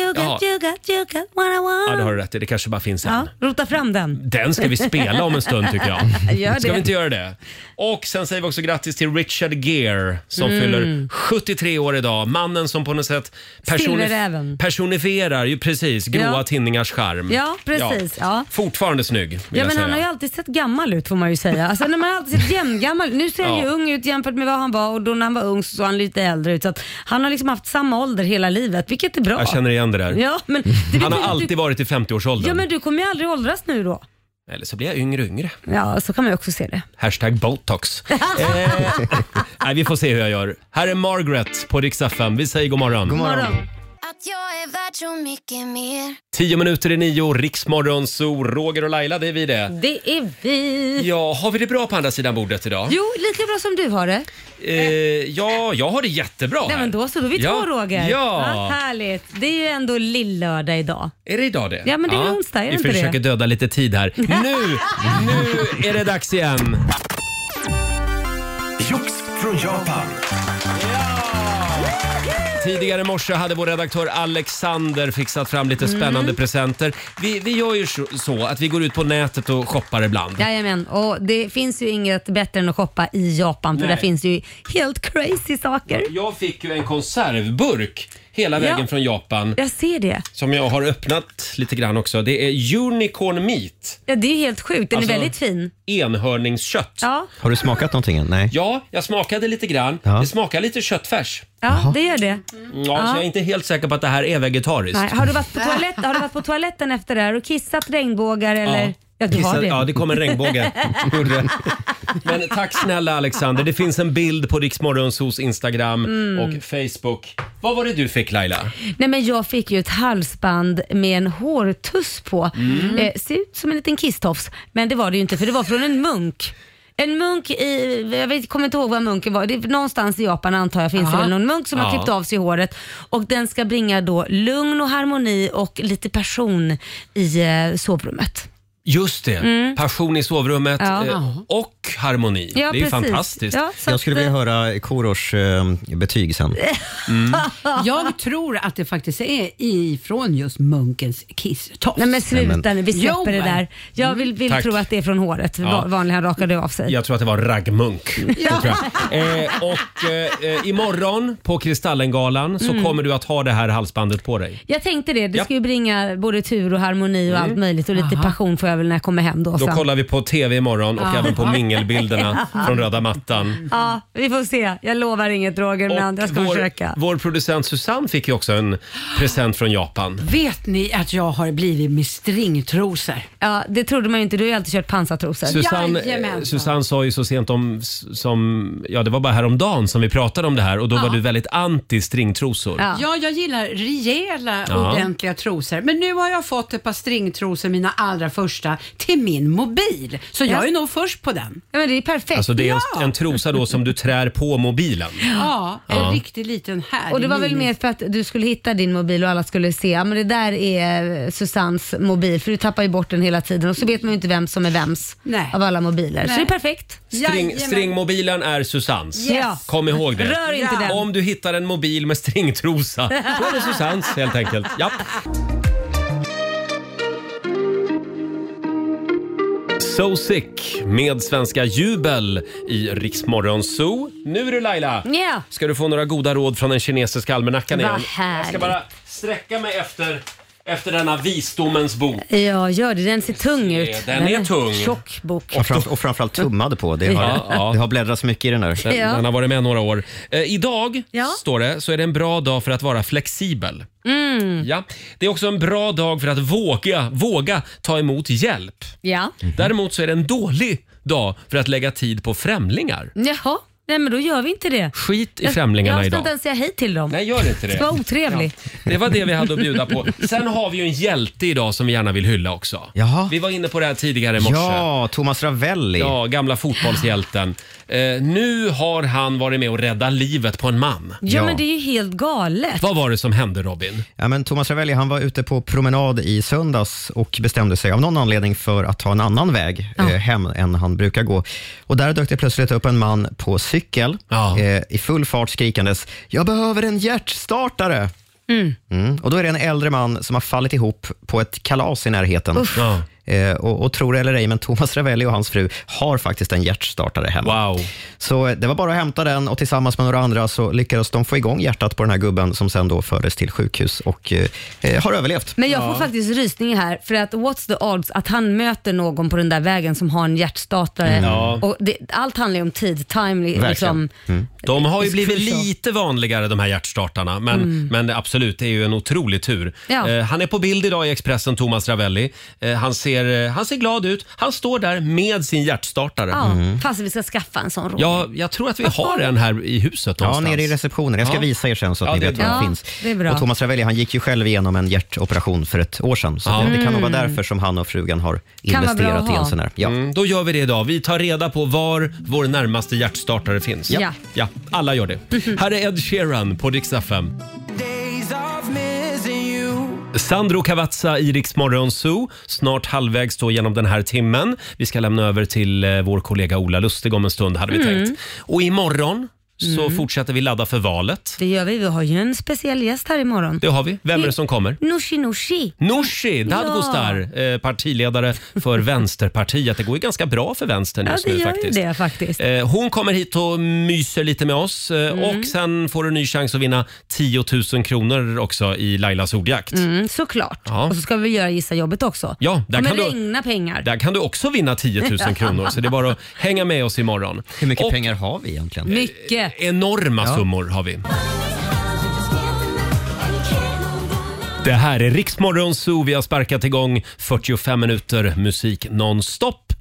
Speaker 3: you
Speaker 1: Jaha.
Speaker 3: got, you got, you got what I want.
Speaker 1: Ja, det har du rätt i. Det kanske bara finns en.
Speaker 3: Ja, rota fram den.
Speaker 1: Den ska vi spela om en stund tycker jag.
Speaker 3: Äh, Gör det.
Speaker 1: Ska vi inte göra det? Och sen säger vi också grattis till Richard Gere som
Speaker 3: Mm.
Speaker 1: fyller 73 år idag. Mannen som på något sätt
Speaker 3: Silverräven.
Speaker 1: personifierar ju precis gråa
Speaker 3: Ja.
Speaker 1: tinningars charm.
Speaker 3: Ja, precis. Ja.
Speaker 1: Fortfarande snygg vill
Speaker 3: Ja,
Speaker 1: jag
Speaker 3: men han har ju
Speaker 1: säga.
Speaker 3: alltid sett gammal ut får man ju säga. Alltså, när man har alltid sett jämngammal Nu ser han ju
Speaker 1: Ja.
Speaker 3: ung ut jämfört med vad han var och då när han var ung så såg han lite äldre ut. Så att han har liksom haft samma ålder hela livet, vilket är bra.
Speaker 1: Jag känner igen det där.
Speaker 3: Ja, men det
Speaker 1: han har
Speaker 3: betyder-
Speaker 1: alltid varit i 50-årsåldern.
Speaker 3: Ja, men du kommer ju aldrig åldras nu då.
Speaker 1: Eller så blir jag yngre och yngre.
Speaker 3: Ja, så kan man ju också se det.
Speaker 1: Hashtag botox. eh, nej, vi får se hur jag gör. Här är Margaret på Rix FM. Vi säger god morgon.
Speaker 2: Att jag är värd så mycket mer.
Speaker 1: Tio minuter i nio, Riksmorgon, så Roger och Laila, det är vi det.
Speaker 3: Det är vi.
Speaker 1: Ja, har vi det bra på andra sidan bordet idag?
Speaker 3: Jo, lika bra som du har det.
Speaker 1: Eh, ja, jag har det jättebra
Speaker 3: Nej,
Speaker 1: här.
Speaker 3: men då så, då är vi
Speaker 1: ja.
Speaker 3: två Roger.
Speaker 1: Ja.
Speaker 3: härligt. Det är ju ändå lillördag idag.
Speaker 1: Är det idag det?
Speaker 3: Ja, men det är väl onsdag, är det
Speaker 1: Vi
Speaker 3: inte det?
Speaker 1: försöker döda lite tid här. Nu, nu är det dags igen.
Speaker 6: Jox från Japan.
Speaker 1: Tidigare i morse hade vår redaktör Alexander fixat fram lite spännande
Speaker 3: Mm.
Speaker 1: presenter. Vi, vi gör ju så- så att vi går ut på nätet och shoppar ibland.
Speaker 3: Jajamän, och det finns ju inget bättre än att shoppa i Japan för
Speaker 1: Nej.
Speaker 3: där finns ju helt crazy saker.
Speaker 1: Jag fick ju en konservburk hela
Speaker 3: Ja.
Speaker 1: vägen från Japan.
Speaker 3: Jag ser det.
Speaker 1: Som jag har öppnat lite grann också. Det är unicorn meat.
Speaker 3: Ja, det är ju helt sjukt. Den
Speaker 1: Alltså-
Speaker 3: är väldigt fin.
Speaker 1: Enhörningskött.
Speaker 3: Ja,
Speaker 4: Har du smakat någonting än? Nej.
Speaker 1: Ja, jag smakade lite grann. Det smakar lite köttfärs.
Speaker 3: ja det gör det.
Speaker 1: Ja, Så jag är inte helt säker på att det här är vegetariskt.
Speaker 3: Nej, har, du varit på toalett, har du varit på toaletten efter det här och kissat regnbågar eller? Ja, du har
Speaker 1: Kissa-
Speaker 3: det.
Speaker 1: Ja, det kom en regnbåge. Gjorde det. Men tack snälla Alexander. Det finns en bild på Riksmorgonsos Instagram
Speaker 3: Mm.
Speaker 1: och Facebook. Vad var det du fick Laila?
Speaker 3: Nej men jag fick ju ett halsband med en hårtuss på.
Speaker 1: Mm.
Speaker 3: Eh, ser ut som en liten kisstofs, men det var det ju inte för det var från en munk. En munk i, jag vet, kommer inte ihåg vad munken var, det är någonstans i Japan antar jag finns det
Speaker 15: Aha.
Speaker 3: väl någon munk som
Speaker 15: Ja.
Speaker 3: har klippt av sig håret och den ska bringa då lugn och harmoni och lite person i eh, sovrummet.
Speaker 1: Just det,
Speaker 3: Mm.
Speaker 1: passion i sovrummet
Speaker 3: Ja.
Speaker 1: eh, och harmoni.
Speaker 3: Ja,
Speaker 1: det är ju
Speaker 3: precis.
Speaker 1: fantastiskt.
Speaker 3: Ja, så
Speaker 4: Jag skulle vilja höra Korosh eh, betyg sen.
Speaker 5: Jag tror att det faktiskt är ifrån just munkens kisstofs.
Speaker 3: Nej men sluta nu, vi släpper det där. Jag vill, vill
Speaker 1: Mm. Tack.
Speaker 3: tro att det är från håret.
Speaker 1: Ja.
Speaker 3: Va- Vanligen rakar det av sig.
Speaker 1: Jag tror att det var raggmunk. Det tror jag. Eh, och eh, eh, imorgon på Kristallengalan så
Speaker 3: Mm.
Speaker 1: kommer du att ha det här halsbandet på dig.
Speaker 3: Jag tänkte det, det ska ju bringa både tur och harmoni och allt möjligt och lite passion får jag väl när jag kommer hem då.
Speaker 1: Mm. Då
Speaker 3: sen.
Speaker 1: kollar vi på TV imorgon och
Speaker 3: Ja.
Speaker 1: även på mingelbilderna
Speaker 3: Ja.
Speaker 1: från röda mattan.
Speaker 3: Ja, vi får se. Jag lovar inget Roger, men jag ska försöka.
Speaker 1: vår producent Susanne fick ju också en present från Japan.
Speaker 5: Vet ni att jag har blivit med stringtrosor?
Speaker 3: Ja, det trodde man ju inte. Du har ju alltid kört pansartrosor.
Speaker 1: Susanne, eh, Susanne sa ju så sent om, s- som, ja det var bara häromdagen som vi pratade om det här och då
Speaker 5: Ja.
Speaker 1: var du väldigt anti stringtrosor.
Speaker 5: Ja. jag gillar rejäla,
Speaker 1: Ja.
Speaker 5: ordentliga trosor. Men nu har jag fått ett par stringtrosor, mina allra första, till min mobil. Så jag
Speaker 3: Ja.
Speaker 5: är nog först på den.
Speaker 3: Ja, men det är perfekt.
Speaker 1: Alltså det är en, en trosa då som du trär på mobilen.
Speaker 5: Ja, en
Speaker 1: Ja.
Speaker 5: riktigt liten härlig
Speaker 3: Och det var väl
Speaker 5: mini-
Speaker 3: mer för att du skulle hitta din mobil och alla skulle se, ja men det där är Susans mobil, för du tappar ju bort den hela tiden och så vet man ju inte vem som är vems av alla mobiler. Så
Speaker 1: Nej.
Speaker 3: det är perfekt.
Speaker 1: String, stringmobilen är Susans.
Speaker 3: Yes.
Speaker 1: Kom ihåg det.
Speaker 3: Rör inte den.
Speaker 1: Om du hittar en mobil med stringtrosa, då är det Susans helt enkelt. Ja. So sick med svenska jubel i Riksmorgon Zoo. Nu är du Laila.
Speaker 3: Ja.
Speaker 1: Ska du få några goda råd från den kinesiska almanackan
Speaker 3: Vad
Speaker 1: igen? Jag ska
Speaker 3: härligt.
Speaker 1: bara sträcka mig efter, efter denna visdomens bok.
Speaker 3: Ja, gör det. Den ser tung ut.
Speaker 1: den är tung.
Speaker 3: Tjock bok.
Speaker 4: Och, fram, och framförallt tummade på. Det har,
Speaker 1: Ja, ja.
Speaker 4: det har bläddrats mycket i den där.
Speaker 1: Den,
Speaker 3: Ja.
Speaker 1: den har varit med några år. Eh, idag,
Speaker 3: Ja.
Speaker 1: står det, så är det en bra dag för att vara flexibel.
Speaker 3: Mm.
Speaker 1: Ja. Det är också en bra dag för att våga, våga ta emot hjälp.
Speaker 3: Ja.
Speaker 4: Mhm.
Speaker 1: Däremot så är det en dålig dag för att lägga tid på främlingar.
Speaker 3: Jaha, nej men då gör vi inte det.
Speaker 1: Skit i främlingarna
Speaker 3: jag, jag ska
Speaker 1: idag.
Speaker 3: inte ens säga hej till dem.
Speaker 1: Nej, gör inte det.
Speaker 3: Ska vara otrevlig.
Speaker 1: Det var det vi hade att bjuda på. Sen har vi ju en hjälte idag som vi gärna vill hylla också.
Speaker 4: Jaha.
Speaker 1: Vi var inne på det här tidigare i morse.
Speaker 4: Ja, Thomas Ravelli.
Speaker 1: Ja, gamla fotbollshjälten. Eh, nu har han varit med och räddat livet på en man.
Speaker 3: Ja, men det är ju helt galet.
Speaker 1: Vad var det som hände Robin?
Speaker 4: Ja, men Thomas Ravelli han var ute på promenad i söndags och bestämde sig av någon anledning för att ta en annan väg eh, hem än han brukar gå. Och Där dök det plötsligt upp en man på cykel eh, i full fart skrikandes “Jag behöver en hjärtstartare!” Mm. Och Då är det en äldre man som har fallit ihop på ett kalas i närheten.
Speaker 1: Uff. Ja.
Speaker 4: Eh, och, och tro det eller ej, men Thomas Ravelli och hans fru har faktiskt en hjärtstartare hemma.
Speaker 1: Wow.
Speaker 4: Så eh, det var bara att hämta den och tillsammans med några andra så lyckades de få igång hjärtat på den här gubben som sen då fördes till sjukhus och eh, eh, har överlevt.
Speaker 3: Men jag får faktiskt rysning här för att what's the odds att han möter någon på den där vägen som har en hjärtstartare.
Speaker 1: Mm. Ja. Mm.
Speaker 3: Och det, allt handlar ju om tid, time li- liksom.
Speaker 1: De har ju
Speaker 3: It's
Speaker 1: blivit
Speaker 3: crucial.
Speaker 1: lite vanligare de här hjärtstartarna. Men,
Speaker 3: Mm.
Speaker 1: men absolut, det är ju en otrolig tur.
Speaker 3: Ja.
Speaker 1: Eh, han är på bild idag i Expressen, Thomas Ravelli. Eh, han, ser, eh, han ser glad ut. Han står där med sin hjärtstartare. Mm.
Speaker 3: Ja, Fast vi ska skaffa en sån Roger.
Speaker 1: Ja, jag tror att vi har en här i huset
Speaker 4: Ja,
Speaker 1: någonstans.
Speaker 4: nere i receptionen. Jag ska visa er sen så att ni
Speaker 1: det är
Speaker 4: vet var
Speaker 1: bra.
Speaker 4: den finns.
Speaker 3: det är bra.
Speaker 4: Och Thomas Ravelli han gick ju själv igenom en hjärtoperation för ett år sedan. Så
Speaker 1: Ja.
Speaker 4: det, det kan nog vara
Speaker 1: Mm.
Speaker 4: därför som han och frugan har
Speaker 1: Kan vara bra
Speaker 4: investerat
Speaker 1: att
Speaker 4: i en
Speaker 1: ha.
Speaker 4: sån här. Ja.
Speaker 1: Mm, då gör vi det idag. Vi tar reda på var vår närmaste hjärtstartare finns.
Speaker 4: Ja.
Speaker 1: ja alla gör det.
Speaker 3: Mhm.
Speaker 1: Här är Ed Sheeran på Dix FM. Sandro Cavazza i Rix Morgon Zoo. Snart halvvägs då genom den här timmen. Vi ska lämna över till eh, vår kollega Ola Lustig om en stund hade vi
Speaker 3: Mm.
Speaker 1: tänkt. Och imorgon så
Speaker 3: Mm.
Speaker 1: fortsätter vi ladda för valet.
Speaker 3: Det gör vi. Vi har ju en speciell gäst här imorgon.
Speaker 1: Det har vi. Vem är det som kommer?
Speaker 3: Nushi Nushi.
Speaker 1: Nooshi Dadgostar,
Speaker 3: Ja.
Speaker 1: eh, partiledare för Vänsterpartiet. Det går ju ganska bra för vänstern
Speaker 3: Ja,
Speaker 1: just
Speaker 3: det
Speaker 1: nu
Speaker 3: gör ju
Speaker 1: faktiskt.
Speaker 3: det faktiskt.
Speaker 1: Eh, Hon kommer hit och myser lite med oss eh,
Speaker 3: Mm.
Speaker 1: och sen får du en ny chans att vinna 10 000 kronor också i Lailas ordjakt.
Speaker 3: Mm, såklart.
Speaker 1: Ja.
Speaker 3: Och så ska vi göra gissa jobbet också.
Speaker 1: Ja, där
Speaker 3: det kommer
Speaker 1: kan du-
Speaker 3: regna pengar.
Speaker 1: Där kan du också vinna 10 000 kronor så det är bara att hänga med oss imorgon. Hur
Speaker 4: mycket pengar har vi egentligen?
Speaker 3: Mycket.
Speaker 1: Enorma summor har vi. Det här är Riksmorgon Zoo. Vi har sparkat igång 45 minuter musik nonstop.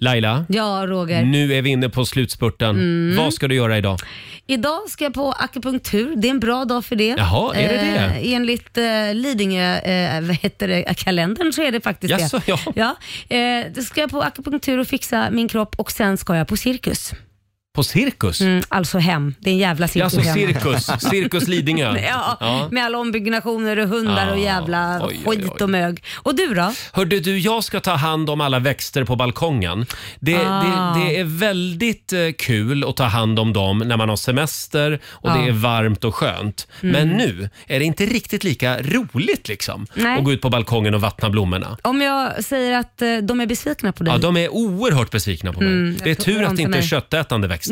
Speaker 1: Laila,
Speaker 3: Ja, Roger.
Speaker 1: nu är vi inne på slutspurten.
Speaker 3: Mm.
Speaker 1: Vad ska du göra idag?
Speaker 3: Idag ska jag på akupunktur. Det är en bra dag för det.
Speaker 1: Jaha, är det det?
Speaker 3: Eh, enligt eh, Lidingö, eh, vad heter det, kalendern så är det faktiskt
Speaker 1: Jaså,
Speaker 3: det. Ja. Eh, då ska jag på akupunktur och fixa min kropp och sen ska jag på cirkus.
Speaker 1: På cirkus?
Speaker 3: Mm, alltså hem. Det är en jävla cirkus
Speaker 1: Alltså
Speaker 3: hem.
Speaker 1: cirkus, cirkus Lidingö.
Speaker 3: Ja,
Speaker 1: Ja. Ah,
Speaker 3: med alla ombyggnationer och hundar och
Speaker 1: Ja.
Speaker 3: jävla skit och mög. Och du då?
Speaker 1: Hörde du, jag ska ta hand om alla växter på balkongen. Det,
Speaker 3: Ah.
Speaker 1: det, det är väldigt eh, kul att ta hand om dem när man har semester och
Speaker 3: Ja.
Speaker 1: det är varmt och skönt.
Speaker 3: Mm.
Speaker 1: Men nu är det inte riktigt lika roligt liksom
Speaker 3: Nej.
Speaker 1: att gå ut på balkongen och vattna blommorna.
Speaker 3: Om jag säger att eh, de är besvikna på dig?
Speaker 1: Ja, de är oerhört besvikna på mig.
Speaker 3: Mm,
Speaker 1: det är
Speaker 3: jag tror
Speaker 1: tur
Speaker 3: de
Speaker 1: att det
Speaker 3: till
Speaker 1: inte är
Speaker 3: mig.
Speaker 1: köttätande växter.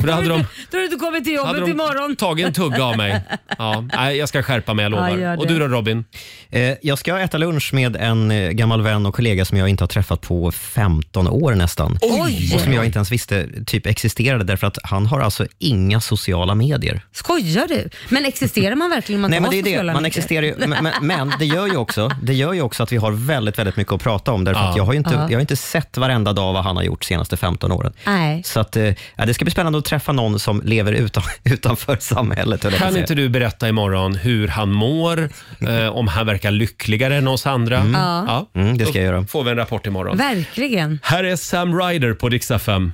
Speaker 1: För då hade de,
Speaker 3: Då har du kommit till jobbet
Speaker 1: hade de
Speaker 3: imorgon.
Speaker 1: tagit en tugga av mig. Ja, nej, jag ska skärpa mig, jag
Speaker 3: Ja,
Speaker 1: lovar.
Speaker 3: gör
Speaker 1: och
Speaker 3: det.
Speaker 1: du då Robin?
Speaker 4: Eh, Jag ska äta lunch med en eh, gammal vän och kollega som jag inte har träffat på 15 år nästan.
Speaker 3: Oj!
Speaker 4: Och som jag inte ens visste typ existerade därför att han har alltså inga sociala medier.
Speaker 3: Skojar du? Men existerar man verkligen om man
Speaker 4: Nej, men
Speaker 3: inte
Speaker 4: det
Speaker 3: har
Speaker 4: är
Speaker 3: sociala
Speaker 4: det. Man
Speaker 3: medier?
Speaker 4: existerar ju, men, men, men det gör ju också det gör ju också att vi har väldigt, väldigt mycket att prata om. Därför
Speaker 3: Ja.
Speaker 4: att jag har ju inte,
Speaker 3: Ja.
Speaker 4: jag har inte sett varenda dag vad han har gjort de senaste 15 åren.
Speaker 3: Nej.
Speaker 4: Så att, eh, ja, det ska bli spännande att träffa någon som lever utan, utanför samhället. höll jag på att
Speaker 1: Kan
Speaker 4: säga.
Speaker 1: inte du berätta imorgon hur han mår, eh, om han verkar lyckligare än oss andra?
Speaker 3: Mm. Ja.
Speaker 1: det ska jag göra. får vi en rapport imorgon.
Speaker 3: Verkligen.
Speaker 1: Här är Sam Ryder på Riksdag 5.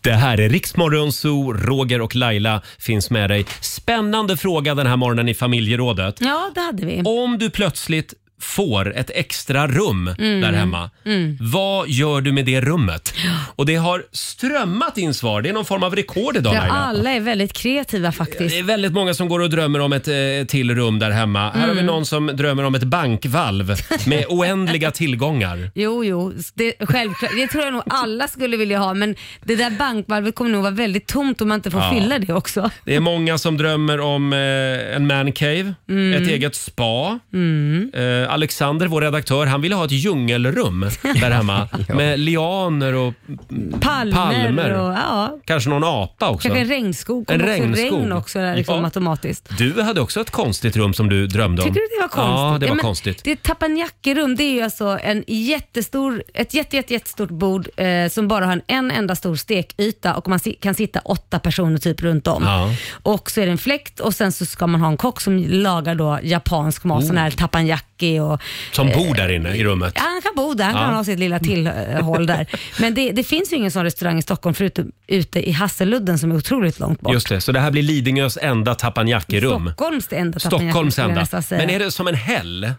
Speaker 1: Det här är Riksmorgon Zoo. Roger och Laila finns med dig. Spännande fråga den här morgonen i familjerådet.
Speaker 3: Ja, det hade vi.
Speaker 1: Om du plötsligt får ett extra rum
Speaker 3: Mm.
Speaker 1: där hemma.
Speaker 3: Mm.
Speaker 1: Vad gör du med det rummet? Och det har strömmat in svar. Det är någon form av rekord idag
Speaker 3: Ja,
Speaker 1: Laila.
Speaker 3: alla är väldigt kreativa
Speaker 1: Det är
Speaker 3: faktiskt.
Speaker 1: väldigt många som går och drömmer om ett eh, till rum där hemma. Här har vi
Speaker 3: Mm.
Speaker 1: någon som drömmer om ett bankvalv med oändliga tillgångar.
Speaker 3: Jo, jo, det, självklart. Det tror jag nog alla skulle vilja ha, men det där bankvalvet kommer nog vara väldigt tomt om man inte får
Speaker 1: Ja.
Speaker 3: fylla det också.
Speaker 1: Det är många som drömmer om eh, en mancave,
Speaker 3: Mm.
Speaker 1: ett eget spa.
Speaker 3: Mm.
Speaker 1: Eh, Alexander, vår redaktör, han ville ha ett djungelrum där hemma med lianer och mm,
Speaker 3: Palmer, och ja,
Speaker 1: Kanske någon apa också.
Speaker 3: kanske en regnskog.
Speaker 1: En
Speaker 3: Kommer också
Speaker 1: regnskog.
Speaker 3: regn också där, liksom,
Speaker 1: Ja.
Speaker 3: automatiskt.
Speaker 1: Du hade också ett konstigt rum som du drömde om.
Speaker 3: Tycker du det var konstigt?
Speaker 1: Ja, det var
Speaker 3: men
Speaker 1: konstigt.
Speaker 3: Det är ett tapenjackerum. Det är ju alltså en jättestor, ett jätte, jätte, jättestort bord eh, som bara har en, en enda stor stekyta och man si- kan sitta åtta personer typ runt om.
Speaker 15: Ja.
Speaker 3: Och så är det en fläkt och sen så ska man ha en kock som lagar då japansk mat,
Speaker 1: Oh.
Speaker 3: sån här tapenjacki och...
Speaker 1: Som
Speaker 3: eh,
Speaker 1: bor där inne i rummet.
Speaker 3: Ja, han kan bo där, han kan
Speaker 1: Ja.
Speaker 3: ha sitt lilla tillhåll där. Men det, det finns ju ingen sån restaurang i Stockholm förutom ute i Hasseludden som är otroligt långt bort.
Speaker 1: Just det, så det här blir Lidingös enda tapanjaki-rum.
Speaker 3: Stockholms enda tapenjacki,
Speaker 1: Stockholms
Speaker 3: skulle jag
Speaker 1: enda.
Speaker 3: nästan säga.
Speaker 1: Men är det som en häll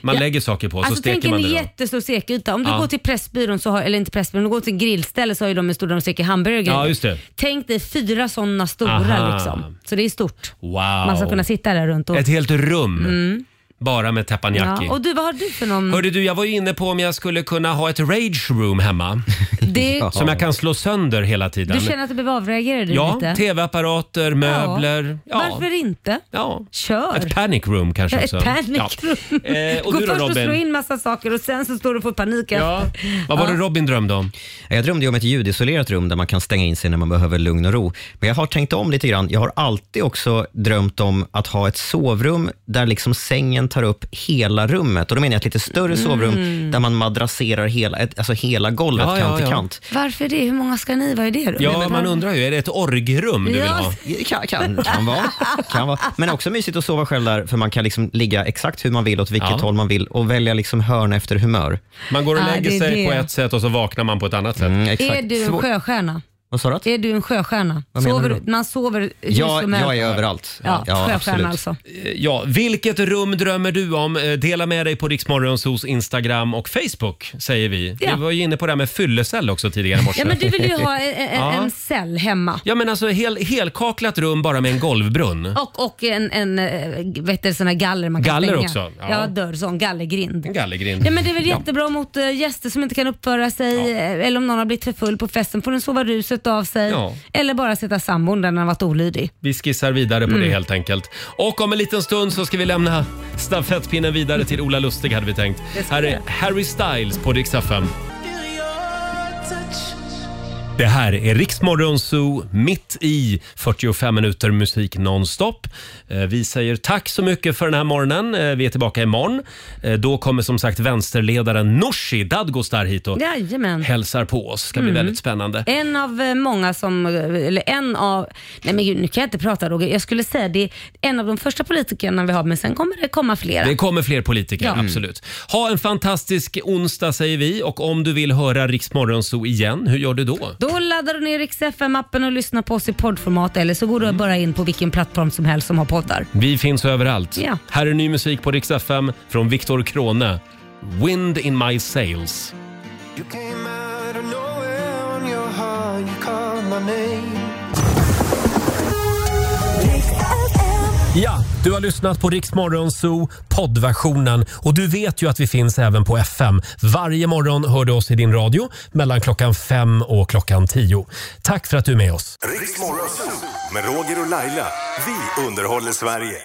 Speaker 1: man
Speaker 3: Ja.
Speaker 1: lägger saker på
Speaker 3: alltså
Speaker 1: så steker man
Speaker 3: tänk
Speaker 1: det
Speaker 3: en
Speaker 1: då?
Speaker 3: jättestor stekyta. Om du
Speaker 1: Ja.
Speaker 3: går till Pressbyrån, så har, eller inte Pressbyrån, om du går till grillställe så har ju de en stor där de steker hamburgare.
Speaker 1: Ja, just det.
Speaker 3: Tänk dig fyra sådana stora
Speaker 1: Aha.
Speaker 3: liksom. Så det är stort.
Speaker 1: Wow.
Speaker 3: Man ska kunna sitta där runt och...
Speaker 1: Ett helt rum
Speaker 3: Mm.
Speaker 1: bara med tapanjaki.
Speaker 3: Ja. Och du, Mm. vad har du för någon?
Speaker 1: Hörde du, jag var ju inne på om jag skulle kunna ha ett rage room hemma.
Speaker 3: Det- Ja.
Speaker 1: Som jag kan slå sönder hela tiden.
Speaker 3: du känner att du behöver avreagera dig
Speaker 1: ja,
Speaker 3: lite?
Speaker 1: tv-apparater, möbler. Ja.
Speaker 3: Varför inte?
Speaker 1: Ja.
Speaker 3: Kör!
Speaker 1: Ett panic room kanske
Speaker 3: Ett
Speaker 1: också.
Speaker 3: panikrum.
Speaker 1: Eh, och
Speaker 3: Gå
Speaker 1: du då,
Speaker 3: först och
Speaker 1: Robin?
Speaker 3: slå in massa saker och sen så står du och får panik.
Speaker 1: Ja. Vad var det Robin drömde om?
Speaker 4: Jag drömde ju om ett ljudisolerat rum där man kan stänga in sig när man behöver lugn och ro. Men jag har tänkt om lite grann. Jag har alltid också drömt om att ha ett sovrum där liksom sängen tar upp hela rummet. Och då menar jag ett lite större sovrum
Speaker 3: Mm.
Speaker 4: där man madrasserar hela, ett- alltså hela golvet
Speaker 1: Ja, ja,
Speaker 4: kant till
Speaker 1: ja.
Speaker 4: kant.
Speaker 3: Varför det? Hur många ska ni vara i det rummet?
Speaker 1: Ja, man undrar ju. Är det ett orgrum du vill
Speaker 3: Ja.
Speaker 1: ha?
Speaker 4: Kan, kan, kan, vara. kan vara. Men också mysigt att sova själv där, för man kan liksom ligga exakt hur man vill, åt vilket
Speaker 1: Ja.
Speaker 4: håll man vill och välja liksom hörn efter humör.
Speaker 1: Man går och
Speaker 3: Ja,
Speaker 1: lägger
Speaker 3: det är
Speaker 1: sig
Speaker 3: det.
Speaker 1: på ett sätt och så vaknar man på ett annat sätt.
Speaker 3: Är du en sjöstjärna?
Speaker 4: Mm, Vad sa du?
Speaker 3: Är du en sjöstjärna?
Speaker 1: Vad menar
Speaker 3: Sover,
Speaker 1: du
Speaker 3: du- man sover
Speaker 1: Ja,
Speaker 3: som helst.
Speaker 1: jag är överallt.
Speaker 3: Ja,
Speaker 1: Ja,
Speaker 3: sjöstjärna
Speaker 1: absolut.
Speaker 3: alltså.
Speaker 1: Eh, Ja, vilket rum drömmer du om? Eh, Dela med dig på Riksmorgonsos Instagram och Facebook säger vi.
Speaker 3: Ja.
Speaker 1: Vi var ju inne på det här med fyllecell också tidigare i morse.
Speaker 3: Ja, men du vill ju ha en, en,
Speaker 1: Ja.
Speaker 3: en cell hemma.
Speaker 1: Ja men alltså hel, helkaklat rum bara med en golvbrunn.
Speaker 3: Och, och en, en eh, vet du, sån här galler man kan
Speaker 1: Galler
Speaker 3: stänga.
Speaker 1: också, ja.
Speaker 3: Ja. dörr, sån gallergrind.
Speaker 1: En gallergrind.
Speaker 3: Ja, men det är väl
Speaker 1: Ja.
Speaker 3: jättebra mot eh, gäster som inte kan uppföra sig eh, eller om någon har blivit för full på festen får den sova ruset av sig.
Speaker 1: Ja.
Speaker 3: Eller bara sätta sambon där den har varit olydig.
Speaker 1: Vi skissar vidare på
Speaker 3: Mm.
Speaker 1: det helt enkelt. Och om en liten stund så ska vi lämna stafettpinnen vidare till Ola Lustig hade vi tänkt.
Speaker 6: Det ska
Speaker 1: Här
Speaker 6: vi
Speaker 1: är
Speaker 6: göra.
Speaker 1: Harry Styles på Dix FM. Det här är Riksmorgon Zoo, mitt i 45 minuter musik nonstop. Eh, Vi säger tack så mycket för den här morgonen. Eh, Vi är tillbaka imorgon. Eh, Då kommer som sagt vänsterledaren Nooshi Dadgostar hit och
Speaker 3: Jajamän.
Speaker 1: hälsar på oss. ska bli
Speaker 3: Mm.
Speaker 1: väldigt spännande.
Speaker 3: En av eh, många som, eller en av, nej men gud nu kan jag inte prata Roger. Jag skulle säga det är en av de första politikerna vi har men sen kommer det komma flera.
Speaker 1: Det kommer fler politiker,
Speaker 3: Ja. Mm.
Speaker 1: absolut. Ha en fantastisk onsdag säger vi och om du vill höra Riksmorgon Zoo igen, hur gör du då?
Speaker 3: Då laddar du ner Rix FM-appen och lyssnar på oss i poddformat eller så går du bara in på vilken plattform som helst som har poddar.
Speaker 1: Vi finns överallt.
Speaker 3: Ja.
Speaker 1: Här är ny musik på Rix FM från Viktor Krone. Wind in my sails. Ja, du har lyssnat på Rix Morgon Zoo poddversionen och du vet ju att vi finns även på FM. Varje morgon hör du oss i din radio mellan klockan fem och klockan tio. Tack för att du är med oss.
Speaker 15: Riksmorgon Zoo med Roger och Laila. Vi underhåller Sverige.